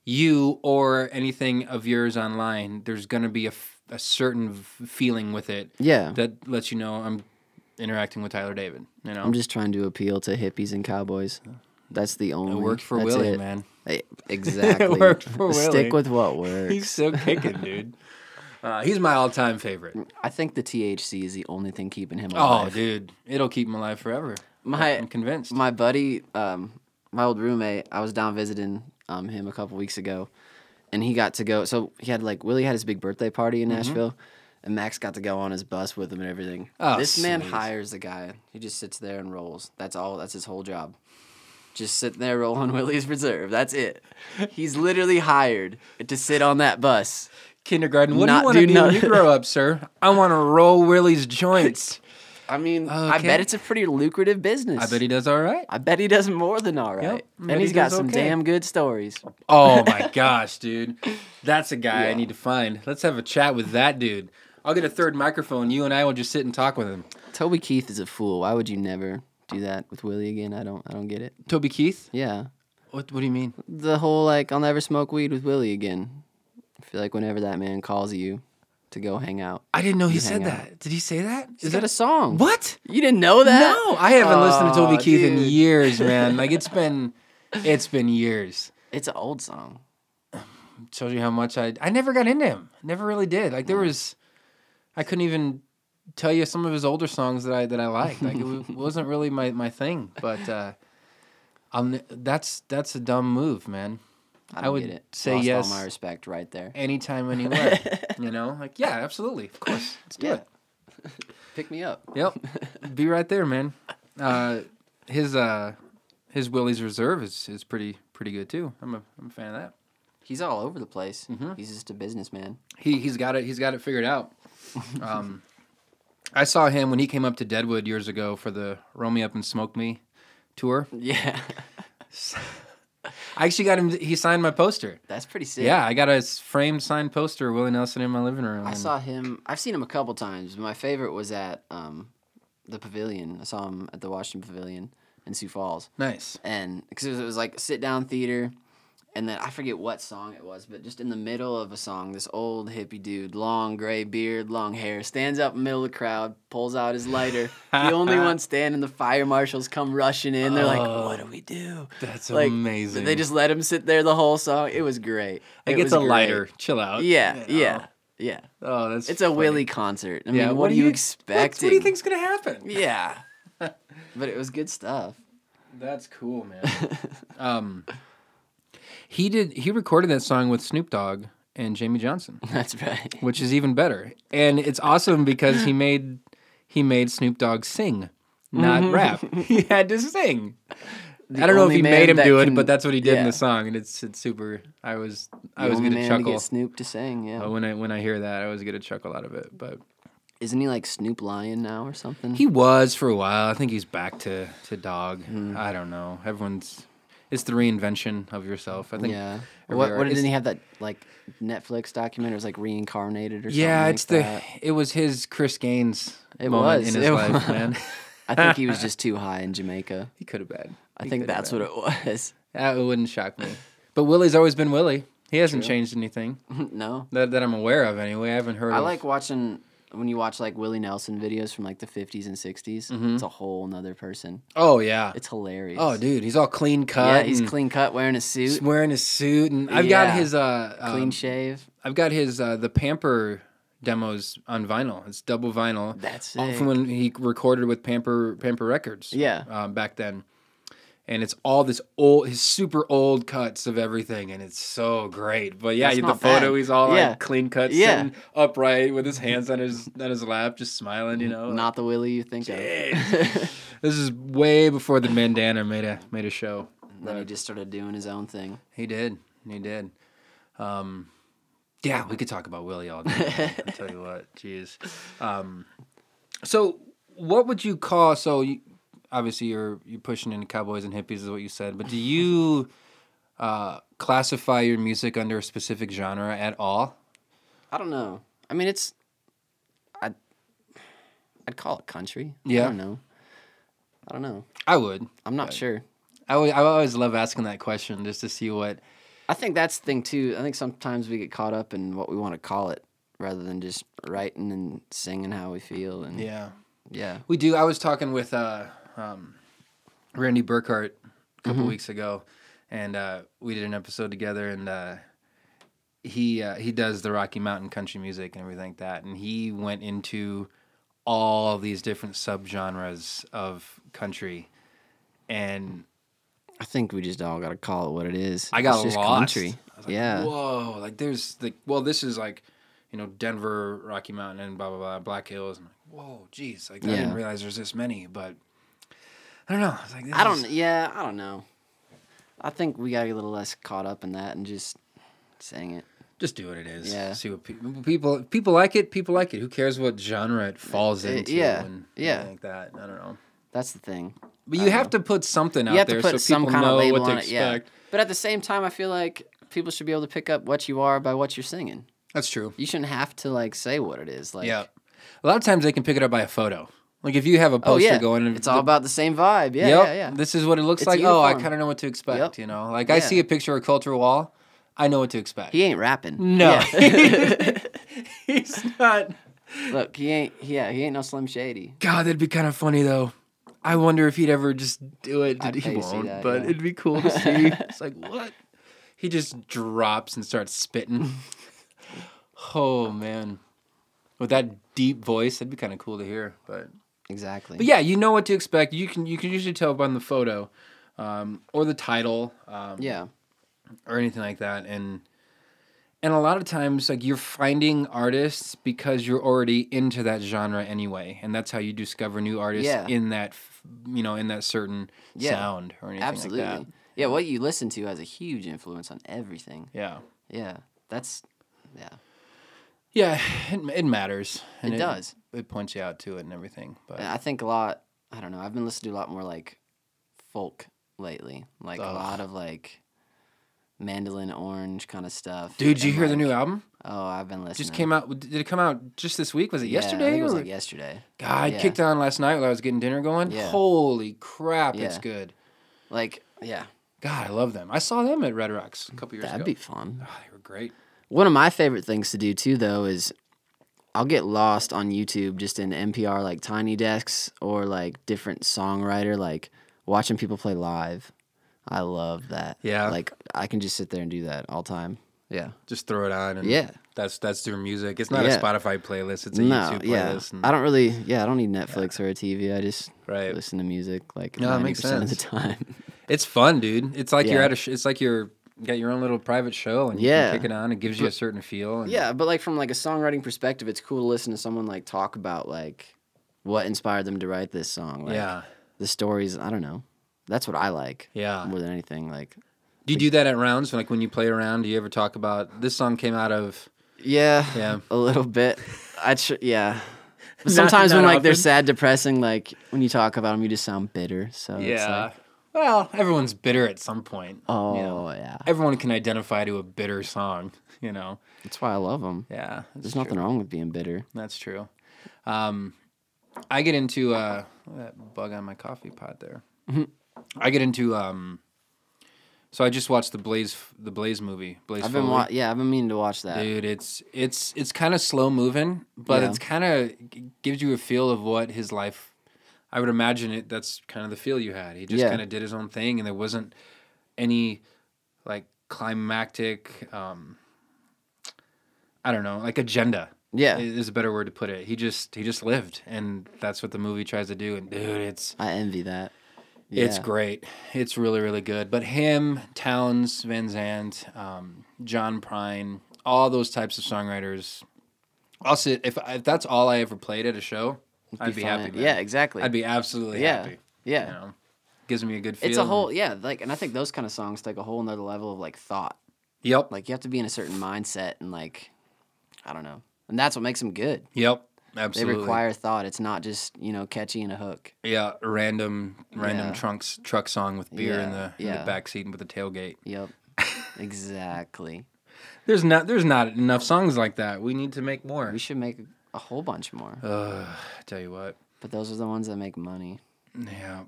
[SPEAKER 1] you or anything of yours online. There's going to be a, f- a certain v- feeling with it.
[SPEAKER 2] Yeah.
[SPEAKER 1] that lets you know I'm interacting with Tyler David. You know,
[SPEAKER 2] I'm just trying to appeal to hippies and cowboys. That's the only.
[SPEAKER 1] it worked for
[SPEAKER 2] that's
[SPEAKER 1] Willie,
[SPEAKER 2] it.
[SPEAKER 1] man.
[SPEAKER 2] Eh, Exactly.
[SPEAKER 1] worked for Willie.
[SPEAKER 2] Stick with what works.
[SPEAKER 1] He's so kicking, dude. Uh, he's my all-time favorite.
[SPEAKER 2] I think the THC is the only thing keeping him
[SPEAKER 1] Oh,
[SPEAKER 2] alive.
[SPEAKER 1] dude, it'll keep him alive forever.
[SPEAKER 2] My-
[SPEAKER 1] I'm convinced.
[SPEAKER 2] My buddy, um, my old roommate, I was down visiting um, him a couple weeks ago, and he got to go. So he had like Willie had his big birthday party
[SPEAKER 1] Mm-hmm.
[SPEAKER 2] in Nashville, and Max got to go on his bus with him and everything.
[SPEAKER 1] Oh,
[SPEAKER 2] this man
[SPEAKER 1] sweet.
[SPEAKER 2] hires the guy. He just sits there and rolls. That's all. That's his whole job. Just sitting there roll on Willie's Reserve. That's it. He's literally hired to sit on that bus.
[SPEAKER 1] Kindergarten. What
[SPEAKER 2] Not
[SPEAKER 1] do
[SPEAKER 2] do
[SPEAKER 1] you want to be when you
[SPEAKER 2] nothing.
[SPEAKER 1] grow up, sir? I want to roll Willie's joints.
[SPEAKER 2] I mean, I
[SPEAKER 1] Okay.
[SPEAKER 2] bet it's a pretty lucrative business.
[SPEAKER 1] I bet he does all right.
[SPEAKER 2] I bet he does more than all right.
[SPEAKER 1] Yep,
[SPEAKER 2] and
[SPEAKER 1] bet
[SPEAKER 2] he's
[SPEAKER 1] he
[SPEAKER 2] got
[SPEAKER 1] does
[SPEAKER 2] some
[SPEAKER 1] okay.
[SPEAKER 2] damn good stories.
[SPEAKER 1] Oh my gosh, dude. That's a guy I
[SPEAKER 2] Yeah.
[SPEAKER 1] need to find. Let's have a chat with that dude. I'll get a third microphone. You and I will just sit and talk with him.
[SPEAKER 2] Toby Keith is a fool. Why would you never do that with Willie again? I don't I don't get it.
[SPEAKER 1] Toby Keith?
[SPEAKER 2] Yeah.
[SPEAKER 1] What, what do you mean?
[SPEAKER 2] The whole like I'll never smoke weed with Willie again. I feel like whenever that man calls you to go hang out.
[SPEAKER 1] I didn't know he
[SPEAKER 2] hang
[SPEAKER 1] said
[SPEAKER 2] out.
[SPEAKER 1] that. Did he say that?
[SPEAKER 2] Is
[SPEAKER 1] Is
[SPEAKER 2] that
[SPEAKER 1] that
[SPEAKER 2] a song?
[SPEAKER 1] What?
[SPEAKER 2] You didn't know that?
[SPEAKER 1] No, I haven't listened to Toby
[SPEAKER 2] Aw,
[SPEAKER 1] Keith in
[SPEAKER 2] dude.
[SPEAKER 1] years, man. Like it's been it's been years.
[SPEAKER 2] It's an old song.
[SPEAKER 1] Shows you how much I I never got into him. Never really did. Like there was I couldn't even tell you some of his older songs that I that I liked. Like it wa- wasn't really my my thing, but uh I'm, that's that's a dumb move, man.
[SPEAKER 2] I,
[SPEAKER 1] I
[SPEAKER 2] don't
[SPEAKER 1] would
[SPEAKER 2] get it.
[SPEAKER 1] say
[SPEAKER 2] Lost
[SPEAKER 1] yes.
[SPEAKER 2] All my respect right there.
[SPEAKER 1] Anytime, anywhere. you know, like yeah, absolutely, of course, let's do
[SPEAKER 2] Yeah.
[SPEAKER 1] it.
[SPEAKER 2] Pick me up.
[SPEAKER 1] Yep, be right there, man. Uh, his uh, his Willie's Reserve is, is pretty pretty good too. I'm a I'm a fan of that.
[SPEAKER 2] He's all over the place.
[SPEAKER 1] Mm-hmm.
[SPEAKER 2] He's just a businessman.
[SPEAKER 1] He he's got it he's got it figured out. Um, I saw him when he came up to Deadwood years ago for the Roll Me Up and Smoke Me tour.
[SPEAKER 2] Yeah.
[SPEAKER 1] I actually got him. He signed my poster.
[SPEAKER 2] That's pretty sick.
[SPEAKER 1] Yeah, I got a s- framed signed poster of Willie Nelson in my living room.
[SPEAKER 2] I
[SPEAKER 1] and-
[SPEAKER 2] saw him. I've seen him a couple times. My favorite was at um, the Pavilion. I saw him at the Washington Pavilion in Sioux Falls,
[SPEAKER 1] Nice.
[SPEAKER 2] and because it, was- it was like sit down theater, and then I forget what song it was, but just in the middle of a song, this old hippie dude, long gray beard, long hair, stands up in the middle of the crowd, pulls out his lighter. the only one standing. The fire marshals come rushing in. They're like,
[SPEAKER 1] Oh.
[SPEAKER 2] "What do we do?"
[SPEAKER 1] That's
[SPEAKER 2] Like
[SPEAKER 1] amazing.
[SPEAKER 2] They just let him sit there the whole song. It was great.
[SPEAKER 1] Like
[SPEAKER 2] It
[SPEAKER 1] it's
[SPEAKER 2] was
[SPEAKER 1] a
[SPEAKER 2] great.
[SPEAKER 1] lighter. Chill out.
[SPEAKER 2] Yeah,
[SPEAKER 1] you know?
[SPEAKER 2] yeah, yeah.
[SPEAKER 1] Oh, that's
[SPEAKER 2] It's a
[SPEAKER 1] funny.
[SPEAKER 2] Willie concert. I mean,
[SPEAKER 1] Yeah,
[SPEAKER 2] what, do you, expect?
[SPEAKER 1] What, do you think's gonna happen?
[SPEAKER 2] Yeah. but it was good stuff.
[SPEAKER 1] That's cool, man. um, he did. He recorded that song with Snoop Dogg and Jamie Johnson,
[SPEAKER 2] That's right.
[SPEAKER 1] which is even better. And it's awesome because he made he made Snoop Dogg sing, not rap. He had to sing. I don't know if
[SPEAKER 2] Mm-hmm. only
[SPEAKER 1] he
[SPEAKER 2] man
[SPEAKER 1] made him
[SPEAKER 2] that
[SPEAKER 1] do it,
[SPEAKER 2] can-
[SPEAKER 1] but that's what he did in
[SPEAKER 2] yeah.
[SPEAKER 1] the song, and it's it's super. I was I
[SPEAKER 2] The
[SPEAKER 1] was
[SPEAKER 2] only
[SPEAKER 1] gonna
[SPEAKER 2] man To
[SPEAKER 1] chuckle
[SPEAKER 2] get Snoop to sing, yeah.
[SPEAKER 1] uh, when I when I hear that. I was gonna chuckle out of it, but
[SPEAKER 2] Isn't he like Snoop Lion now or something?
[SPEAKER 1] He was for a while. I think he's back to to dog.
[SPEAKER 2] Mm-hmm.
[SPEAKER 1] I don't know. Everyone's it's the reinvention of yourself. I think.
[SPEAKER 2] yeah.
[SPEAKER 1] every
[SPEAKER 2] What,
[SPEAKER 1] art-
[SPEAKER 2] what didn't
[SPEAKER 1] it's-
[SPEAKER 2] he have that like Netflix document? It was like reincarnated or something.
[SPEAKER 1] Yeah,
[SPEAKER 2] like
[SPEAKER 1] it's the
[SPEAKER 2] that?
[SPEAKER 1] it was his Chris Gaines
[SPEAKER 2] It
[SPEAKER 1] moment
[SPEAKER 2] was,
[SPEAKER 1] in his
[SPEAKER 2] it
[SPEAKER 1] life,
[SPEAKER 2] was.
[SPEAKER 1] man.
[SPEAKER 2] I think he was just too high in Jamaica.
[SPEAKER 1] he could have been.
[SPEAKER 2] I think that's what it was.
[SPEAKER 1] That wouldn't shock me. But Willie's always been Willie. He hasn't changed anything
[SPEAKER 2] no.
[SPEAKER 1] that, that I'm aware of. Anyway, I haven't heard.
[SPEAKER 2] I
[SPEAKER 1] of-
[SPEAKER 2] like watching when you watch like Willie Nelson videos from like the 50s and 60s. It's a whole nother person.
[SPEAKER 1] Oh yeah.
[SPEAKER 2] It's hilarious.
[SPEAKER 1] Mm-hmm. Oh dude, mm. he's all clean cut.
[SPEAKER 2] Yeah, he's
[SPEAKER 1] and
[SPEAKER 2] clean cut, wearing a suit,
[SPEAKER 1] He's wearing his suit, and I've
[SPEAKER 2] Yeah.
[SPEAKER 1] got his uh um,
[SPEAKER 2] clean shave.
[SPEAKER 1] I've got his uh, the Pamper demos on vinyl. It's double vinyl.
[SPEAKER 2] That's
[SPEAKER 1] all
[SPEAKER 2] sick.
[SPEAKER 1] from when he recorded with Pamper Pamper Records.
[SPEAKER 2] Yeah.
[SPEAKER 1] um, back then, and it's all this old, his super old cuts of everything, and it's so great. But yeah,
[SPEAKER 2] That's
[SPEAKER 1] the
[SPEAKER 2] not
[SPEAKER 1] photo,
[SPEAKER 2] bad.
[SPEAKER 1] he's all
[SPEAKER 2] Yeah.
[SPEAKER 1] like clean cut,
[SPEAKER 2] Yeah.
[SPEAKER 1] sitting upright with his hands on his on his lap, just smiling. You know,
[SPEAKER 2] Not the Willie you think of.
[SPEAKER 1] this is way before the bandana made a made a show.
[SPEAKER 2] then he just started doing his own thing.
[SPEAKER 1] He did. He did. Um, yeah, we could talk about Willie all day. I tell you what, jeez. Um, so, what would you call? So, you, obviously, you're you're pushing into cowboys and hippies, is what you said. But do you uh, classify your music under a specific genre at all?
[SPEAKER 2] I don't know. I mean, it's. I'd, I'd call it country.
[SPEAKER 1] Yeah.
[SPEAKER 2] I don't know. I don't know.
[SPEAKER 1] I would.
[SPEAKER 2] I'm not sure.
[SPEAKER 1] I always, I always love asking that question just to see what.
[SPEAKER 2] I think that's the thing, too. I think sometimes we get caught up in what we want to call it rather than just writing and singing how we feel. And yeah.
[SPEAKER 1] We do. I was talking with uh, um, Randy Burkhart a couple
[SPEAKER 2] Mm-hmm.
[SPEAKER 1] weeks ago, and uh, we did an episode together, and uh, he uh, he does the Rocky Mountain country music and everything like that, and he went into all these different subgenres of country, and
[SPEAKER 2] I think we just all got to call it what it is.
[SPEAKER 1] I got
[SPEAKER 2] it's just
[SPEAKER 1] lost.
[SPEAKER 2] country.
[SPEAKER 1] I was like,
[SPEAKER 2] yeah.
[SPEAKER 1] Whoa. Like there's like well, this is like, you know, Denver, Rocky Mountain, and blah blah blah, Black Hills. And like, whoa, geez. Like I
[SPEAKER 2] Yeah.
[SPEAKER 1] didn't realize there's this many, but I don't know. I was like, this
[SPEAKER 2] I don't.
[SPEAKER 1] is-
[SPEAKER 2] Yeah, I don't know. I think we got a little less caught up in that and just saying it.
[SPEAKER 1] just do what it is.
[SPEAKER 2] Yeah.
[SPEAKER 1] See what people people people like it. People like it. Who cares what genre it falls
[SPEAKER 2] Uh,
[SPEAKER 1] into?
[SPEAKER 2] yeah,
[SPEAKER 1] and
[SPEAKER 2] yeah.
[SPEAKER 1] everything Like that. I don't know.
[SPEAKER 2] That's the thing.
[SPEAKER 1] But you have to put something out
[SPEAKER 2] you have
[SPEAKER 1] there
[SPEAKER 2] to put
[SPEAKER 1] so
[SPEAKER 2] some
[SPEAKER 1] people
[SPEAKER 2] kind
[SPEAKER 1] know
[SPEAKER 2] of label
[SPEAKER 1] what to
[SPEAKER 2] on it. Yeah.
[SPEAKER 1] expect.
[SPEAKER 2] But at the same time, I feel like people should be able to pick up what you are by what you're singing.
[SPEAKER 1] That's true.
[SPEAKER 2] You shouldn't have to like say what it is. Like,
[SPEAKER 1] yeah. A lot of times they can pick it up by a photo. Like if you have a
[SPEAKER 2] oh
[SPEAKER 1] poster
[SPEAKER 2] yeah,
[SPEAKER 1] going, and
[SPEAKER 2] it's all about the same vibe. Yeah,
[SPEAKER 1] yep,
[SPEAKER 2] yeah, yeah.
[SPEAKER 1] This is what it looks
[SPEAKER 2] It's
[SPEAKER 1] like. Oh, I
[SPEAKER 2] uniform.
[SPEAKER 1] kind of know what to expect.
[SPEAKER 2] Yep.
[SPEAKER 1] You know, like I
[SPEAKER 2] Yeah.
[SPEAKER 1] see a picture of Culture Wall, I know what to expect.
[SPEAKER 2] he ain't rapping.
[SPEAKER 1] no,
[SPEAKER 2] Yeah.
[SPEAKER 1] he's not.
[SPEAKER 2] Look, he ain't. Yeah, he ain't no Slim Shady.
[SPEAKER 1] God, that'd be kind of funny though. I wonder if he'd ever just do it.
[SPEAKER 2] I'd
[SPEAKER 1] he
[SPEAKER 2] pay to see
[SPEAKER 1] won't,
[SPEAKER 2] that,
[SPEAKER 1] but
[SPEAKER 2] yeah.
[SPEAKER 1] it'd be cool to see. it's like what? He just drops and starts spitting. oh man, with that deep voice, that'd be kind of cool to hear. But
[SPEAKER 2] Exactly.
[SPEAKER 1] but yeah, you know what to expect. You can you can usually tell by the photo, um, or the title. Um,
[SPEAKER 2] yeah.
[SPEAKER 1] or anything like that and and a lot of times like you're finding artists because you're already into that genre anyway and that's how you discover new artists
[SPEAKER 2] Yeah.
[SPEAKER 1] in that f- you know in that certain
[SPEAKER 2] Yeah.
[SPEAKER 1] sound or anything
[SPEAKER 2] Absolutely.
[SPEAKER 1] like that
[SPEAKER 2] Yeah, what you listen to has a huge influence on everything.
[SPEAKER 1] yeah
[SPEAKER 2] Yeah, that's yeah.
[SPEAKER 1] yeah it, it matters and
[SPEAKER 2] It does.
[SPEAKER 1] it points you out to it and everything but
[SPEAKER 2] And I think a lot. I don't know. I've been listening to a lot more like folk lately, like a
[SPEAKER 1] Ugh.
[SPEAKER 2] lot of like mandolin orange kind of stuff.
[SPEAKER 1] dude did you
[SPEAKER 2] and,
[SPEAKER 1] hear the
[SPEAKER 2] like-
[SPEAKER 1] new album
[SPEAKER 2] Oh, I've been listening.
[SPEAKER 1] just came out did it come out just this week was it
[SPEAKER 2] Yeah, I think
[SPEAKER 1] yesterday
[SPEAKER 2] it was
[SPEAKER 1] or
[SPEAKER 2] like yesterday.
[SPEAKER 1] god I
[SPEAKER 2] yeah.
[SPEAKER 1] kicked on last night while i was getting dinner going
[SPEAKER 2] Yeah.
[SPEAKER 1] holy crap it's
[SPEAKER 2] Yeah.
[SPEAKER 1] good
[SPEAKER 2] Like yeah,
[SPEAKER 1] god i love them i saw them at red rocks a couple years
[SPEAKER 2] that'd
[SPEAKER 1] ago
[SPEAKER 2] be fun.
[SPEAKER 1] Oh, they were great.
[SPEAKER 2] One of my favorite things to do too, though, is I'll get lost on YouTube just in NPR like tiny desks or like different songwriter like watching people play live. I love that.
[SPEAKER 1] Yeah.
[SPEAKER 2] Like I can just sit there and do that all time. Yeah.
[SPEAKER 1] Just throw it on and
[SPEAKER 2] Yeah.
[SPEAKER 1] that's that's their music. It's not a
[SPEAKER 2] Yeah.
[SPEAKER 1] Spotify playlist. It's a
[SPEAKER 2] No,
[SPEAKER 1] YouTube
[SPEAKER 2] yeah.
[SPEAKER 1] playlist. and-
[SPEAKER 2] I don't really yeah, I don't need Netflix or a TV. I just
[SPEAKER 1] Right.
[SPEAKER 2] listen to music like
[SPEAKER 1] No, that
[SPEAKER 2] 90%
[SPEAKER 1] makes
[SPEAKER 2] of the
[SPEAKER 1] sense.
[SPEAKER 2] time.
[SPEAKER 1] it's fun, dude. It's like you're
[SPEAKER 2] Yeah.
[SPEAKER 1] at a. Sh- it's like you're you got your own little private show and you
[SPEAKER 2] Yeah.
[SPEAKER 1] can kick it on. It gives you a certain feel. And
[SPEAKER 2] Yeah, but like from like a songwriting perspective, it's cool to listen to someone like talk about like what inspired them to write this song. Like,
[SPEAKER 1] yeah.
[SPEAKER 2] the stories. I don't know. That's what I like.
[SPEAKER 1] Yeah.
[SPEAKER 2] More than anything, like.
[SPEAKER 1] Do you do that at rounds? Like when you play around, do you ever talk about this song came out of?
[SPEAKER 2] Yeah.
[SPEAKER 1] Yeah.
[SPEAKER 2] A little bit. I tr- yeah. But sometimes when
[SPEAKER 1] not
[SPEAKER 2] like they're
[SPEAKER 1] often.
[SPEAKER 2] sad, depressing, like when you talk about them, you just sound bitter. So It's like,
[SPEAKER 1] well, everyone's bitter at some point.
[SPEAKER 2] oh
[SPEAKER 1] you know.
[SPEAKER 2] yeah.
[SPEAKER 1] Everyone can identify to a bitter song. You know.
[SPEAKER 2] That's why I love them.
[SPEAKER 1] Yeah.
[SPEAKER 2] There's nothing wrong with being bitter.
[SPEAKER 1] That's true. Um, I get into uh, look at that bug on my coffee pot there.
[SPEAKER 2] Mm-hmm.
[SPEAKER 1] I get into um, so I just watched the Blaze the Blaze movie. Blaze
[SPEAKER 2] I've been
[SPEAKER 1] Foley.
[SPEAKER 2] wa- yeah, I've been meaning to watch that.
[SPEAKER 1] Dude, it's it's it's kind of slow moving, but
[SPEAKER 2] Yeah.
[SPEAKER 1] it's kind of gives you a feel of what his life. I would imagine it. That's kind of the feel you had. He just
[SPEAKER 2] Yeah.
[SPEAKER 1] kind of did his own thing, and there wasn't any like climactic. Um, I don't know, like agenda
[SPEAKER 2] Yeah.
[SPEAKER 1] is a better word to put it. He just he just lived, and that's what the movie tries to do. And dude, it's
[SPEAKER 2] I envy that.
[SPEAKER 1] it's
[SPEAKER 2] Yeah.
[SPEAKER 1] great. It's really really good. But him, Towns Van Zandt, um, John Prine, all those types of songwriters. I'll sit if, if that's all I ever played at a show, I'd be
[SPEAKER 2] fun.
[SPEAKER 1] happy. man.
[SPEAKER 2] Yeah, exactly.
[SPEAKER 1] I'd be absolutely
[SPEAKER 2] yeah.
[SPEAKER 1] happy.
[SPEAKER 2] Yeah.
[SPEAKER 1] You know, gives me a good feel.
[SPEAKER 2] It's a whole
[SPEAKER 1] and-
[SPEAKER 2] yeah, like and I think those kind of songs take a whole nother level of like thought.
[SPEAKER 1] Yep.
[SPEAKER 2] Like you have to be in a certain mindset and like I don't know. And that's what makes them good.
[SPEAKER 1] Yep.
[SPEAKER 2] They
[SPEAKER 1] Absolutely.
[SPEAKER 2] require thought. It's not just, you know, catchy and a hook.
[SPEAKER 1] yeah. Random random
[SPEAKER 2] Yeah.
[SPEAKER 1] trunks truck song with beer in
[SPEAKER 2] Yeah,
[SPEAKER 1] the in
[SPEAKER 2] yeah.
[SPEAKER 1] the back seat with the tailgate.
[SPEAKER 2] Yep. exactly.
[SPEAKER 1] There's not there's not enough songs like that. We need to make more.
[SPEAKER 2] We should make a whole bunch more.
[SPEAKER 1] Ugh, I tell you what.
[SPEAKER 2] But those are the ones that make money.
[SPEAKER 1] Yeah.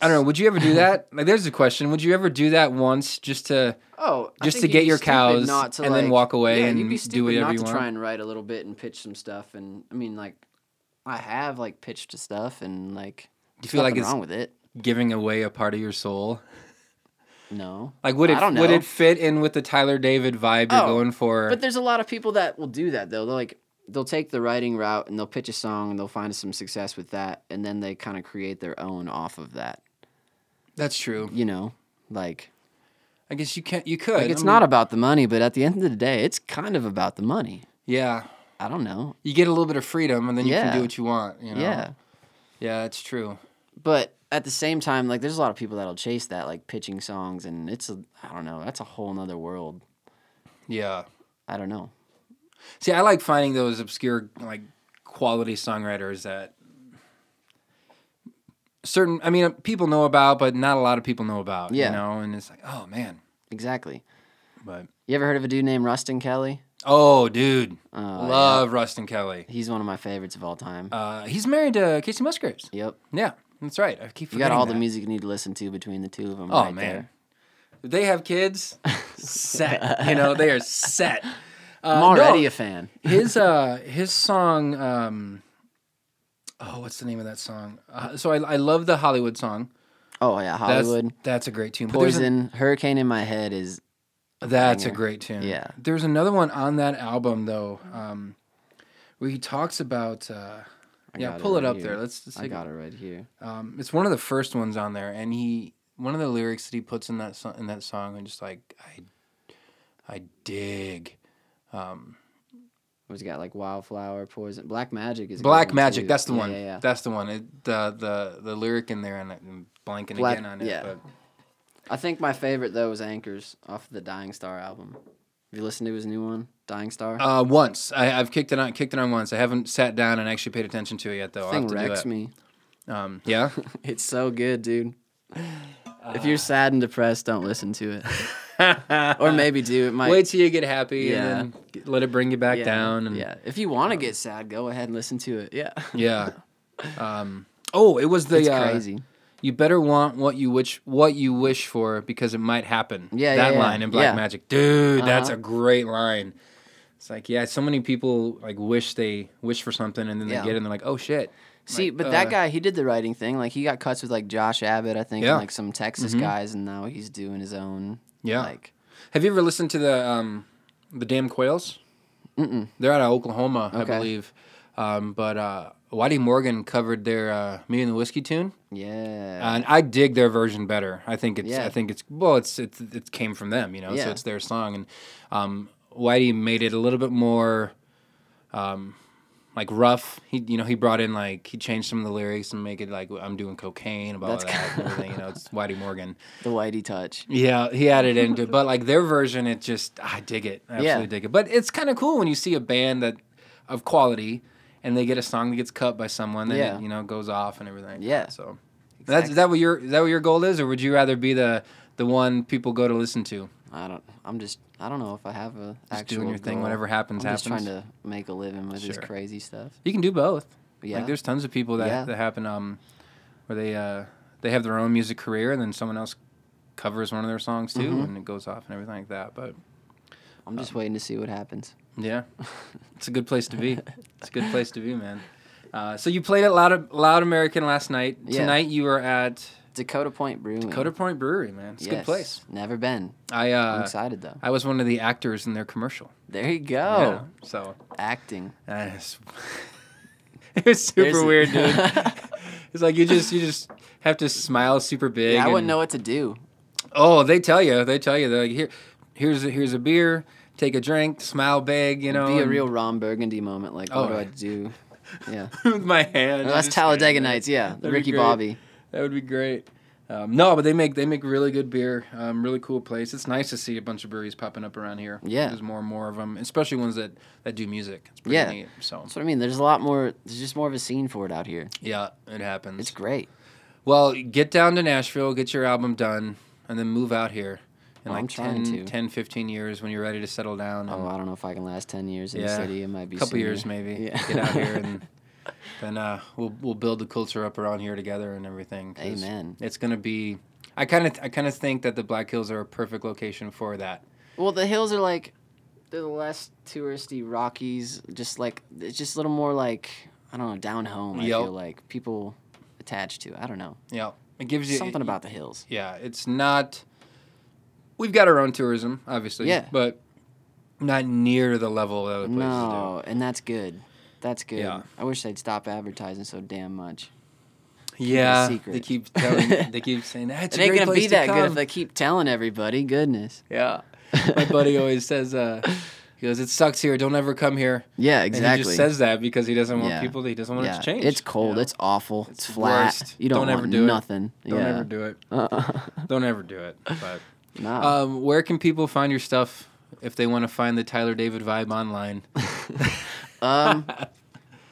[SPEAKER 1] I don't know. Would you ever do that? like, there's a question. Would you ever do that once, just to?
[SPEAKER 2] Oh,
[SPEAKER 1] Just to get your cows and then walk away
[SPEAKER 2] yeah,
[SPEAKER 1] and
[SPEAKER 2] you'd be
[SPEAKER 1] do
[SPEAKER 2] stupid
[SPEAKER 1] whatever
[SPEAKER 2] not
[SPEAKER 1] you
[SPEAKER 2] to
[SPEAKER 1] want.
[SPEAKER 2] try and write a little bit and pitch some stuff. And I mean, like, I have like pitched to stuff and like.
[SPEAKER 1] you feel like
[SPEAKER 2] nothing
[SPEAKER 1] it's-
[SPEAKER 2] wrong with it?
[SPEAKER 1] Giving away a part of your soul.
[SPEAKER 2] No.
[SPEAKER 1] Like, would it?
[SPEAKER 2] I don't know.
[SPEAKER 1] Would it fit in with the Tyler David vibe you're
[SPEAKER 2] Oh,
[SPEAKER 1] going for?
[SPEAKER 2] But there's a lot of people that will do that though. They'll like they'll take the writing route and they'll pitch a song and they'll find some success with that and then they kind of create their own off of that.
[SPEAKER 1] That's true.
[SPEAKER 2] You know, like
[SPEAKER 1] I guess you can't. You could.
[SPEAKER 2] like it's not about the money, but at the end of the day, it's kind of about the money.
[SPEAKER 1] yeah.
[SPEAKER 2] I don't know.
[SPEAKER 1] You get a little bit of freedom, and then you
[SPEAKER 2] Yeah.
[SPEAKER 1] can do what you want. You know.
[SPEAKER 2] Yeah.
[SPEAKER 1] Yeah, that's true.
[SPEAKER 2] But at the same time, like there's a lot of people that'll chase that, like pitching songs, and it's a, I don't know, that's a whole nother world.
[SPEAKER 1] Yeah.
[SPEAKER 2] I don't know.
[SPEAKER 1] See, I like finding those obscure, like, quality songwriters that certain. I mean, people know about, but not a lot of people know about.
[SPEAKER 2] Yeah.
[SPEAKER 1] You know, and it's like, oh man,
[SPEAKER 2] Exactly.
[SPEAKER 1] but
[SPEAKER 2] You ever heard of a dude named Rustin Kelly?
[SPEAKER 1] oh dude,
[SPEAKER 2] Uh,
[SPEAKER 1] love Rustin Kelly.
[SPEAKER 2] He's one of my favorites of all time.
[SPEAKER 1] Uh, he's married to Casey Musgraves.
[SPEAKER 2] yep.
[SPEAKER 1] Yeah, that's right. I keep
[SPEAKER 2] You
[SPEAKER 1] forgetting
[SPEAKER 2] got all
[SPEAKER 1] that.
[SPEAKER 2] the music you need to listen to between the two of them.
[SPEAKER 1] Oh
[SPEAKER 2] right
[SPEAKER 1] man,
[SPEAKER 2] There.
[SPEAKER 1] If they have kids. set. You know, they are set. Uh,
[SPEAKER 2] I'm
[SPEAKER 1] no,
[SPEAKER 2] already a fan.
[SPEAKER 1] his uh his song um oh what's the name of that song uh, so I, I love the hollywood song
[SPEAKER 2] Oh yeah,
[SPEAKER 1] that's,
[SPEAKER 2] Hollywood.
[SPEAKER 1] that's a great tune But there's an-
[SPEAKER 2] Poison. Hurricane in my head is
[SPEAKER 1] that's a
[SPEAKER 2] banger.
[SPEAKER 1] great tune
[SPEAKER 2] Yeah.
[SPEAKER 1] there's another one on that album though um where he talks about uh
[SPEAKER 2] I
[SPEAKER 1] yeah
[SPEAKER 2] got
[SPEAKER 1] pull it,
[SPEAKER 2] right
[SPEAKER 1] up
[SPEAKER 2] here.
[SPEAKER 1] there let's, let's
[SPEAKER 2] I
[SPEAKER 1] take-
[SPEAKER 2] got it right here.
[SPEAKER 1] um it's one of the first ones on there and he one of the lyrics that he puts in that song in that song and just like i i dig um,
[SPEAKER 2] What's it got like wildflower, poison, black magic is a good
[SPEAKER 1] Black
[SPEAKER 2] one,
[SPEAKER 1] Magic.
[SPEAKER 2] too.
[SPEAKER 1] That's the
[SPEAKER 2] Yeah,
[SPEAKER 1] one.
[SPEAKER 2] Yeah, yeah.
[SPEAKER 1] That's the one. It, the the the lyric in there, and I'm blanking
[SPEAKER 2] Black-
[SPEAKER 1] again on it.
[SPEAKER 2] yeah.
[SPEAKER 1] But
[SPEAKER 2] I think my favorite though was Anchors off the Dying Star album. Have you listened to his new one, Dying Star?
[SPEAKER 1] uh, once I, I've kicked it on, kicked it on once. I haven't sat down and actually paid attention to it yet, though. I'll
[SPEAKER 2] thing
[SPEAKER 1] have to do
[SPEAKER 2] wrecks
[SPEAKER 1] that.
[SPEAKER 2] me.
[SPEAKER 1] Um, yeah.
[SPEAKER 2] It's so good, dude. if you're sad and depressed, don't listen to it. or maybe do it might
[SPEAKER 1] Wait till you get happy.
[SPEAKER 2] Yeah.
[SPEAKER 1] and then get- let it bring you back
[SPEAKER 2] yeah,
[SPEAKER 1] down. And, um,
[SPEAKER 2] yeah. If you want to get sad, go ahead and listen to it. Yeah.
[SPEAKER 1] yeah. Um, oh, it was the
[SPEAKER 2] It's
[SPEAKER 1] uh,
[SPEAKER 2] crazy.
[SPEAKER 1] You better want what you wish what you wish for because it might happen.
[SPEAKER 2] Yeah,
[SPEAKER 1] that
[SPEAKER 2] yeah, yeah.
[SPEAKER 1] line in Black
[SPEAKER 2] Yeah.
[SPEAKER 1] Magic, dude, that's a
[SPEAKER 2] Uh-huh.
[SPEAKER 1] great line. It's like yeah, so many people like wish they wish for something and then
[SPEAKER 2] Yeah.
[SPEAKER 1] they get it and they're like, oh shit.
[SPEAKER 2] See,
[SPEAKER 1] Like,
[SPEAKER 2] but
[SPEAKER 1] uh,
[SPEAKER 2] that guy, he did the writing thing. Like he got cuts with like Josh Abbott, I think,
[SPEAKER 1] Yeah. Mm-hmm.
[SPEAKER 2] and like some Texas guys, and now he's doing his own.
[SPEAKER 1] Yeah.
[SPEAKER 2] Like
[SPEAKER 1] Have you ever listened to the um, the Damn Quails? Mm-mm. They're out of Oklahoma, I
[SPEAKER 2] Okay.
[SPEAKER 1] believe. Um, but uh, Whitey Morgan covered their uh, "Me and the Whiskey" tune,
[SPEAKER 2] yeah.
[SPEAKER 1] and I dig their version better. I think it's I
[SPEAKER 2] Yeah.
[SPEAKER 1] think it's well, it's it's it came from them, you know, so
[SPEAKER 2] Yeah.
[SPEAKER 1] it's their song, and um, Whitey made it a little bit more. Um, like rough, he you know he brought in like he changed some of the lyrics and make it like I'm doing cocaine about all
[SPEAKER 2] That's
[SPEAKER 1] that and everything. You know, it's Whitey Morgan.
[SPEAKER 2] the Whitey touch.
[SPEAKER 1] Yeah, he added into it. But like their version, it just I dig it. I absolutely
[SPEAKER 2] Yeah.
[SPEAKER 1] dig it. But it's kind of cool when you see a band that of quality and they get a song that gets cut by someone and
[SPEAKER 2] Yeah.
[SPEAKER 1] it, you know goes off and everything.
[SPEAKER 2] Yeah.
[SPEAKER 1] So that's is that what your is that what your goal is, or would you rather be the the one people go to listen to?
[SPEAKER 2] I don't. I'm just. I don't know if I have a
[SPEAKER 1] Just
[SPEAKER 2] actual
[SPEAKER 1] doing your thing.
[SPEAKER 2] goal.
[SPEAKER 1] Whatever happens,
[SPEAKER 2] I'm
[SPEAKER 1] happens.
[SPEAKER 2] just trying to make a living with this
[SPEAKER 1] Sure.
[SPEAKER 2] crazy stuff.
[SPEAKER 1] You can do both.
[SPEAKER 2] Yeah.
[SPEAKER 1] Like there's tons of people that
[SPEAKER 2] Yeah.
[SPEAKER 1] that happen um where they uh they have their own music career and then someone else covers one of their songs too
[SPEAKER 2] Mm-hmm.
[SPEAKER 1] and it goes off and everything like that. But
[SPEAKER 2] I'm just
[SPEAKER 1] uh,
[SPEAKER 2] waiting to see what happens.
[SPEAKER 1] Yeah, it's a good place to be. It's a good place to be, man. Uh, so you played at Loud, Loud American last night.
[SPEAKER 2] Yeah.
[SPEAKER 1] Tonight you were at
[SPEAKER 2] Dakota Point Brewing.
[SPEAKER 1] Coda Point Brewery, man. It's a good
[SPEAKER 2] Yes.
[SPEAKER 1] place.
[SPEAKER 2] Never been.
[SPEAKER 1] I
[SPEAKER 2] I'm
[SPEAKER 1] uh,
[SPEAKER 2] excited though.
[SPEAKER 1] I was one of the actors in their commercial.
[SPEAKER 2] There you go.
[SPEAKER 1] Yeah, so
[SPEAKER 2] Acting.
[SPEAKER 1] uh, it's, it was super
[SPEAKER 2] There's-
[SPEAKER 1] weird, dude. it's like you just you just have to smile super big.
[SPEAKER 2] Yeah, I wouldn't
[SPEAKER 1] and-
[SPEAKER 2] know what to do.
[SPEAKER 1] Oh, they tell you. They tell you. They're like, here, here's a, here's a beer. Take a drink. Smile big. You know,
[SPEAKER 2] Be a
[SPEAKER 1] and-
[SPEAKER 2] real Ron Burgundy moment. Like,
[SPEAKER 1] Oh,
[SPEAKER 2] what do I
[SPEAKER 1] right.
[SPEAKER 2] do? Yeah.
[SPEAKER 1] with my hand.
[SPEAKER 2] Well, that's
[SPEAKER 1] Just standing
[SPEAKER 2] Talladega
[SPEAKER 1] there.
[SPEAKER 2] Nights. Yeah,
[SPEAKER 1] be
[SPEAKER 2] the Ricky
[SPEAKER 1] great.
[SPEAKER 2] Bobby.
[SPEAKER 1] That would be great. Um, no, but they make they make really good beer. Um, really cool place. It's nice to see a bunch of breweries popping up around here.
[SPEAKER 2] Yeah.
[SPEAKER 1] there's more and more of them, especially ones that that do music. It's pretty
[SPEAKER 2] Yeah.
[SPEAKER 1] neat. So
[SPEAKER 2] That's what I mean. There's a lot more. There's just more of a scene for it out here.
[SPEAKER 1] yeah, it happens.
[SPEAKER 2] It's great.
[SPEAKER 1] well, get down to Nashville, get your album done, and then move out here in
[SPEAKER 2] Well,
[SPEAKER 1] like
[SPEAKER 2] I'm trying
[SPEAKER 1] 10,
[SPEAKER 2] to.
[SPEAKER 1] 10, 15 years when you're ready to settle down.
[SPEAKER 2] Oh,
[SPEAKER 1] and
[SPEAKER 2] I don't know if I can last ten years in the
[SPEAKER 1] Yeah.
[SPEAKER 2] city. It might be
[SPEAKER 1] a couple
[SPEAKER 2] sooner.
[SPEAKER 1] years maybe.
[SPEAKER 2] Yeah.
[SPEAKER 1] Get out here and. Then uh, we'll we'll build the culture up around here together and everything. 'cause
[SPEAKER 2] Amen.
[SPEAKER 1] It's gonna be. I kind of I kind of think that the Black Hills are a perfect location for that.
[SPEAKER 2] Well, the hills are like they're the less touristy Rockies. Just like it's just a little more like I don't know down home. I
[SPEAKER 1] Yep.
[SPEAKER 2] feel like people attached to. I don't know
[SPEAKER 1] Yeah, it gives you
[SPEAKER 2] something about the hills.
[SPEAKER 1] Yeah, it's not. We've got our own tourism, obviously.
[SPEAKER 2] Yeah.
[SPEAKER 1] but not near the level that other places
[SPEAKER 2] No, and that's good. That's good.
[SPEAKER 1] Yeah.
[SPEAKER 2] I wish they'd stop advertising so damn much.
[SPEAKER 1] do.
[SPEAKER 2] keep it a
[SPEAKER 1] yeah,
[SPEAKER 2] secret.
[SPEAKER 1] they keep telling, they keep saying that's
[SPEAKER 2] It
[SPEAKER 1] a
[SPEAKER 2] ain't
[SPEAKER 1] great
[SPEAKER 2] gonna
[SPEAKER 1] place
[SPEAKER 2] be
[SPEAKER 1] to
[SPEAKER 2] that good
[SPEAKER 1] come."
[SPEAKER 2] if they keep telling everybody. Goodness.
[SPEAKER 1] Yeah. My buddy always says, uh, he goes, it sucks here. Don't ever come here.
[SPEAKER 2] Yeah,
[SPEAKER 1] And he
[SPEAKER 2] exactly.
[SPEAKER 1] just says that because he doesn't want
[SPEAKER 2] Yeah.
[SPEAKER 1] people, he doesn't want it
[SPEAKER 2] Yeah.
[SPEAKER 1] to change.
[SPEAKER 2] It's cold.
[SPEAKER 1] Yeah.
[SPEAKER 2] It's awful. It's,
[SPEAKER 1] the
[SPEAKER 2] flat.
[SPEAKER 1] worst.
[SPEAKER 2] You don't,
[SPEAKER 1] Don't ever
[SPEAKER 2] want
[SPEAKER 1] do it.
[SPEAKER 2] nothing.
[SPEAKER 1] Don't
[SPEAKER 2] yeah.
[SPEAKER 1] ever do it. Don't ever do it. But
[SPEAKER 2] Nah.
[SPEAKER 1] um, where can people find your stuff if they want to find the Tyler David vibe online?
[SPEAKER 2] Um,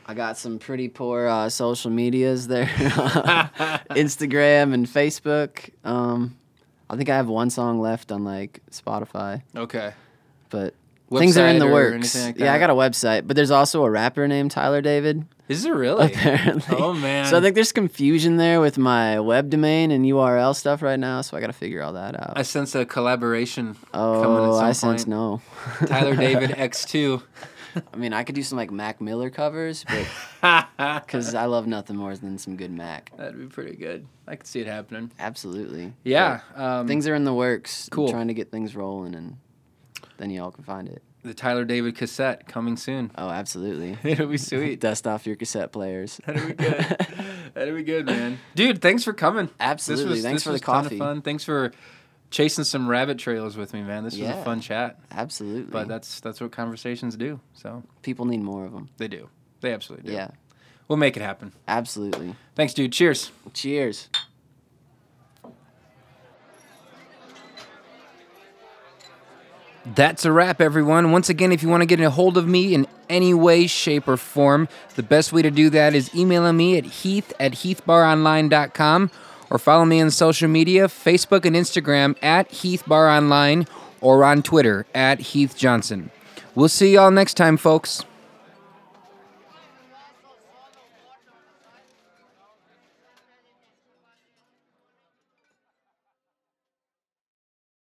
[SPEAKER 2] I got some pretty poor uh, social medias there Instagram and Facebook. Um, I think I have one song left on like Spotify,
[SPEAKER 1] Okay.
[SPEAKER 2] but things are in
[SPEAKER 1] Website
[SPEAKER 2] the
[SPEAKER 1] or
[SPEAKER 2] works.
[SPEAKER 1] anything like
[SPEAKER 2] yeah, I
[SPEAKER 1] that?
[SPEAKER 2] got a website, but there's also a rapper named Tyler David,
[SPEAKER 1] Is it really?
[SPEAKER 2] apparently.
[SPEAKER 1] Oh, man.
[SPEAKER 2] So I think there's confusion there with my web domain and URL stuff right now, so I got to figure all that out.
[SPEAKER 1] I sense a collaboration coming at
[SPEAKER 2] oh,
[SPEAKER 1] some
[SPEAKER 2] I
[SPEAKER 1] point.
[SPEAKER 2] sense no.
[SPEAKER 1] Tyler David X2.
[SPEAKER 2] I mean, I could do some like Mac Miller covers, but
[SPEAKER 1] That'd
[SPEAKER 2] because I love nothing more than some good Mac.
[SPEAKER 1] be pretty good. I could see it happening.
[SPEAKER 2] Absolutely.
[SPEAKER 1] Yeah. Um,
[SPEAKER 2] things are in the works. I'm
[SPEAKER 1] Cool.
[SPEAKER 2] trying to get things rolling, and then y'all can find it.
[SPEAKER 1] the Tyler David cassette coming soon.
[SPEAKER 2] Oh, absolutely.
[SPEAKER 1] It'll be sweet.
[SPEAKER 2] Dust off your cassette players.
[SPEAKER 1] That'd be good. That'd be good, man. Dude, thanks for coming.
[SPEAKER 2] Absolutely. Thanks for the
[SPEAKER 1] was a ton of
[SPEAKER 2] coffee.
[SPEAKER 1] fun. Thanks for chasing some rabbit trails with me, man. This was a
[SPEAKER 2] Yeah.
[SPEAKER 1] fun chat.
[SPEAKER 2] absolutely.
[SPEAKER 1] But that's that's what conversations do. So
[SPEAKER 2] People need more of them.
[SPEAKER 1] they do. They absolutely do.
[SPEAKER 2] Yeah,
[SPEAKER 1] We'll make it happen.
[SPEAKER 2] absolutely.
[SPEAKER 1] Thanks, dude. Cheers.
[SPEAKER 2] Cheers.
[SPEAKER 3] That's a wrap, everyone. Once again, if you want to get a hold of me in any way, shape, or form, the best way to do that is emailing me at heath at heathbaronline.com or follow me on social media, Facebook and Instagram at heathbaronline or on Twitter at heathjohnson. We'll see y'all next time, folks.